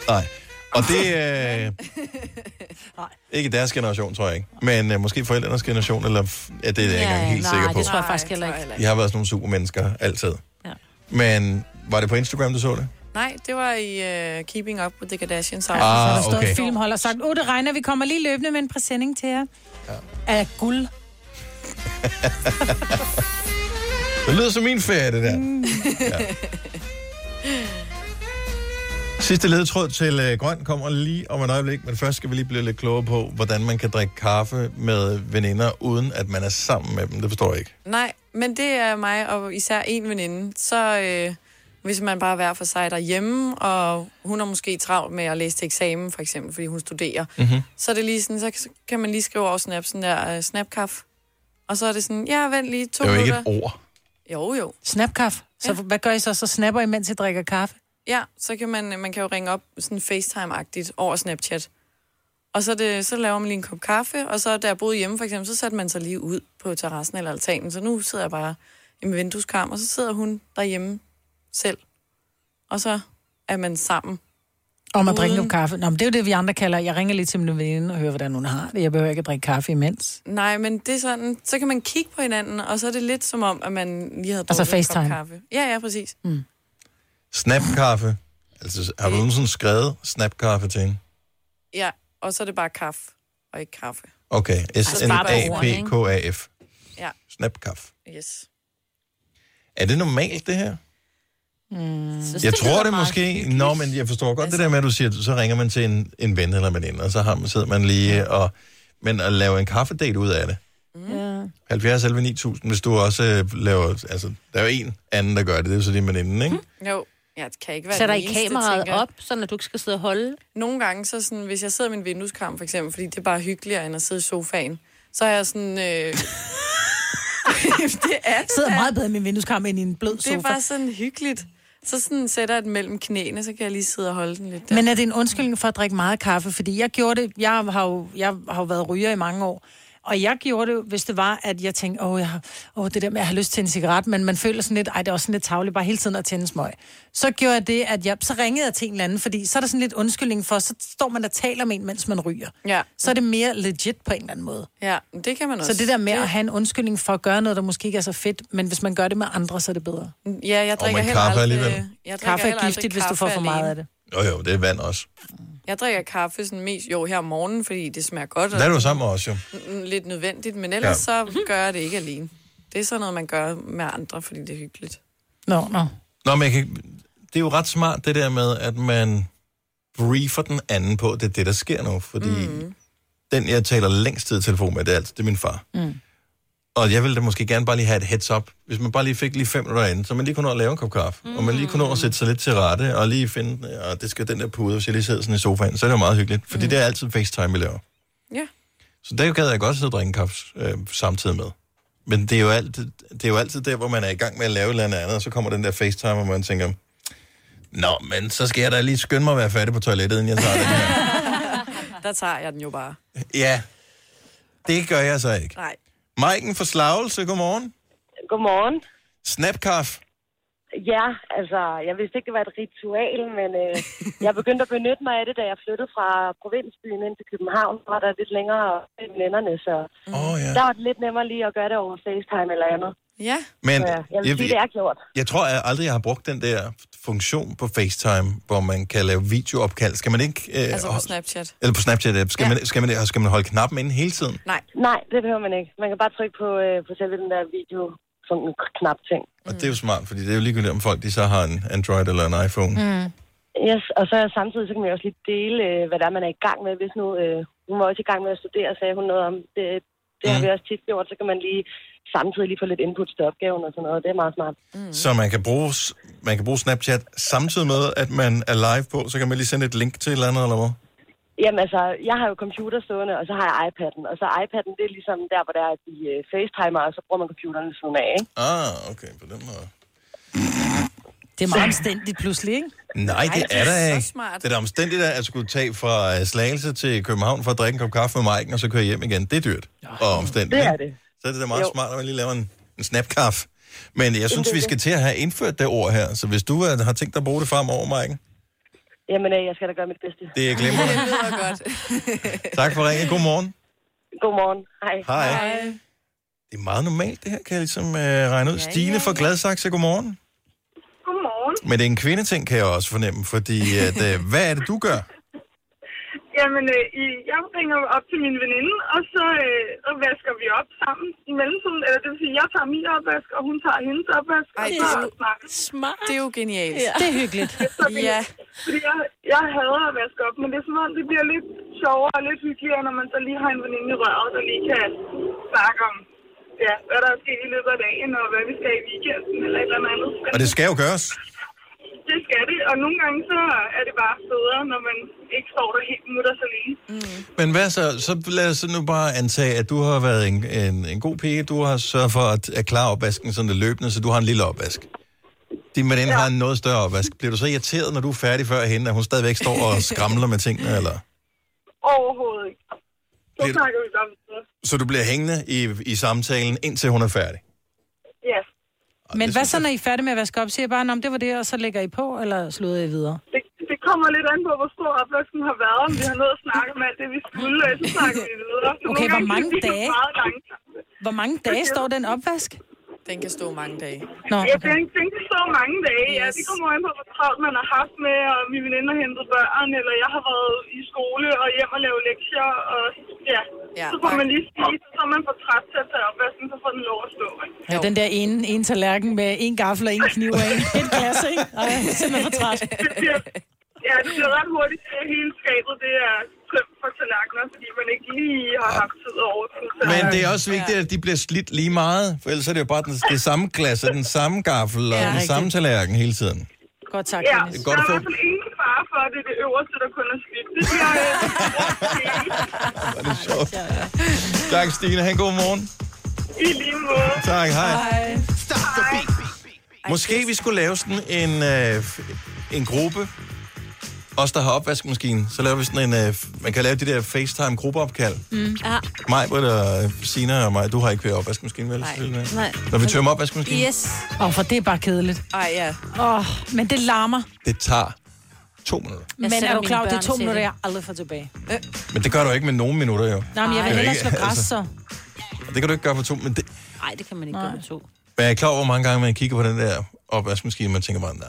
Speaker 4: Nej. Og det er øh, ikke deres generation, tror jeg ikke. Men øh, måske forældrenes generation, eller f- ja, det er jeg ikke engang helt
Speaker 2: nej,
Speaker 4: sikker på.
Speaker 2: det tror jeg faktisk heller ikke.
Speaker 4: De har været sådan nogle supermennesker altid.
Speaker 2: Ja.
Speaker 4: Men var det på Instagram, du så det?
Speaker 6: Nej, det var i
Speaker 5: øh,
Speaker 6: uh, Keeping Up with the Kardashians.
Speaker 4: Ah,
Speaker 5: så har der stået
Speaker 4: okay.
Speaker 5: okay. filmhold og sagt, åh, det regner, vi kommer lige løbende med en præsending til jer. Ja. Af guld.
Speaker 4: Det lyder som min ferie, det der.
Speaker 2: Mm.
Speaker 4: Sidste ledetråd til øh, grøn kommer lige om et øjeblik, men først skal vi lige blive lidt klogere på, hvordan man kan drikke kaffe med veninder, uden at man er sammen med dem. Det forstår jeg ikke.
Speaker 6: Nej, men det er mig og især en veninde. Så øh, hvis man bare er hver for sig derhjemme, og hun er måske travlt med at læse til eksamen, for eksempel, fordi hun studerer,
Speaker 7: Mhm.
Speaker 6: så, er det lige sådan, så kan man lige skrive over Snap, sådan der øh, snapkaf. Og så er det sådan, ja, vent lige to
Speaker 4: Det er jo ikke
Speaker 6: minutter.
Speaker 4: et ord.
Speaker 6: Jo, jo.
Speaker 5: Snapkaffe. Så ja. hvad gør I så? Så snapper I, mens I drikker kaffe?
Speaker 6: Ja, så kan man, man kan jo ringe op sådan FaceTime-agtigt over Snapchat. Og så, er det, så laver man lige en kop kaffe, og så da jeg boede hjemme for eksempel, så satte man sig lige ud på terrassen eller altanen. Så nu sidder jeg bare i min vindueskarm, og så sidder hun derhjemme selv. Og så er man sammen.
Speaker 5: Om at drikke
Speaker 6: Uden-
Speaker 5: noget kaffe. Nå, men det er jo det, vi andre kalder. Jeg ringer lige til min veninde og hører, hvordan hun har det. Jeg behøver ikke at drikke kaffe imens.
Speaker 6: Nej, men det er sådan, så kan man kigge på hinanden, og så er det lidt som om, at man lige havde
Speaker 5: Altså
Speaker 6: drukket en kop
Speaker 5: FaceTime.
Speaker 6: kaffe. Ja, ja, præcis. Mm.
Speaker 4: Snapkaffe. Altså, har du nogensinde skrevet snapkaffe til hende?
Speaker 6: Ja, og så er det bare kaffe, og ikke kaffe.
Speaker 4: Okay,
Speaker 6: Altså, bare på ordene, ikke?
Speaker 4: S-N-A-P-K-A-F.
Speaker 6: Ja,
Speaker 4: Snapkaffe.
Speaker 6: yes.
Speaker 4: Er det normalt, det her?
Speaker 5: Mm.
Speaker 4: Jeg tror det måske. Nå, men jeg forstår godt
Speaker 6: Altså-
Speaker 4: det der med, at du siger, så ringer man til en, en ven eller en veninde, og så har man, sidder man lige og... Men at lave en kaffedate ud af det.
Speaker 5: Ja.
Speaker 4: 70 11 9000, hvis du også øh, laver... Altså, der er jo en anden, der gør det. Det er jo så din veninde, ikke?
Speaker 6: Jo, ja, det kan ikke være
Speaker 2: Sætter
Speaker 6: den
Speaker 2: I
Speaker 6: eneste,
Speaker 2: kameraet
Speaker 6: tænker
Speaker 2: op, så du ikke skal sidde og holde?
Speaker 6: Nogle gange, så sådan, hvis jeg sidder i min vindueskarm, for eksempel, fordi det er bare hyggeligere, end at sidde i sofaen, så er jeg sådan... Øh... det er det
Speaker 5: sidder
Speaker 6: da.
Speaker 5: meget bedre i min vindueskarm end i en blød
Speaker 6: Det er
Speaker 5: sofa.
Speaker 6: bare sådan hyggeligt. Så sådan sætter jeg den mellem knæene, så kan jeg lige sidde og holde den lidt der.
Speaker 5: Men er det en undskyldning for at drikke meget kaffe? Fordi jeg gjorde det, jeg har jo, jeg har jo været ryger i mange år, og jeg gjorde det, hvis det var, at jeg tænkte, åh, jeg har, åh det der med, at jeg har lyst til en cigaret, men man føler sådan lidt, ej, det er også sådan lidt tavligt, bare hele tiden at tænde smøg. Så gjorde jeg det, at jeg, så ringede jeg til en eller anden, fordi så er der sådan lidt undskyldning for, så står man og taler med en, mens man ryger.
Speaker 6: Ja.
Speaker 5: Så er det mere legit på en eller anden måde.
Speaker 6: Ja, men det kan man også.
Speaker 5: Så det der med at have en undskyldning for at gøre noget, der måske ikke er så fedt, men hvis man gør det med andre, så er det bedre.
Speaker 6: Ja, jeg drikker
Speaker 4: men
Speaker 6: heller
Speaker 4: kaffe
Speaker 6: aldrig...
Speaker 4: alligevel.
Speaker 6: Jeg drikker
Speaker 5: Kaffe
Speaker 6: heller
Speaker 5: er
Speaker 6: aldrig
Speaker 5: giftigt, hvis du får for
Speaker 6: kaffe
Speaker 5: meget
Speaker 6: alene.
Speaker 5: af det.
Speaker 4: Jo, jo, det er vand også.
Speaker 6: Jeg drikker kaffe sådan mest jo her om morgenen, fordi det smager godt. og
Speaker 4: Der er du sammen med os jo.
Speaker 6: n- n- Lidt nødvendigt, men ellers ja. så gør jeg det ikke alene. Det er sådan noget, man gør med andre, fordi det er hyggeligt.
Speaker 5: Nå, nå.
Speaker 4: Nå, men jeg kan... det er jo ret smart, det der med, at man briefer den anden på, det er det, der sker nu. Fordi mm. den, jeg taler længst tid i telefon med, det er, altid, det er min far.
Speaker 5: Mm.
Speaker 4: Og jeg ville da måske gerne bare lige have et heads up, hvis man bare lige fik lige fem minutter inden, så man lige kunne nå at lave en kop kaffe, mm. og man lige kunne nå at sætte sig lidt til rette, og lige finde, og det skal den der pude, hvis jeg lige sidder sådan i sofaen, så er det jo meget hyggeligt, fordi mm. det er altid FaceTime, vi laver.
Speaker 6: Ja.
Speaker 4: Så der gad jeg godt sidde og drikke en kaffe øh, samtidig med. Men det er, jo altid, det er jo altid der, hvor man er i gang med at lave et eller andet, og så kommer den der FaceTime, og man tænker, Nå, men så skal jeg da lige skynde mig at være færdig på toilettet, inden jeg tager det.
Speaker 6: Der tager jeg den jo bare.
Speaker 4: ja, det gør jeg så ikke.
Speaker 6: Nej.
Speaker 4: Maiken fra Slagelse, godmorgen.
Speaker 15: Godmorgen.
Speaker 4: Snapkaff.
Speaker 15: Ja, altså, jeg vidste ikke, det var et ritual, men øh, jeg begyndte at benytte mig af det, da jeg flyttede fra provinsbyen ind til København, hvor der er lidt længere mellem enderne, så
Speaker 4: oh, ja.
Speaker 15: der var det lidt nemmere lige at gøre det over FaceTime eller andet.
Speaker 6: Ja.
Speaker 4: Men
Speaker 15: så, jeg vil
Speaker 4: jeg-
Speaker 15: sige, det er gjort.
Speaker 4: Jeg tror jeg aldrig, jeg har brugt den der funktion på FaceTime, hvor man kan lave videoopkald. Skal man ikke... Øh,
Speaker 15: Altså på
Speaker 4: hold-
Speaker 6: Snapchat.
Speaker 4: Eller på Snapchat, ja. skal, ja. man, skal, man, skal man holde knappen inde hele tiden?
Speaker 6: Nej.
Speaker 15: Nej, det behøver man ikke. Man kan bare trykke på, øh, på selve den der video, sådan en knap ting.
Speaker 4: Og det er jo smart, fordi det er jo ligegyldigt, om folk de så har en Android eller en iPhone.
Speaker 15: Mm. Yes, og så samtidig så kan man jo også lige dele, øh, hvad der er, man er i gang med. Hvis nu, øh, hun var også i gang med at studere, sagde hun noget om, det, det mm. har
Speaker 4: Mm.
Speaker 15: vi også tit gjort, så kan man lige samtidig lige få lidt input til opgaven og sådan noget. Det er meget smart. Mm.
Speaker 4: Så man kan, bruge, s- man kan bruge Snapchat samtidig med, at man er live på, så kan man lige sende et link til et eller andet, eller hvad?
Speaker 15: Jamen altså, jeg har jo computer stående, og så har jeg iPad'en. Og så iPad'en, det er ligesom der, hvor der er de øh, facetimer, og så bruger man computeren ved siden af, ikke?
Speaker 4: Ah, okay, på den måde.
Speaker 5: Det er meget omstændigt pludselig, ikke?
Speaker 4: Nej, det er
Speaker 5: så
Speaker 4: da ikke.
Speaker 5: smart.
Speaker 4: Det er da omstændigt at skulle tage fra øh, Slagelse til København for at drikke en kop kaffe med Maiken, og så køre hjem igen. Det er dyrt og omstændigt.
Speaker 15: Det er
Speaker 4: ikke?
Speaker 15: det.
Speaker 4: Så er det da meget
Speaker 15: Jo.
Speaker 4: jo. smart, at man lige laver en, en snapkaffe. Men jeg synes,
Speaker 15: det er
Speaker 4: vi
Speaker 15: det.
Speaker 4: skal til at have indført det ord her. Så hvis du øh, har tænkt dig at bruge det fremover, Maiken,
Speaker 15: Jamen, øh, jeg skal da gøre mit bedste.
Speaker 4: det er glimrende.
Speaker 15: Det lyder godt.
Speaker 4: Tak for ringen. Godmorgen.
Speaker 15: Godmorgen. Hej.
Speaker 4: Hej. Hej. Det er meget normalt, det her, kan jeg ligesom øh, regne ud. Ja, Stine ja, ja. fra Gladsaxe, godmorgen.
Speaker 12: Godmorgen.
Speaker 4: Men det er en kvindeting, kan jeg også fornemme, fordi at, øh, hvad er det, du gør?
Speaker 12: Jamen, øh, i- jeg ringer op til min veninde, og så øh, og vasker vi op sammen i mellemtiden. Eller det vil sige, jeg tager min opvask, og hun tager hendes opvask.
Speaker 6: Ej,
Speaker 12: og
Speaker 6: det
Speaker 12: så
Speaker 6: er jo
Speaker 12: snakker vi.
Speaker 2: smart.
Speaker 6: Det er jo genialt.
Speaker 12: Ja.
Speaker 5: Det er hyggeligt.
Speaker 12: Så vi-
Speaker 6: Ja.
Speaker 12: Fordi jeg, jeg hader at vaske op, men det er som om, det bliver lidt sjovere og lidt hyggeligere, når man så lige har en veninde i røret, der lige kan snakke om, ja, hvad der er sket i løbet af dagen, og hvad vi skal i weekenden, eller et eller andet.
Speaker 4: Og det skal jo gøres.
Speaker 12: Det skal det, og nogle gange så er det bare federe, når man ikke står der helt mutter så længe.
Speaker 4: Men hvad så? Så lad os nu bare antage, at du har været en, en, en god pige. Du har sørget for at, at klare opvasken sådan det løbende, så du har en lille opvask. Din veninde ja. har en noget større opvask. Bliver du så irriteret, når du er færdig før hende, at hun stadigvæk står og skramler med tingene? Eller?
Speaker 12: Overhovedet ikke. Så
Speaker 4: Bliver-
Speaker 12: snakker vi bare videre.
Speaker 4: Så du bliver hængende i, i samtalen, indtil hun er færdig?
Speaker 12: Ja,
Speaker 5: Men hvad så, når I er færdige med at vaske op? Siger I bare, "Nå, men det var det, og så lægger I på, eller slutter I videre?
Speaker 12: det, det kommer lidt an på, hvor stor opvasken har været, om vi har nået at snakke om alt det, vi skulle, og så snakker vi videre. Så
Speaker 5: Okay,
Speaker 12: nogle
Speaker 5: hvor
Speaker 12: gange kan
Speaker 5: mange
Speaker 12: det blive
Speaker 5: dage?
Speaker 12: Meget langt.
Speaker 5: Hvor mange dage står den opvask?
Speaker 6: Den kan stå mange dage.
Speaker 5: Nå,
Speaker 12: Ja,
Speaker 5: okay.
Speaker 12: den, den kan stå mange dage. Yes. Ja, det kommer an på, hvor travlt man har haft med, og min veninde har hentet børn, eller jeg har været i skole og hjem og lave lektier, og ja.
Speaker 6: Ja,
Speaker 12: ja så får
Speaker 6: tak.
Speaker 12: man lige spise, så er man for træt til at tage opvasken, så får den lov at stå, ikke?
Speaker 5: Ja, den der ene, ene tallerken med en gaffel og en kniv og en, et glas, ikke? Ej, jeg er simpelthen for træt.
Speaker 12: Det bliver- Ja, det bliver ret hurtigt til, at hele skabet det er tømt for tallerkener, fordi man ikke lige har haft tid over til
Speaker 4: Men det er også vigtigt, at de bliver slidt lige meget, for ellers er det jo bare den, det samme glas og den samme gaffel og
Speaker 12: Ja,
Speaker 4: ja, den
Speaker 12: rigtigt.
Speaker 4: samme tallerken hele tiden.
Speaker 5: Godt tak,
Speaker 12: Ja,
Speaker 5: Dennis.
Speaker 12: der er i hvert fald ingen fare for, at det er det øverste, der kun er slidt. Det bliver... øh,
Speaker 4: Var det sjovt. Tak, Stine. Ha' en god morgen.
Speaker 12: I lige måde.
Speaker 4: Tak, hej.
Speaker 12: Stop the beat.
Speaker 4: Måske vi skulle lave sådan en, øh, en gruppe, os der har opvaskemaskinen, så laver vi sådan en, øh, man kan lave de der FaceTime gruppeopkald.
Speaker 2: Mm. Ja.
Speaker 4: Mig, og øh, Sina og mig, du har ikke været opvaskemaskinen, vel? Nej.
Speaker 5: Nej.
Speaker 4: Når vi tømmer opvaskemaskinen,
Speaker 5: Yes. Åh, oh, for det er bare kedeligt.
Speaker 6: Ej, ja.
Speaker 5: Åh, oh, men det larmer.
Speaker 4: det tager to minutter.
Speaker 5: Men
Speaker 2: sender
Speaker 5: er du
Speaker 2: mine
Speaker 5: klar, over, det er
Speaker 2: børn
Speaker 5: to
Speaker 2: til
Speaker 5: minutter,
Speaker 2: det.
Speaker 5: jeg aldrig får tilbage. Øh.
Speaker 4: Men det gør du ikke med nogen minutter, jo.
Speaker 5: Nej, men jeg vil
Speaker 4: Det er
Speaker 5: hellere
Speaker 4: ikke- altså.
Speaker 5: slå græs, så.
Speaker 4: Det kan du ikke gøre på to, men, det,
Speaker 2: Nej, det kan man ikke gøre med to.
Speaker 4: men jeg er klar over, hvor mange gange man kigger på den der opvaskemaskine, man tænker bare, nej,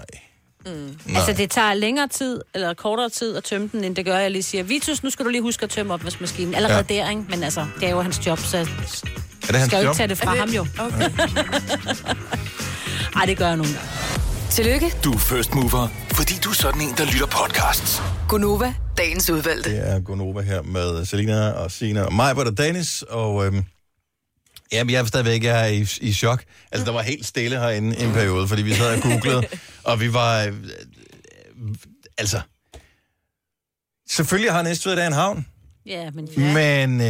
Speaker 2: Mm. Altså, det tager længere tid, eller kortere tid at tømme den, end det gør, jeg lige siger, Vitus, nu skal du lige huske at tømme opvaskemaskinen. Allerede ja. der, ikke? Men altså, det er jo hans job, så
Speaker 4: Er det hans
Speaker 2: skal jo
Speaker 4: job?
Speaker 2: ikke tage det fra
Speaker 4: Er
Speaker 2: det...
Speaker 4: det-
Speaker 2: ham, jo. Okay. Ej, det gør jeg nogle gange.
Speaker 8: Tillykke.
Speaker 11: Du er first mover, fordi du er sådan en, der lytter podcasts.
Speaker 8: Gunova, dagens udvalgte.
Speaker 4: Det er Gonova her med Selina og Sina og Majbert og Danis, og øhm, jamen, jeg er stadigvæk jeg er i, i chok. Altså, der var helt stille herinde i en periode, fordi vi sad og googlede, og vi var... Øh, øh, altså... Selvfølgelig har Næstved da en havn,
Speaker 2: Ja, men...
Speaker 4: ja. men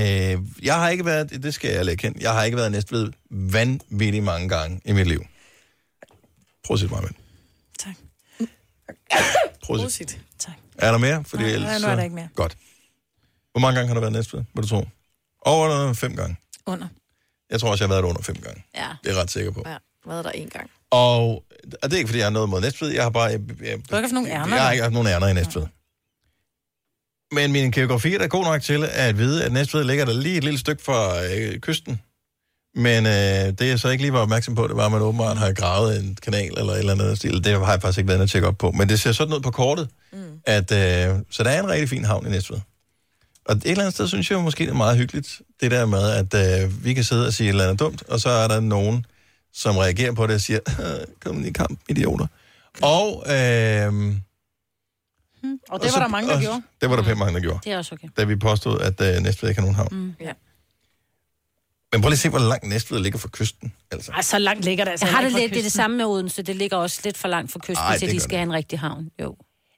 Speaker 4: øh, jeg har ikke været, det skal jeg lægge jeg har ikke været i Næstved vanvittigt mange gange i mit liv. Prøv at sige mig,
Speaker 5: Tak.
Speaker 4: Prøv at
Speaker 6: Prosit.
Speaker 5: Tak.
Speaker 4: Er der mere? Fordi
Speaker 5: Nej,
Speaker 4: ellers,
Speaker 5: nu er der
Speaker 4: så-
Speaker 5: ikke mere.
Speaker 4: Godt. Hvor mange gange har du været i Næstved, vil du tro? Over eller fem gange?
Speaker 5: Under.
Speaker 4: Jeg tror også, jeg har været der under fem gange.
Speaker 6: Ja.
Speaker 4: Det er jeg ret sikker på.
Speaker 6: Ja, været der en gang.
Speaker 4: Og, og det er ikke, fordi jeg har noget mod Næstved. Jeg har bare... Jeg, jeg,
Speaker 5: Du har ikke haft nogen ærner?
Speaker 4: jeg har ikke haft nogen ærner i Næstved. Men min geografi er da god nok til at vide, at Næstved ligger der lige et lille stykke fra øh, kysten. Men øh, det jeg så ikke lige var opmærksom på, det var, at man åbenbart har gravet en kanal eller et eller andet stil. Det har jeg faktisk ikke været inde at tjekke op på. Men det ser sådan ud på kortet, mm. at, øh, så der er en rigtig fin havn i Næstved. Og et eller andet sted synes jeg jo måske, det er meget hyggeligt, det der med, at øh, vi kan sidde og sige et eller andet dumt, og så er der nogen, som reagerer på det og siger, "Øh, kom i kamp, idioter. Og, øh,
Speaker 5: Hm? Og det var der mange, der
Speaker 4: og,
Speaker 5: gjorde.
Speaker 4: Det var der pænt mange, der gjorde.
Speaker 2: Det er også okay.
Speaker 4: Da vi påstod, at øh, Næstved ikke har nogen havn. Mm.
Speaker 5: Ja.
Speaker 4: Men prøv lige at se, hvor langt Næstved ligger fra kysten. Altså.
Speaker 5: Ej, så langt ligger det altså.
Speaker 2: Jeg har det
Speaker 5: heller ikke fra
Speaker 2: lidt, det er det
Speaker 5: kysten.
Speaker 2: samme med Odense. Det ligger også lidt for langt fra kysten,
Speaker 4: Ej,
Speaker 2: Ej, til
Speaker 4: det
Speaker 2: de
Speaker 4: gør
Speaker 2: skal have en rigtig havn. Jo.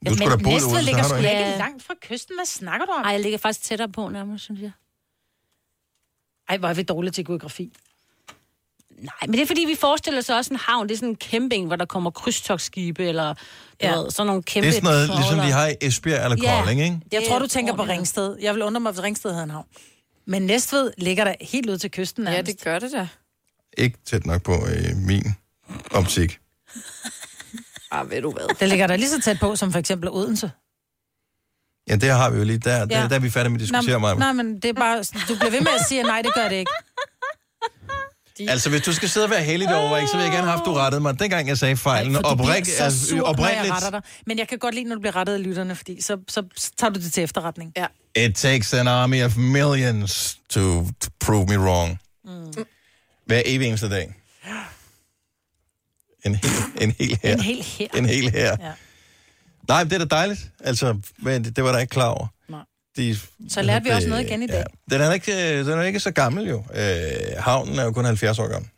Speaker 4: Du skulle da bo i
Speaker 5: Næstved
Speaker 4: Odense,
Speaker 5: ligger
Speaker 4: har du
Speaker 5: sgu
Speaker 4: ikke?
Speaker 5: da ikke langt fra kysten. Hvad snakker du om?
Speaker 2: Ej, jeg ligger faktisk tættere på nærmest, synes jeg.
Speaker 5: Ej, hvor er vi dårlige til geografi.
Speaker 2: Nej, men det er fordi, vi forestiller os også en havn. Det er sådan en camping, hvor der kommer krydstogsskibe, eller ja. ved, sådan nogle kæmpe...
Speaker 4: Det er sådan noget,
Speaker 2: trawler.
Speaker 4: ligesom de har i Esbjerg eller
Speaker 2: Ja.
Speaker 4: Kolding, ikke?
Speaker 5: Jeg tror, du tænker på Ringsted. Jeg vil undre mig, hvis Ringsted havde en havn. Men Næstved ligger der helt ud til kysten nærmest. Ja, det
Speaker 6: gør det da.
Speaker 4: Ikke tæt nok på øh, min optik.
Speaker 6: Ah, ved du hvad?
Speaker 5: Det ligger der lige så tæt på, som for eksempel Odense.
Speaker 4: Ja, det har vi jo lige. Der, ja. der, der er vi færdige med at diskutere
Speaker 5: nej,
Speaker 4: mig.
Speaker 5: nej, men det er bare... sådan, Du bliver ved med at sige, at nej, det gør det ikke.
Speaker 4: Altså, hvis du skal sidde og være heldig derovre, ikke, så vil jeg gerne have haft, du rettede mig. Dengang jeg sagde fejlen,
Speaker 5: For du bliver
Speaker 4: oprik,
Speaker 5: så
Speaker 4: altså,
Speaker 5: sur, når jeg
Speaker 4: oprindeligt,
Speaker 5: retter dig. Men jeg kan godt lide, når du bliver rettet af lytterne, fordi så, så tager du det til efterretning.
Speaker 6: Ja.
Speaker 4: It takes an army of millions to, to prove me wrong.
Speaker 5: Mm.
Speaker 4: Hver evig eneste dag. En hel, en hel her.
Speaker 5: En hel her.
Speaker 4: En hel her.
Speaker 5: Ja.
Speaker 4: Nej, men det er da dejligt. Altså, men det, det var da ikke klar over.
Speaker 5: Nej.
Speaker 4: De,
Speaker 5: Så lærte vi også noget igen i dag.
Speaker 4: Den er da ikke, øh, den er ikke så gammel jo. Øh, havnen er jo kun 70 år gammel.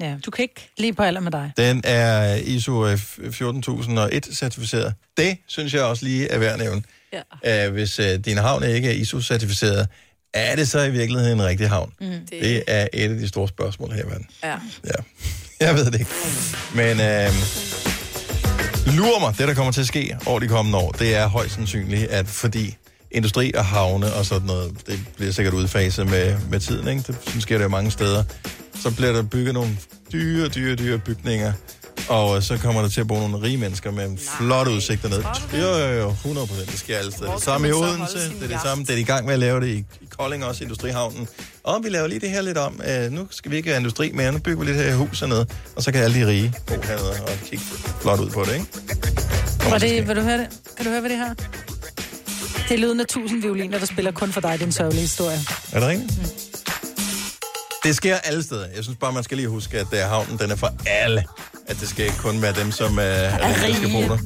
Speaker 5: Ja. Du kan ikke lige på alder med dig.
Speaker 4: Den er ISO 14001-certificeret. Det synes jeg også lige er værd at nævne. Ja. Øh, hvis øh, din havn ikke er ISO-certificeret, er det så i virkeligheden en rigtig havn? Mm. Det... det er et af de store spørgsmål her i verden.
Speaker 6: Ja.
Speaker 4: Ja, jeg ved det ikke. Men øh, lurer mig, det der kommer til at ske over de kommende år, det er højst sandsynligt, at fordi industri og havne og sådan noget, det bliver sikkert udfaset med, med tiden, ikke? Det, sådan sker det jo mange steder. Så bliver der bygget nogle dyre, dyre, dyre bygninger, og øh, så kommer der til at bo nogle rige mennesker med en flot udsigt dernede. Jo, jo, jo, 100 procent, det sker alle steder. Det samme i
Speaker 11: kan man så
Speaker 4: Odense,
Speaker 11: holde sin
Speaker 4: det er det
Speaker 11: jagt?
Speaker 4: samme, det er de i gang med at lave det i, i Kolding også, Industrihavnen. Og vi laver lige det her lidt om. Øh, nu skal vi ikke være industri mere, nu bygger vi lidt her hus hernede, og så kan alle de rige bo hernede og kigge flot ud på det, ikke?
Speaker 5: Og det, vil du høre det? Kan du høre, hvad det her? Det er lyden af tusind violiner, der spiller kun for dig. Det er en sørgelig historie.
Speaker 4: Er det rigtigt? Mm. Det sker alle steder. Jeg synes bare, man skal lige huske, at øh, havnen den er for alle. At det skal ikke kun være dem, som øh, er rige, der skal bo der.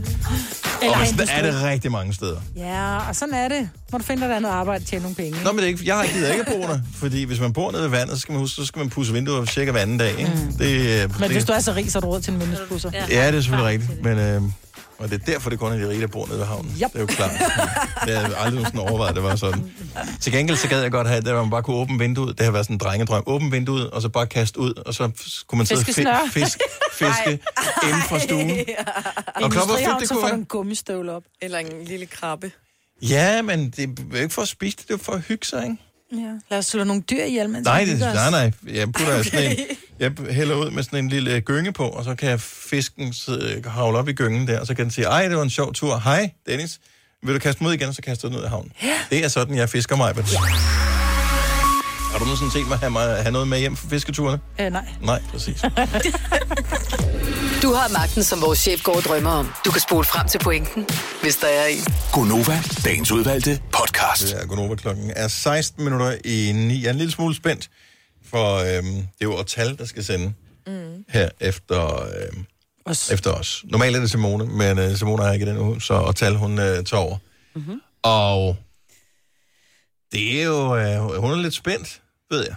Speaker 5: Eller
Speaker 4: Og sådan
Speaker 5: industri.
Speaker 4: er det rigtig mange steder.
Speaker 5: Ja, og sådan er det. Må du finde dig et andet arbejde og tjene nogle penge.
Speaker 4: Nå, men det er ikke, jeg har ikke gider ikke at bo der, fordi hvis man bor nede ved vandet, så skal man huske, så skal man pusse vinduer cirka hver anden dag. Ikke? Mm. Det, øh,
Speaker 5: Men
Speaker 4: det,
Speaker 5: hvis du er så rig, så har du råd til en vinduespusser.
Speaker 4: Ja, det er selvfølgelig rigtigt, men... Øh, og det er derfor, det kun er de rige, der bor nede ved havnen.
Speaker 5: Yep.
Speaker 4: Det er jo klart. Det har jeg aldrig nogensinde overvejet, at det var sådan. Til gengæld så gad jeg godt have, at man bare kunne åbne vinduet. Det har været sådan en drengedrøm. Åbne vinduet, og så bare kaste ud, og så f- kunne man sidde og
Speaker 5: Fiskesnøre.
Speaker 4: fi- fisk, fiske inden for stuen.
Speaker 5: Og
Speaker 4: Og klop,
Speaker 5: klokken
Speaker 4: hvor fedt
Speaker 5: fedt,
Speaker 4: det
Speaker 5: så
Speaker 4: kunne
Speaker 5: får du
Speaker 4: være.
Speaker 5: en gummistøvle op.
Speaker 6: Eller en lille krabbe.
Speaker 4: Ja, men det er jo ikke for at spise det, det er jo for at hygge sig, ikke?
Speaker 5: Ja. Lad os slå nogle dyr ihjel, mens
Speaker 4: Nej,
Speaker 5: vi
Speaker 4: det,
Speaker 5: hygger Altså, os.
Speaker 4: nej, nej. Jeg putter
Speaker 5: Okay.
Speaker 4: okay. sådan en, jeg hælder ud med sådan en lille gynge på, og så kan fisken sidde, havle op i gyngen der, og så kan den sige, ej, det var en sjov tur. Hej, Dennis. Vil du kaste dem ud igen, og så kaster du den ud i havnen? Ja. Det er sådan, jeg fisker mig. Ja. Har du
Speaker 2: Øh,
Speaker 4: nogensinde set mig have, mig have noget med hjem fra fisketurene?
Speaker 5: Øh, nej.
Speaker 4: Nej, præcis.
Speaker 8: Du har magten, som vores chef går og drømmer om. Du kan spole frem til pointen, hvis der er en.
Speaker 11: Gonova, dagens udvalgte podcast.
Speaker 4: Det er Gunova, klokken er 16 minutter i 9. Jeg er en lille smule spændt, for øhm, det er jo årtal, der skal sende mm. her efter, øhm,
Speaker 5: os.
Speaker 4: efter os. Normalt er det Simone, men øh, Simone har ikke den uge, så årtal hun øh, tager over. Mm-hmm. Og det er jo, øh, hun er lidt spændt, ved jeg.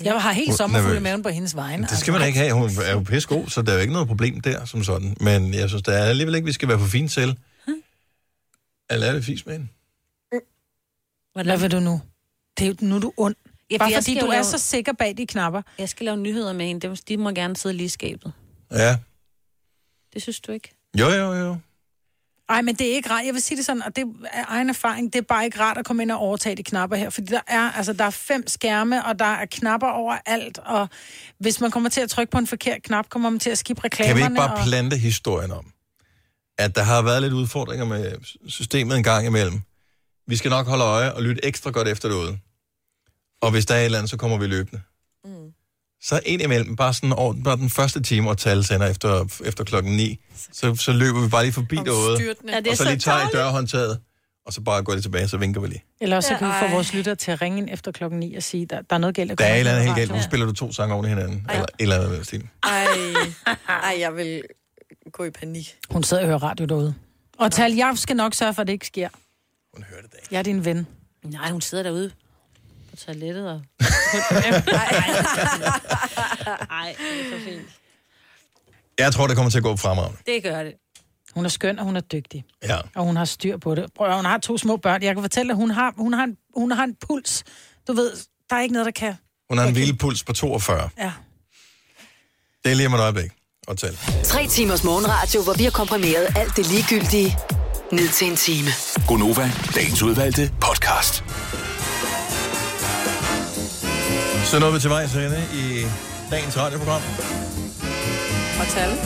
Speaker 5: Jeg har
Speaker 4: Hun
Speaker 5: helt
Speaker 4: er
Speaker 5: sommerfuld i
Speaker 4: nervøs.
Speaker 5: maven på hendes vegne. altså.
Speaker 4: Det skal man ikke have. Hun er jo pissegod, så der er jo ikke noget problem der som sådan. Men jeg synes, der er alligevel ikke, vi skal være for fine til. Eller er det fisk med hende?
Speaker 5: Hvordan vil du nu? Det er jo, nu er du ond.
Speaker 2: Ja,
Speaker 5: Bare
Speaker 2: jeg
Speaker 5: fordi
Speaker 2: skal
Speaker 5: du
Speaker 2: jo
Speaker 5: er
Speaker 2: lave-
Speaker 5: så sikker bag de knapper.
Speaker 2: Jeg skal lave nyheder med en. Dem- De må gerne sidde lige i skabet.
Speaker 4: Ja.
Speaker 2: Det synes du ikke?
Speaker 4: Jo, jo, jo.
Speaker 5: Ej, men det er ikke rart. Jeg vil sige det sådan, og det er egen erfaring, det er bare ikke rart at komme ind og overtage de knapper her, fordi der er, altså, der er fem skærme, og der er knapper overalt, og hvis man kommer til at trykke på en forkert knap, kommer man til at skippe reklamerne.
Speaker 4: Kan vi ikke bare
Speaker 5: og...
Speaker 4: plante historien om, at der har været lidt udfordringer med systemet en gang imellem? Vi skal nok holde øje og lytte ekstra godt efter derude. Og hvis der er et eller andet, så kommer vi løbende. Mm. Så ind imellem, bare sådan over, bare den første time og tal sender efter, efter klokken 9, så, så løber vi bare lige forbi derude,
Speaker 2: styrtende. Ja, det er
Speaker 4: og så
Speaker 2: så
Speaker 4: lige tager i
Speaker 2: dejligt.
Speaker 4: dørhåndtaget, og så bare går det tilbage, så vinker vi lige.
Speaker 5: Eller også så kan vi få
Speaker 2: Ej.
Speaker 5: vores lyttere til at ringe ind efter klokken 9 og sige, der, der er noget galt. jeg
Speaker 4: Der er
Speaker 5: kommer
Speaker 4: et eller andet
Speaker 5: til
Speaker 4: helt
Speaker 5: at
Speaker 4: galt. Nu
Speaker 5: rette.
Speaker 4: spiller du to sange oven i hinanden, eller et eller andet. i den stil.
Speaker 16: Ej, ej, jeg vil gå i panik.
Speaker 5: Hun sidder og hører radio derude. Og tal, jeg skal nok sørge for, at det ikke sker. Hun hører det da Jeg er din ven.
Speaker 2: Nej, hun sidder derude på toilettet og... Nej, det er for fint.
Speaker 4: Jeg tror, det kommer til at gå fremragende.
Speaker 2: Det gør det.
Speaker 5: Hun er skøn, og hun er dygtig.
Speaker 4: Ja.
Speaker 5: Og hun har styr på det. Prøv, at høre, hun har to små børn. Jeg kan fortælle, at hun har, hun har, en, hun har en puls. Du ved, der er ikke noget, der kan.
Speaker 4: Hun har en hvilepuls på 42.
Speaker 5: Ja.
Speaker 4: Det er lige om et øjeblik. Og tal.
Speaker 8: Tre timers morgenradio, hvor vi har komprimeret alt det ligegyldige ned til en time.
Speaker 11: Gonova, dagens udvalgte podcast.
Speaker 4: Så nåede vi til vejs ende i dagens radioprogram.
Speaker 16: Og tal.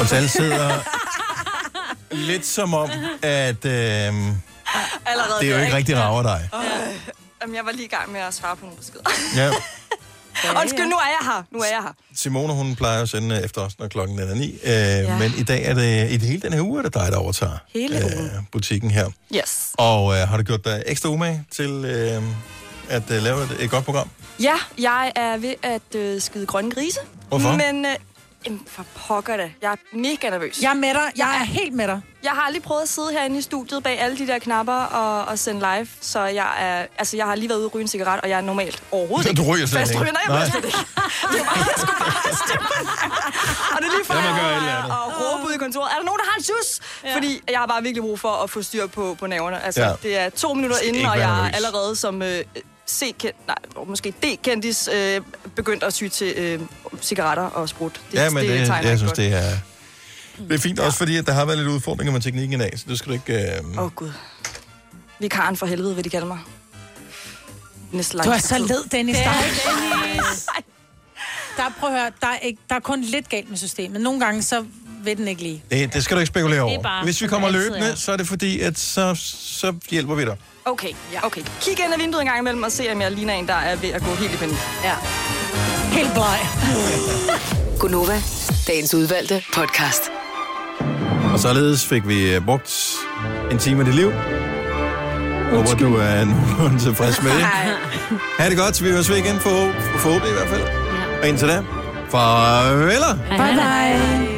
Speaker 4: Og tal sidder lidt som om, at øh, det
Speaker 16: Allerede
Speaker 4: er jo
Speaker 16: der,
Speaker 4: ikke rigtig rager dig.
Speaker 16: Åh, Jamen, jeg var lige i gang med at svare på nogle beskeder.
Speaker 4: Ja.
Speaker 16: Undskyld, nu er jeg her. Nu er jeg her.
Speaker 4: Simone, hun plejer at sende efter os, når klokken den er ni. Øh, ja. Men i dag er det, i det hele den her uge, er det dig, der overtager
Speaker 16: Hele
Speaker 4: øh, butikken her.
Speaker 16: Yes.
Speaker 4: Og øh, har du gjort dig ekstra umage til øh, at øh, lave et, et godt program?
Speaker 16: Ja, jeg er ved at øh, skide grønne grise.
Speaker 4: Hvorfor?
Speaker 16: Men øh, jamen, for pokker da. Jeg er mega nervøs.
Speaker 5: Jeg er med dig. Jeg er helt med dig.
Speaker 16: Jeg har aldrig prøvet at sidde herinde i studiet bag alle de der knapper og, og sende live, så jeg er, altså, jeg har lige været ude og ryge en cigaret, og jeg er normalt overhovedet
Speaker 4: Du ryger slet
Speaker 16: Fast
Speaker 4: ikke.
Speaker 16: ryger, nej, jeg
Speaker 4: Nej.
Speaker 16: ryger slet ikke. Det var, jeg skulle bare have stemt. Og det er lige
Speaker 4: Lad
Speaker 16: før,
Speaker 4: mig gøre et eller
Speaker 16: jeg
Speaker 4: andet.
Speaker 16: og råbe ud i kontoret, er der nogen, der har en sus? Ja. Fordi jeg har bare virkelig brug for at få styr på, på naverne. Altså,
Speaker 7: Ja.
Speaker 16: ja. det er to minutter
Speaker 7: Skal
Speaker 16: inden,
Speaker 7: ikke
Speaker 16: og
Speaker 7: være
Speaker 16: jeg er
Speaker 7: nervøs.
Speaker 16: allerede som øh, C-kendt, nej, måske D-kendis, øh, begyndt at syge til øh, cigaretter og sprut.
Speaker 4: ja, men det, det,
Speaker 16: tegner
Speaker 4: jeg
Speaker 16: ikke
Speaker 4: synes,
Speaker 16: godt.
Speaker 4: det er... Det er fint, også fordi at der har været lidt udfordringer med teknikken i dag, så det skal du ikke... øh,
Speaker 16: Åh, oh, Gud. Vikaren for helvede, vil de kalde mig. Næste
Speaker 5: Du er så led, Dennis. Der er, ikke-
Speaker 16: Dennis.
Speaker 5: der, prøv at høre, der, er ikke, der er kun lidt galt med systemet. Nogle gange, så ved den ikke lige.
Speaker 4: Det, det skal du ikke spekulere
Speaker 5: Det er
Speaker 4: over.
Speaker 5: bare,
Speaker 4: Hvis vi
Speaker 5: som
Speaker 4: kommer
Speaker 5: det altid
Speaker 4: løbende,
Speaker 5: er.
Speaker 4: så er det fordi, at så, så hjælper vi dig.
Speaker 16: Okay, ja. okay. Kig ind ad vinduet en gang imellem og se, om jeg ligner en, der er ved at gå helt i panik. Ja.
Speaker 5: Helt bleg.
Speaker 8: Gunova, dagens udvalgte podcast.
Speaker 4: Og således fik vi øh, brugt en time af dit liv. Håber, du er en tilfreds med det. Ha' det godt, vi høres ved igen, forhåb- forhåbentlig i hvert fald. Og indtil da, farvel!
Speaker 5: Bye, bye.